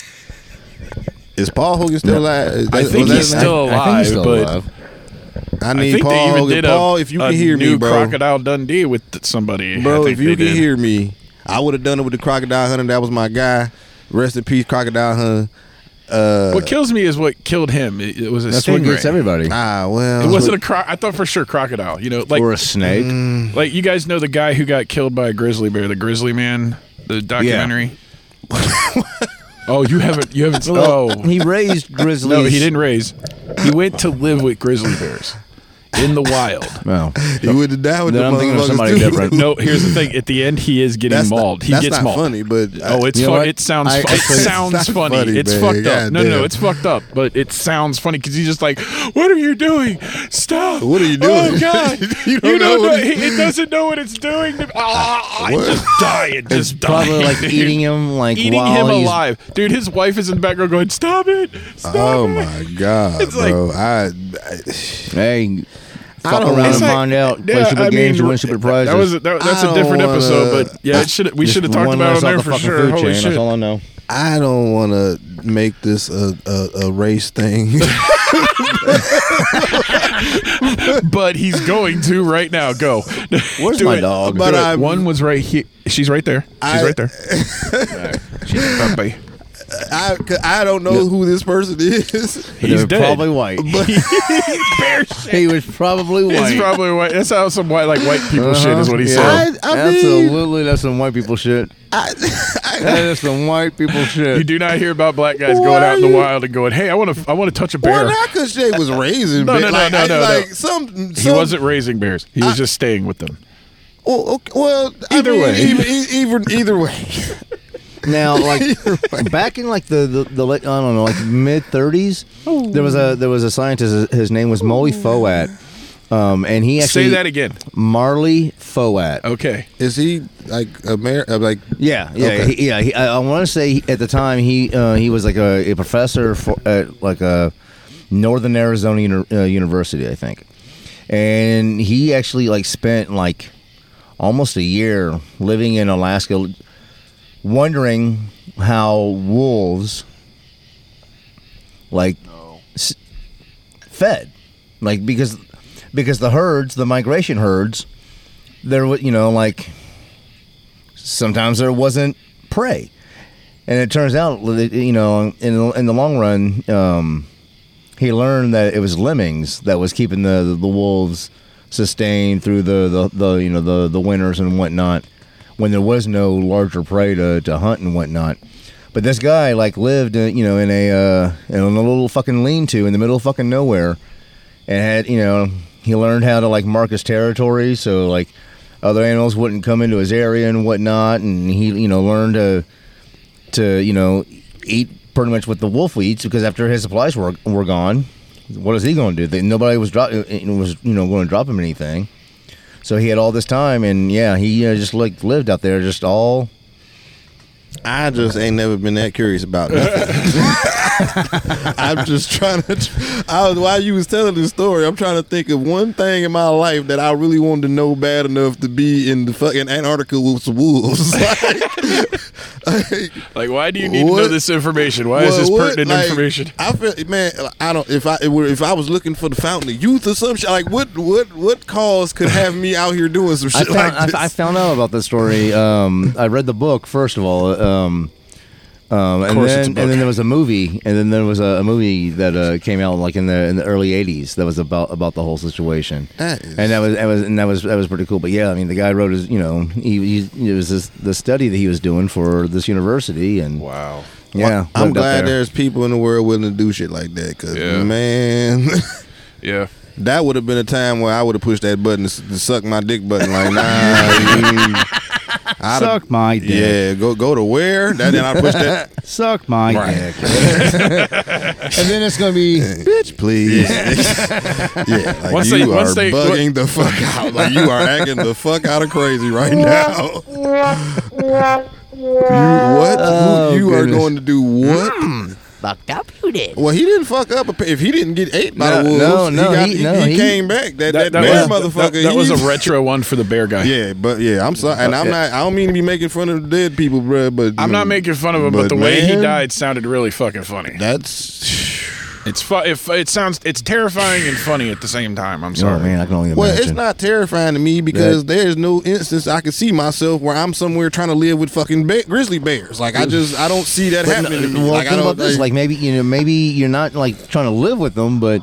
Is Paul Hogan still alive? Is I that- think was he's that- still alive, I think he's still but alive. I I need think they Paul even Hogan. did a, Paul, if you a can hear new me, bro. Crocodile Dundee with th- somebody. I Bro, think if you they can did. hear me, I would have done it with the Crocodile Hunter. That was my guy. Rest in peace, Crocodile Hunter. Uh, what kills me is what killed him. It, it was a That's what gets stingray. everybody. ah, well, It wasn't a croc. I thought for sure crocodile. You know, like mm. or a snake. like you guys know the guy who got killed by a grizzly bear, the Grizzly Man, the documentary. oh, you haven't you haven't. Oh He raised grizzlies. no, he didn't raise. He went to live with grizzly bears in the wild. Well, You would have died with Then the I'm thinking of motherfuckers somebody too. different. No, here's the thing. At the end, he is getting That's not- mauled. he that's gets not mauled. funny, but Oh, it's Uh, You know fun. what? It sounds. I- fu- I it couldn't- it's sounds not funny. funny, It's man. fucked up. God No, no, no. damn. It's fucked up. But it sounds funny because he's just like, "What are you doing? Stop! What are you Oh doing?" God! you You don't, don't know know. what He- it doesn't know what it's doing. To, ah, I What? just die. It just die. probably like dude. eating him, like Eating while him he's- alive, dude. His wife is in the background going, "Stop it! Stop Oh it." my god, It's like- bro! I, Hey, don't- fuck around and it's like- find out. Play Yeah, stupid I games, mean, win stupid that- prizes. That was that, that's a I different don't episode, wanna- but yeah, it should we Just should have talked one about it less on off there the for fucking sure. food Holy chain, That's shit! all I know. I, I don't want to make this a, a, a race thing. But he's going to right now. Go. Where's Do my it. dog? Do But it. I'm- one was right here. She's right there. She's I- right there. She's a puppy. I, 'cause I don't know who this person is. He's They're dead. Probably white. he was probably white. Uh-huh. It's probably white. That's how some white like white people shit is what he Uh-huh. Yeah. said. I- I mean- Absolutely, that's some white people shit. I, That I, is some white people You shit. do not hear about black guys Why going out in the you- wild and going, "Hey, I want to, I want to touch a well, bear." not because Jay was raising. No, but no, no, like, no, I- no, no. like Some, some, he wasn't raising bears. He was just staying with them. Well, okay, well Either I mean, way. even, e- even either way. Now, like back in like the the, the late, I don't know, like mid thirties, there was a there was a scientist. His name was Molly Foat, um, and he actually Say that again. Marley Foat. Okay. Is he like Amer? uh, Like Yeah, yeah, Okay. he, yeah. He, I, I want to say he- at the time he uh, he was like a, a professor for, at like a Northern Arizona uni- uh, University, I think, and he actually like spent like almost a year living in Alaska, wondering how wolves like s- fed, like because because the herds, the migration herds, there was you know like sometimes there wasn't prey. And it turns out, you know, in in the long run, um, he learned that it was lemmings that was keeping the the wolves sustained through the, the, the you know the the winters and whatnot when there was no larger prey to, to hunt and whatnot. But this guy like lived uh, you know in a uh, in a little fucking lean to in the middle of fucking nowhere and had you know he learned how to like mark his territory so like other animals wouldn't come into his area and whatnot and he you know learned to to you know eat pretty much what the wolf eats because after his supplies were were gone what is he going to do They- nobody was drop was you know going to drop him anything so he had all this time and yeah he uh, just like lived out there just all I just ain't never been that curious about nothing. I'm just trying to. I was while you was telling this story, I'm trying to think of one thing in my life that I really wanted to know bad enough to be in the fucking Antarctica with some wolves. Like, like, Like, why do you need to know What? this information? Why is Well, this what? pertinent Like, information? I feel, man. I don't. If I it were, if I was looking for the fountain of youth or some shit, like what what what cause could have me out here doing some I shit found, like this? I, I found out about this story. Um, I read the book first of all, um, um, and course then it's a book. and then there was a movie, and then there was a, a movie that uh, came out like in the in the early '80s that was about about the whole situation. That is- and that was that was and that was that was pretty cool. But yeah, I mean, the guy wrote his, you know, he, he it was this the study that he was doing for this university, and Wow. yeah, I'm lived up glad there. there's people in the world willing to do shit like that. Cause Yeah. man, Yeah. that would have been a time where I would have pushed that button to, s- to suck my dick button. Like nah, mm, I'd have- Suck my dick. yeah, go go to where? That then I push that. Suck my dick. and then it's gonna be Bitch, please. Yeah, like Once you they- are once they- bugging the fuck out. Like you are acting the fuck out of crazy right now. you what? Oh, you are goodness. going to do what? Fucked up, you did. Well, he didn't fuck up. If he didn't get ate by No, the wolves, no, no, he, got, he- he, no, he he- came back. That That, that, that bear was, motherfucker. that, that he- was a retro one for the bear guy. Yeah, but yeah, I'm sorry, and I'm not. I don't mean to be making fun of the dead people, bruh, But I'm not making fun of him, Hmm. but, But the way he man- died sounded really fucking funny. That's It's fu- if it sounds it's terrifying and funny at the same time. I'm sorry. oh man, I can only imagine. Well, it's not terrifying to me because there's no instance I can see myself where I'm somewhere trying to live with fucking ba- grizzly bears. Like I just I don't see that But no- happening. to me. well, like I think don't about this. Like maybe you know, maybe you're not like trying to live with them, but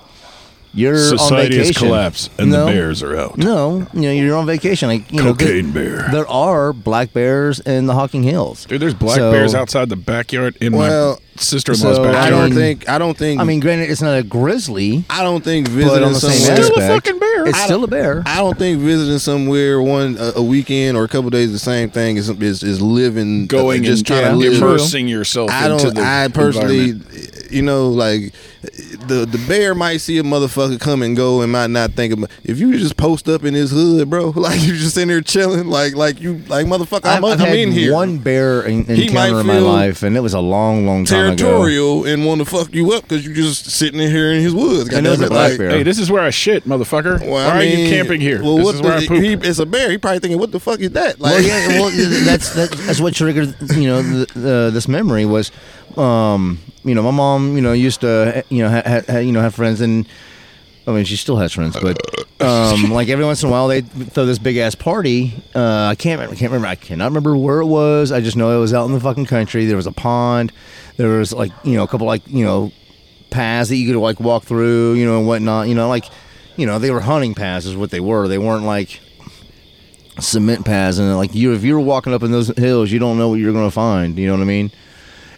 you're Society on has vacation. collapsed and No. the bears are out. No, you know you're on vacation. Like you know, 'cause Cocaine bear. There are black bears in the Hocking Hills. Dude, there's black So, bears outside the backyard in Well, my sister-in-law's so I backyard. don't mean- think um, I don't think I mean, granted, it's not a grizzly, I don't think but visiting on the same somewhere. Still a aspect, fucking bear. It's I still a bear. I don't think visiting somewhere one a, a weekend or a couple days the same thing is is, is living going just and trying yeah, to live immersing yourself I into don't. the I personally, environment. you know, like the the bear might see a motherfucker come and go and might not think about. If you just post up in his hood, bro, like you just in there chilling, like like you like motherfucker, I'm, I've I'm had in here. one bear in, He might encounter in my feel life, and it was a long, long time ago. territorial and want to fuck you up because you just sitting in here in his woods. And it was goddamn a it, black like- bear. Hey, this is where I shit, motherfucker. Well, I Why are you mean, camping here? Well, this what is where I the, poop. he, it's a bear. He probably thinking, "What the fuck is that?" Like, Well, yeah, well, that's that, that's what triggered you know the, the, this memory was, um, you know, my mom, you know, used to you know ha, ha, ha- you know have friends and, I mean, she still has friends, but um, like every once in a while they throw this big ass party. Uh, I can't remember. I can't remember. I cannot remember where it was. I just know it was out in the fucking country. There was a pond. There was like you know a couple like you know paths that you could like walk through. You know and whatnot. You know like you know they were hunting paths is what they were. They weren't like cement paths and like you if you're walking up in those hills you don't know what you're gonna find. You know what I mean?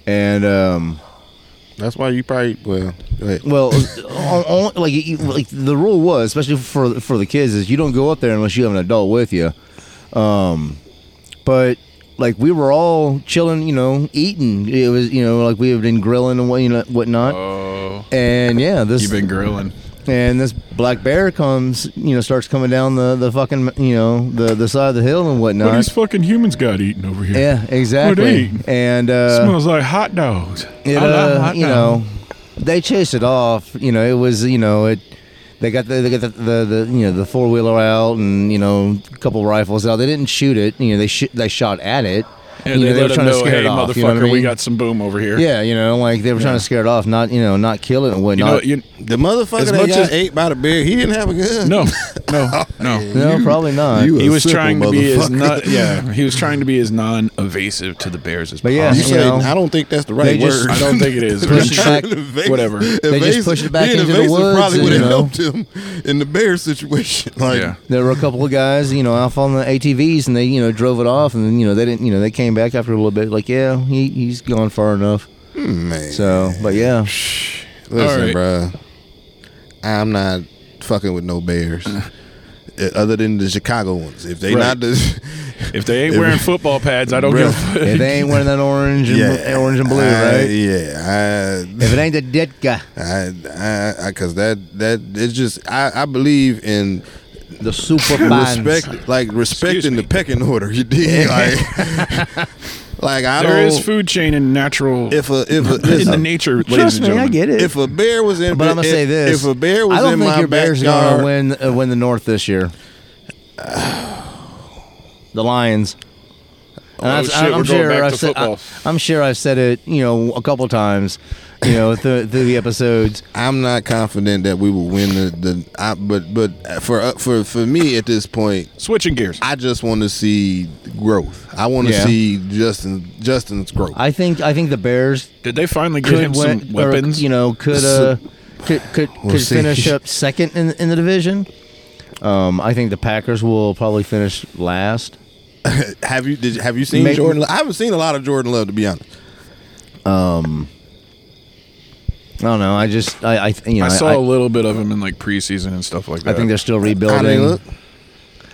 And um, That's why you probably well. Go ahead. well, on, on, like you- like the rule was, especially for for the kids, is you don't go up there unless you have an adult with you. Um, but like we were all chilling, you know, eating. It was you know like we have been grilling and what you know whatnot. Oh, and yeah, this you've been grilling. and this black bear comes, you know, starts coming down the the fucking you know the the side of the hill and What whatnot. Uh, these fucking humans got eating over here? yeah, exactly. eating? And uh, Smells like hot dogs. it, I love uh, hot you dogs. know, they chased it off. You know, it was you know it. They got the they got the, the, the you know the four wheeler out and you know a couple rifles out. They didn't shoot it. You know they sh- they shot at it. Yeah, you they, know, let 'em know, hey, motherfucker, you know what I we mean? got some boom over here. yeah, you know, like they were trying to scare it off, not you know, not kill it and you know, whatnot. you, The motherfucker As that much got as- ate by the bear, he didn't have a gun. no, no, no. no, probably not. you- he a was simple trying to be as motherfucker. not, yeah. He was trying to be as non-evasive to the bears as But yeah, You possible. say know, I don't think that's the right they just- word. I don't think it is. Push it back. Invasive- Whatever. They just invasive- pushed it back being into the invasive woods Probably and, would have you know. helped him in the bear situation. Like, yeah. there were a couple of guys, you know, off on the ATVs, and they, you know, drove it off, and then, you know, they didn't, you know, they came back after a little bit, like, yeah, he, he's gone far enough. man, So, but yeah, listen, All right. bruh, I'm not fucking with no bears. Uh, Other than the Chicago ones, if they not the If they ain't If- wearing football pads, I don't give. a if they ain't wearing that orange and yeah, orange and blue, I- right? Yeah, I, If it ain't the Ditka, I, I, I, cause that that it's just I, I believe in the Superman. respect, like respecting me. the pecking order. You did like, like I There don't. is food chain and natural if a if a in the listen, nature. ladies Trust and me, I gentlemen. get it. if a bear was in, but I'm gonna if- say this: if a bear was I don't in think my your Bears are backyard, gonna win uh, win the North this year. The Lions. And Oh, I've- shit, I'm, we're going sure back I've to said, football. I, am sure I've said it, you know, a couple times, you know, through, through the episodes. I'm not confident that we will win the the. I, but but for uh, for for me at this point, Switching gears. I just want to see growth. I want to Yeah. see Justin Justin's growth. I think I think the Bears Did they finally get him could some win, or, weapons? you know, could uh, could could, We'll could see. finish up second in, in the division. Um, I think the Packers will probably finish last. have you did you- have you seen Make- Jordan? Love? I haven't seen a lot of Jordan Love to be honest. I don't know. I just I, I th- you know I I, saw I- a little bit of him in like preseason and stuff like I that. think they're still rebuilding. How they look?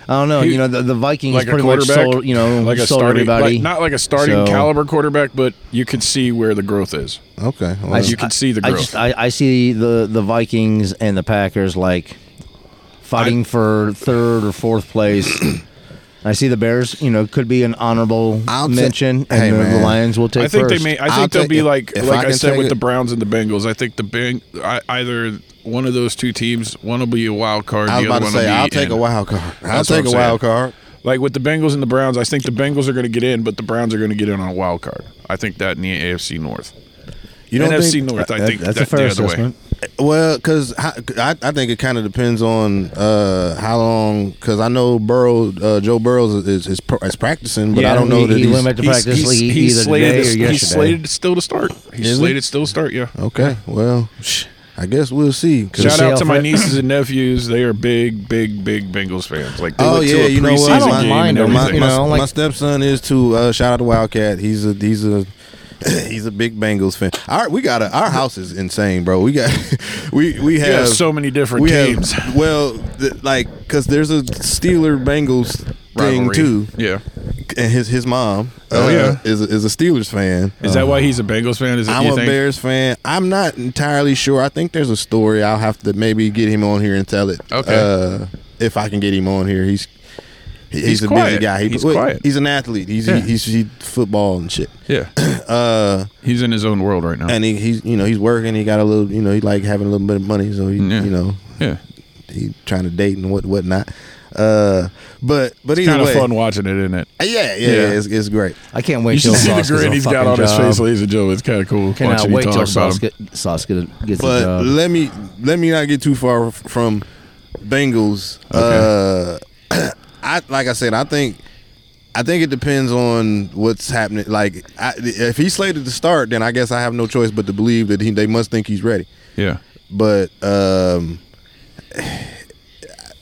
I don't know. He- you know, the, the Vikings like a pretty much quarterback, sold, you know, like a sold starting, everybody. like, not like a starting So- caliber quarterback, but you could see where the growth is. Okay, well, I you can see the I growth. just I, I see the the Vikings and the Packers like fighting for third or fourth place. I see the Bears, you know, could be an honorable I'll ta- mention, Hey, and the, the man. Lions will take. I think first. they may. I I'll think they'll take- be if- like if I like I, can said take with it- the Browns and the Bengals. I think the Bang, I, either one of those two teams, one will be a wild card. I was the other about to one will say be I'll take in. a wild card. I'll That's what take a I'm wild saying. card. Like with the Bengals and the Browns, I think the Bengals are going to get in, but the Browns are going to get in on a wild card. I think that in the AFC North. You NFC North, I think that's that, a fair the other assessment. Well, because I, I think it kind of depends on uh, how long. Because I know Burrow, uh, Joe Burrow is is, is, pr- is practicing, but I don't know he, that he he's went back to way. He's, practice he's, league he's either slated. to- today or yesterday. he's slated still to start. He's Is he? slated still to start. Yeah. okay. Well, sh- I guess we'll see. 'cause- Shout say out to my Alfred- nieces and nephews. They are big, big, big Bengals fans. Like they Oh went to yeah, a you know what? preseason I don't game mind and them. My, everything. you my- know, like- my stepson is too. Uh, shout out to Wildcat. He's a he's a he's a big Bengals fan. All right, we got a, our house is insane, bro. We got we we have, You have so many different we teams. Have, well, th- like because there's a Steeler Bengals thing Rivalry. too, Yeah. and his his mom. Oh, uh, yeah. is a, is a Steelers fan. Is that why he's a Bengals fan? Is it I'm you a think? Bears fan. I'm not entirely sure. I think there's a story. I'll have to maybe get him on here and tell it. Okay. Uh, if I can get him on here, he's he- he's, He's a quiet. busy guy. He's quiet. he's an athlete. He's Yeah. he, he's he football and shit. Yeah. Uh, He's in his own world right now. and he, he's you know he's working. He got a little you know he like having a little bit of money, so he Yeah. you know yeah. he trying to date and what whatnot. Uh, but but Kind either of way, Uh, fun watching it, isn't it? yeah yeah, yeah. It's, it's great. I can't wait You till should see the Sauce gets grin a he's got fucking on his job. face, ladies and gentlemen. It's kind of cool. Cannot watching wait you till talk about Sauce, him. get, Sauce get, gets a But job. let me let me not get too far f- from Bengals. Uh, I like I said, I think, I think it depends on what's happening. Like, I, if he's slated to start, then I guess I have no choice but to believe that he, they must think he's ready. Yeah. But um,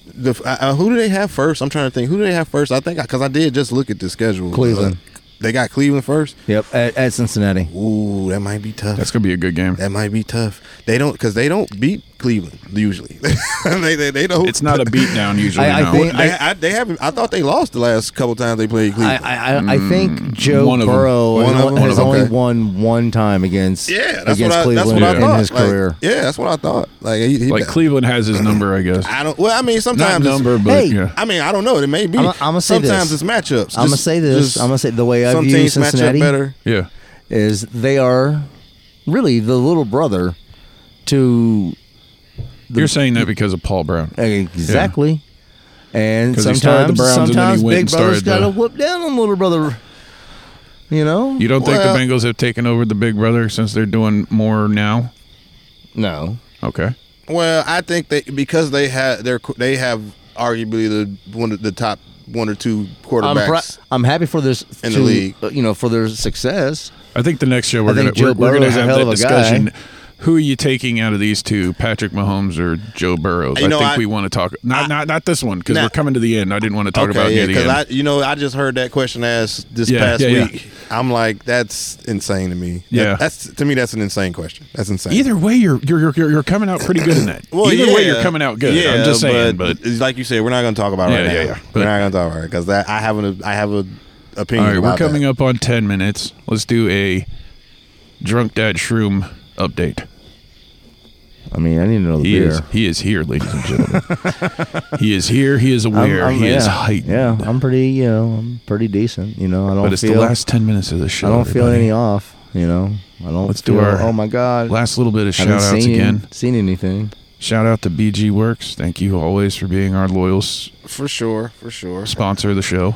the uh, who do they have first? I'm trying to think. Who do they have first? I think because I, did just look at the schedule. Cleveland. Uh, they got Cleveland first. Yep, at, at Cincinnati. Ooh, that might be tough. That's gonna be a good game. That might be tough. They don't because they don't beat Cleveland usually. they, they, they don't. It's not a beatdown usually. I- I no. think- They, I, they haven't. I thought they lost the last couple times they played I, Cleveland. I, I- I think Joe Mm. one of 'em. Burrow One has, of 'em? One has of 'em, only okay. won one time against yeah, that's what against I. That's Cleveland what I Yeah. in thought. his Like, career. yeah, that's what I thought. Like, he, he, like Cleveland has his number, I guess. I don't. Well, I mean, Not sometimes it's- number, but Hey, yeah. I mean, I don't know. It may be. I'ma- I'ma say this. sometimes it's matchups. I'm gonna Just- say this. just I'm gonna say the way I some view teams match Cincinnati up better. Yeah. is they are really the little brother to uh, You're saying that because of Paul Brown. exactly. And 'Cause he started the sometimes, Browns and then sometimes he went big and brother's got started to the- whoop down on little brother. You know? You don't think Well- the Bengals have taken over the Big Brother since they're doing more now? no. Okay. Well, I think they because they have their they have arguably the one of the top one or two I'm, quarterbacks. pri- I'm happy for this uh, In the league. you know, for their success. I think the next show we're I gonna think we're, Joe we're gonna Burrow's a have hell that of a discussion. Who are you taking out of these two, Patrick Mahomes or Joe Burrows? You I know, think I- we want to talk. Not not not this one because Nah. we're coming to the end. I didn't want to talk about yeah, near the end. I you know I just heard that question asked this Yeah, past yeah, yeah. week. I'm like, that's insane to me. That- Yeah. that's to me that's an insane question. That's insane. Either way, you're you're you're- you're, you're coming out pretty good in that. Either way, yeah. you're coming out good. I'm just saying, but, it's like you said, we're not going to talk about it Yeah, right yeah, now. yeah. we're But- not going to talk about it because that I have an I have a all opinion. right, we're about coming up on ten minutes. Let's do a drunk dad shroom update. I mean, I need to know the He beer. is he is here, ladies and gentlemen. he is here. He is I'm- aware. I'm- he is yeah. heightened. Yeah, I'm pretty, you know, I'm pretty decent. You know, I don't but it's feel the last ten minutes of the show. I don't feel everybody. any off. You know, I don't. Let's do feel, our Oh my God! Last little bit of I shout haven't outs seen, again. Seen anything? Shout out to BG Works. Thank you always for being our loyal s- that. for sure, for sure. sponsor of the show,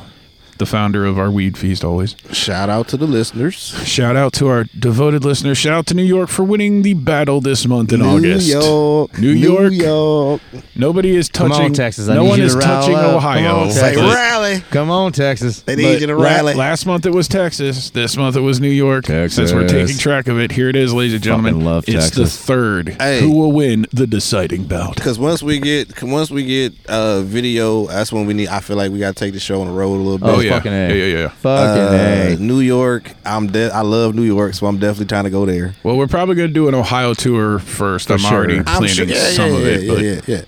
the founder of our weed feast always. Shout out to the listeners. Shout out to our devoted listeners. Shout out to New York for winning the battle this month in August. York, New York. York. Nobody is Come touching on, Texas. I No need one you is to rile touching up. Come Ohio. on, Say Texas. but rally. Come on, Texas. They But need you to la- rally. Last month it was Texas. This month it was New York. Since we're Texas. taking track of it, here it is, ladies and gentlemen. Fucking love it's the Texas. third. Hey. Who will win the deciding bout? Because once we get once we get uh, video, that's when we need. I feel like we got to take the show on the road a little bit. Oh, yeah. fucking A. Yeah, yeah, yeah. Fucking Uh, A. New York. I'm de- I love New York, so I'm definitely trying to go there. Well, we're probably going to do an Ohio tour first. I'm sure. already I'm planning some of it, but yeah, yeah, yeah.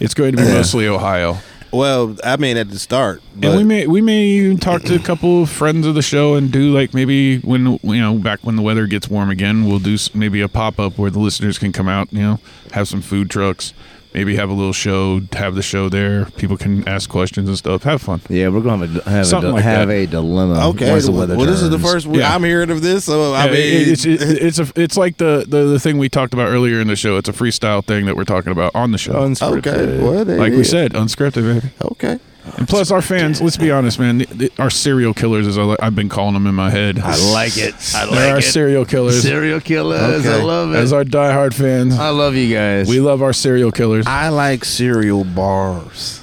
it's going to be mostly Ohio. Well, I mean, at the start, but and we may we may even talk to a couple of friends of the show and do like maybe when you know back when the weather gets warm again, we'll do s- maybe a pop up where the listeners can come out. You know, have some food trucks, maybe have a little show, have the show there. People can ask questions and stuff. Have fun. Yeah, we're gonna have a have, a, Something di- like have that. a dilemma. okay. Once the well, weather this is the turns. first week Yeah. I'm hearing of this, so I Yeah, mean, it- it's it, it's a it's like the, the the thing we talked about earlier in the show. It's a freestyle thing that we're talking about on the show. okay. Well, there like it we is. said, unscripted, baby. okay. And plus, our fans, let's be honest, man, th- th- are serial killers, as I li- I've been calling them in my head. I like it. I There are like it. serial killers. Serial killers. Okay. I love it. as our diehard fans, I love you guys. we love our serial killers. I like cereal bars.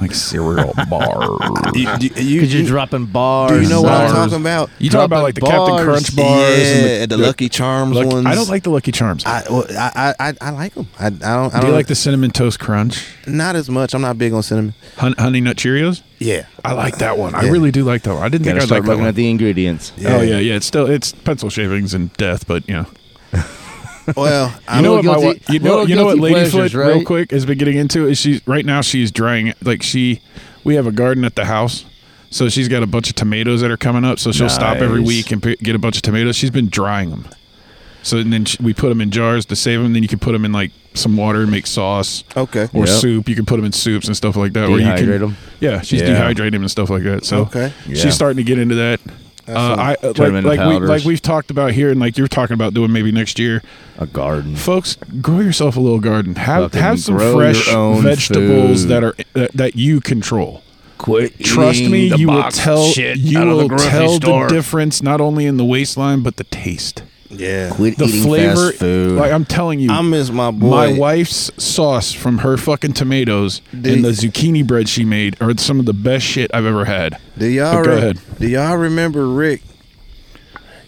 like cereal bar. You, you, you, Cause you're dropping bars. do you know what I'm bars. talking about? You talk about like the Captain Bars. Crunch bars yeah, and the, the, Lucky Charms Lucky- ones. I don't like the Lucky Charms. I, well, I I I- I like them. I, I don't. I Do don't you like the cinnamon toast crunch, Not as much. I'm not big on cinnamon. Hun- honey nut Cheerios? Yeah. I like that one. I Yeah. really do like that one. I didn't Gotta think I'd start like that looking one. at the ingredients. Oh yeah, yeah. It's still it's pencil shavings and death, but you know. Well, You I'm, know Little what, my guilty- wa- you know, little you know what guilty Ladyfoot pleasures, real right? quick has been getting into is she's right now she's drying like she we have a garden at the house. So she's got a bunch of tomatoes that are coming up. So she'll stop every Nice. week and p- get a bunch of tomatoes. She's been drying them. So and then sh we put them in jars to save them. Then you can put them in like some water and make sauce okay. or Yep. soup. You can put them in soups and stuff like that. or you Dehydrate can, 'em. Yeah, she's Yeah. dehydrating them and stuff like that. So Okay. Yeah. she's starting to get into that. Uh, I uh, Turn 'em like into like, we, powders. like we've talked about here, and like you're talking about doing maybe next year A garden. folks grow yourself a little garden have Fucking have some grow fresh your own vegetables food. that are that, that you control Quit trust eating me the you will boxed tell shit you out of will the grocery tell store. the difference not only in the waistline but the taste Yeah. Quit the eating flavor. fast food. Like I'm telling you, I miss my boy. my wife's sauce from her fucking tomatoes They- and the zucchini bread she made are some of the best shit I've ever had. Do y'all, But go re- ahead. do y'all remember Rick?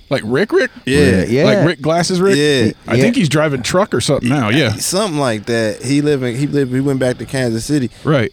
Like Rick, Rick, Yeah. Yeah. like Rick Glasses, Rick. Yeah. I think he's driving truck or something now. Yeah, Something like that. He living. He lived. He went back to Kansas City. right.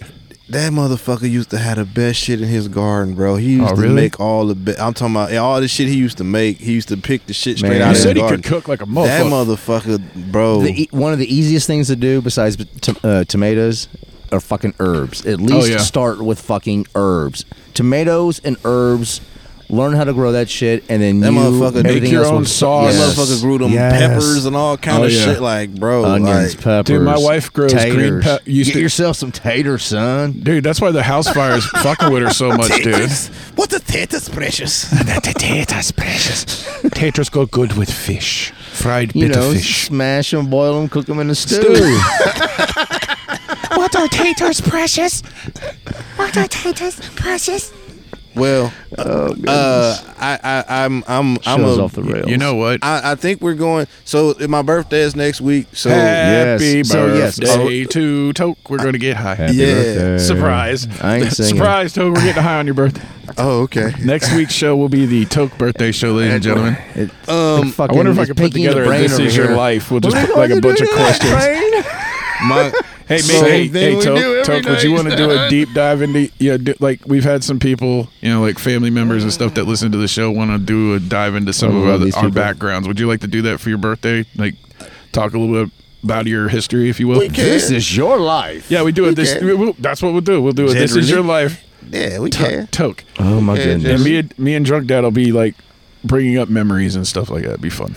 That motherfucker used to have the best shit in his garden, bro. He used Oh, to really? make all the. Be- I'm talking about yeah, all the shit he used to make. He used to pick the shit straight Man. out You of his said he garden. could cook like a that motherfucker. motherfucker, bro. oh. the, e- one of the easiest things to do besides t- uh, tomatoes are fucking herbs. At least Oh, yeah. start with fucking herbs. Tomatoes and herbs. Learn how to grow that shit, and then That you, motherfucker- Make everything your else own will- sauce. that Yes. motherfucker grew them Yes. peppers and all kind Oh, of yeah. shit, like bro. onions, like, peppers. Dude, my wife grows green taters. pep- used Get to- yourself some taters, son. Dude, that's why the house fire is fucking with her so much, dude. what the taters precious? That potato's precious. Potatoes go good with fish. Fried You bit know, of fish. smash them, boil them, cook them in a stew. What are taters precious? What are taters precious? Well, uh, I, I, I'm, I'm, I'm Shows a, off the rails. You know what? I, I think we're going. So my birthday is next week. So Happy yes. So, birthday yes. Oh. to Toke. We're gonna get high. Happy Yeah. birthday. Surprise! I ain't singing. Surprise, Toke. We're getting high on your birthday. oh, okay. Next week's show will be the Toke birthday show, ladies and gentlemen. It- Um, I fucking wonder if I is could put picking your together a brain "This over Is here. Your Life." We'll just What put are like you a bunch of doing to that questions. my Hey, So- man, hey, Same hey, thing we do Toke, every Toke, would you night. want to do a deep dive into? Yeah, do, like we've had some people, you know, like family members and stuff that listen to the show want to do a dive into some Oh, of these our, our people. backgrounds. Would you like to do that for your birthday? Like, talk a little bit about your history, if you will. we can. This is your life. Yeah, we do it. This can. we- we'll- that's what we'll do. We'll do it. This is Generally. your life, yeah, we to- can. Toke. Oh my Yeah, goodness. And me, and me and drunk dad will be like bringing up memories and stuff like that. It'd be fun.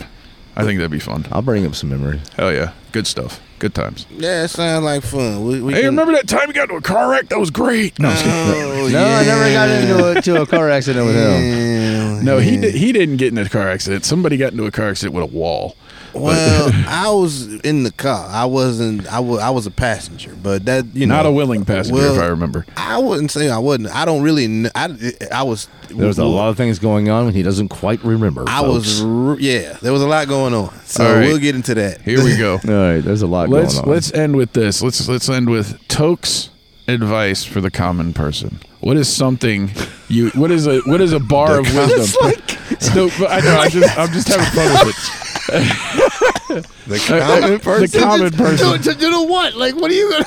I think that'd be fun. I'll bring up some memories. Hell yeah, good stuff. Good times. Yeah, it sounds like fun. We, we Hey, can, remember that time you got into a car wreck? That was great. No, I'm just kidding. Oh, No, I never got into a, to a car accident with him. Yeah. No, he di- he didn't get in a car accident. Somebody got into a car accident with a wall. Well, I was in the car. I wasn't. I was. I was a passenger, but that you know, Not a willing passenger, if Well, I remember. I wouldn't say I wasn't. I don't really. kn- I. I was. There was a lot of things going on when he doesn't quite remember. I folks. was. r- Yeah, there was a lot going on. So All right. we'll get into that. Here we go. All right, there's a lot let's going on. let's end with this. Let's let's end with Toke's advice for the common person. What is something you? What is a what is a bar of wisdom? no, but I know. I just I'm just having fun with it. The common person. The common person to do what? Like, what are you gonna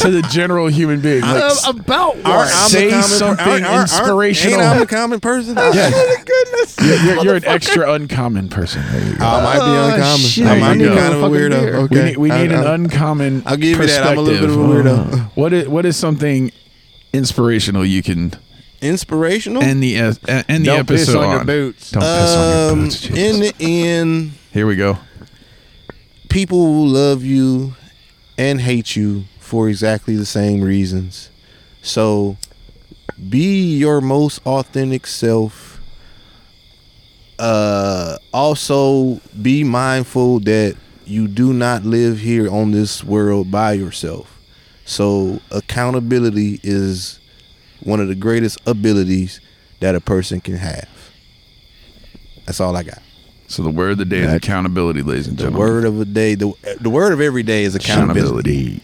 to the general human being. Like, s- about? What? Aren't- I'm the Say common per- something aren't- aren't- inspirational. Ain't I the common person? yes. You're, you're- you're an extra uncommon person. There you go. I might be uncommon. shit. I Oh, There might you be go. kind of a Fucking weirdo. weird. Okay. We need, we I- need an I- uncommon. I'll give you that. I'm a little bit of a perspective. weirdo. What is what is something inspirational you can Inspirational. end the es- uh, end the Don't episode piss on your boots. Don't piss on your um, boots. Jesus. in the end, Here we go. people will love you and hate you for exactly the same reasons. So be your most authentic self. Uh also be mindful that you do not live here on this world by yourself. So accountability is one of the greatest abilities that a person can have. That's all I got. So the word of the day is accountability, ladies and The gentlemen. word of the day, the, the word of every day is accountability.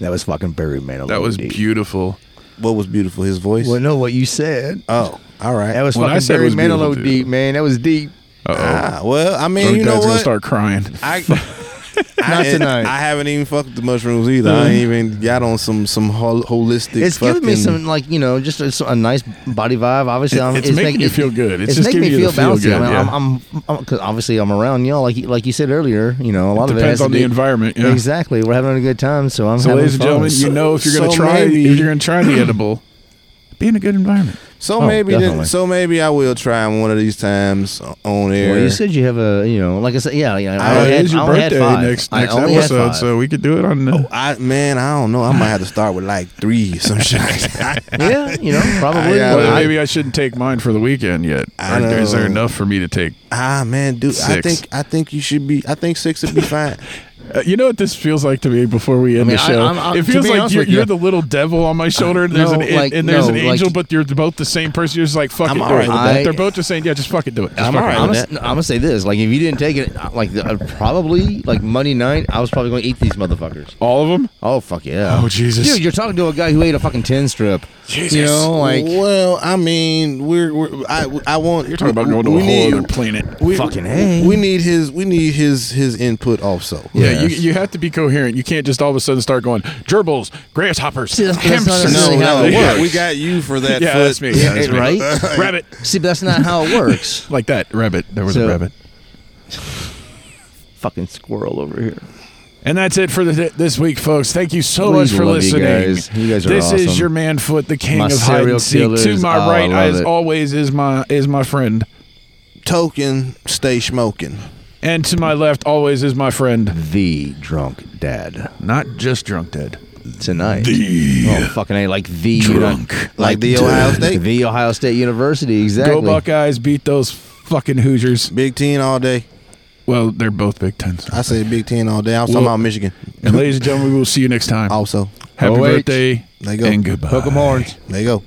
That was fucking Barry Manilow. That was dude. beautiful. What was beautiful? His voice. Well, no, what you said. Oh, all right. That was What I fucking said Barry was beautiful, Manilow dude. deep, man. That was deep. Uh ah, well, I oh. mean, you Drunk know dad's gonna what? start crying. I, not tonight. I haven't even fucked with the mushrooms either. I ain't even got on some some hol- holistic. It's giving me fucking- some like you know just a, a nice body vibe. Obviously, I'm, it's making you it- feel good. It's um, It's, just making me giving you feel the feel bouncy. good, I mean, yeah. I'm, I'm, I'm, because obviously I'm around y'all. Like you- like you said earlier, you know, a lot of it has Depends to on the do- environment. Yeah. Exactly, we're having a good time, so I'm So, having ladies and fun. gentlemen, you know if you're gonna so try maybe- if you're gonna try the edible, be in a good environment. So Oh, maybe, definitely. then, so maybe I will try him one of these times on air. Well, you said you have a, you know, like I said, yeah, yeah. Uh, I only it had, is your I only had birthday five. next I next only had episode, five. Oh, so we could do it on. the I man, I don't know. I might have to start with like three, some shit. like that. yeah, you know, probably. yeah, Well, Well, I- maybe I shouldn't take mine for the weekend yet. I Or Is there know. enough for me to take? ah, man, dude, I Six. think I think you should be. I think six would be fine. Uh, you know what this feels like to me before we end mean, the I- show? I'm- I'm- it to feels be like honest you're, with you- you're the little devil on my shoulder, and there's no, an an like, and there's an no, like- angel, but you're both the same person. You're just like fuck I'm it. all right do it. with that. They're both just saying yeah, just fuck it, do it. Just I'm fuck all it. right I'm with gonna, that. no, I'm gonna say this: like, if you didn't take it, like, the, uh, probably like Monday night, I was probably going to eat these motherfuckers. All of them. Oh fuck yeah! Oh, Jesus. dude, you're talking to a guy who ate a fucking ten strip. Jesus. You know, like well, I mean, we're, we're I I want You're talking about going to a we whole need- other planet. we, Fucking A. We need his we need his his input also. Yeah, you, you have to be coherent. You can't just all of a sudden start going gerbils, grasshoppers, See, that's- that's not hamsters. necessarily how it Yeah. we got you for that. Yeah, foot. that's me. Yeah, that's me. right? rabbit, See, but that's not how it works. like that rabbit. There was a So- rabbit. Fucking squirrel over here. And that's it for the, this week, folks. Thank you so We much for love you listening. guys. You guys are this is awesome. your man foot, the king My of hide serial and seek. To killers. my Oh, I right, love as it. always, is my is my friend, Token, stay smoking. and to my left, always is my friend. the drunk dad Not just drunk dead. tonight. The oh fucking a like the drunk. Uni- Like the Ohio State. the Ohio State University. Exactly. Go Buckeyes! Beat those fucking Hoosiers. Big Ten all day. Well, they're both Big Tens. I said Big Ten all day. I was Well- talking about Michigan. And ladies and gentlemen, we will see you next time. Also, Happy Oh, wait. birthday There you go. and goodbye. Hook 'em horns. there you go.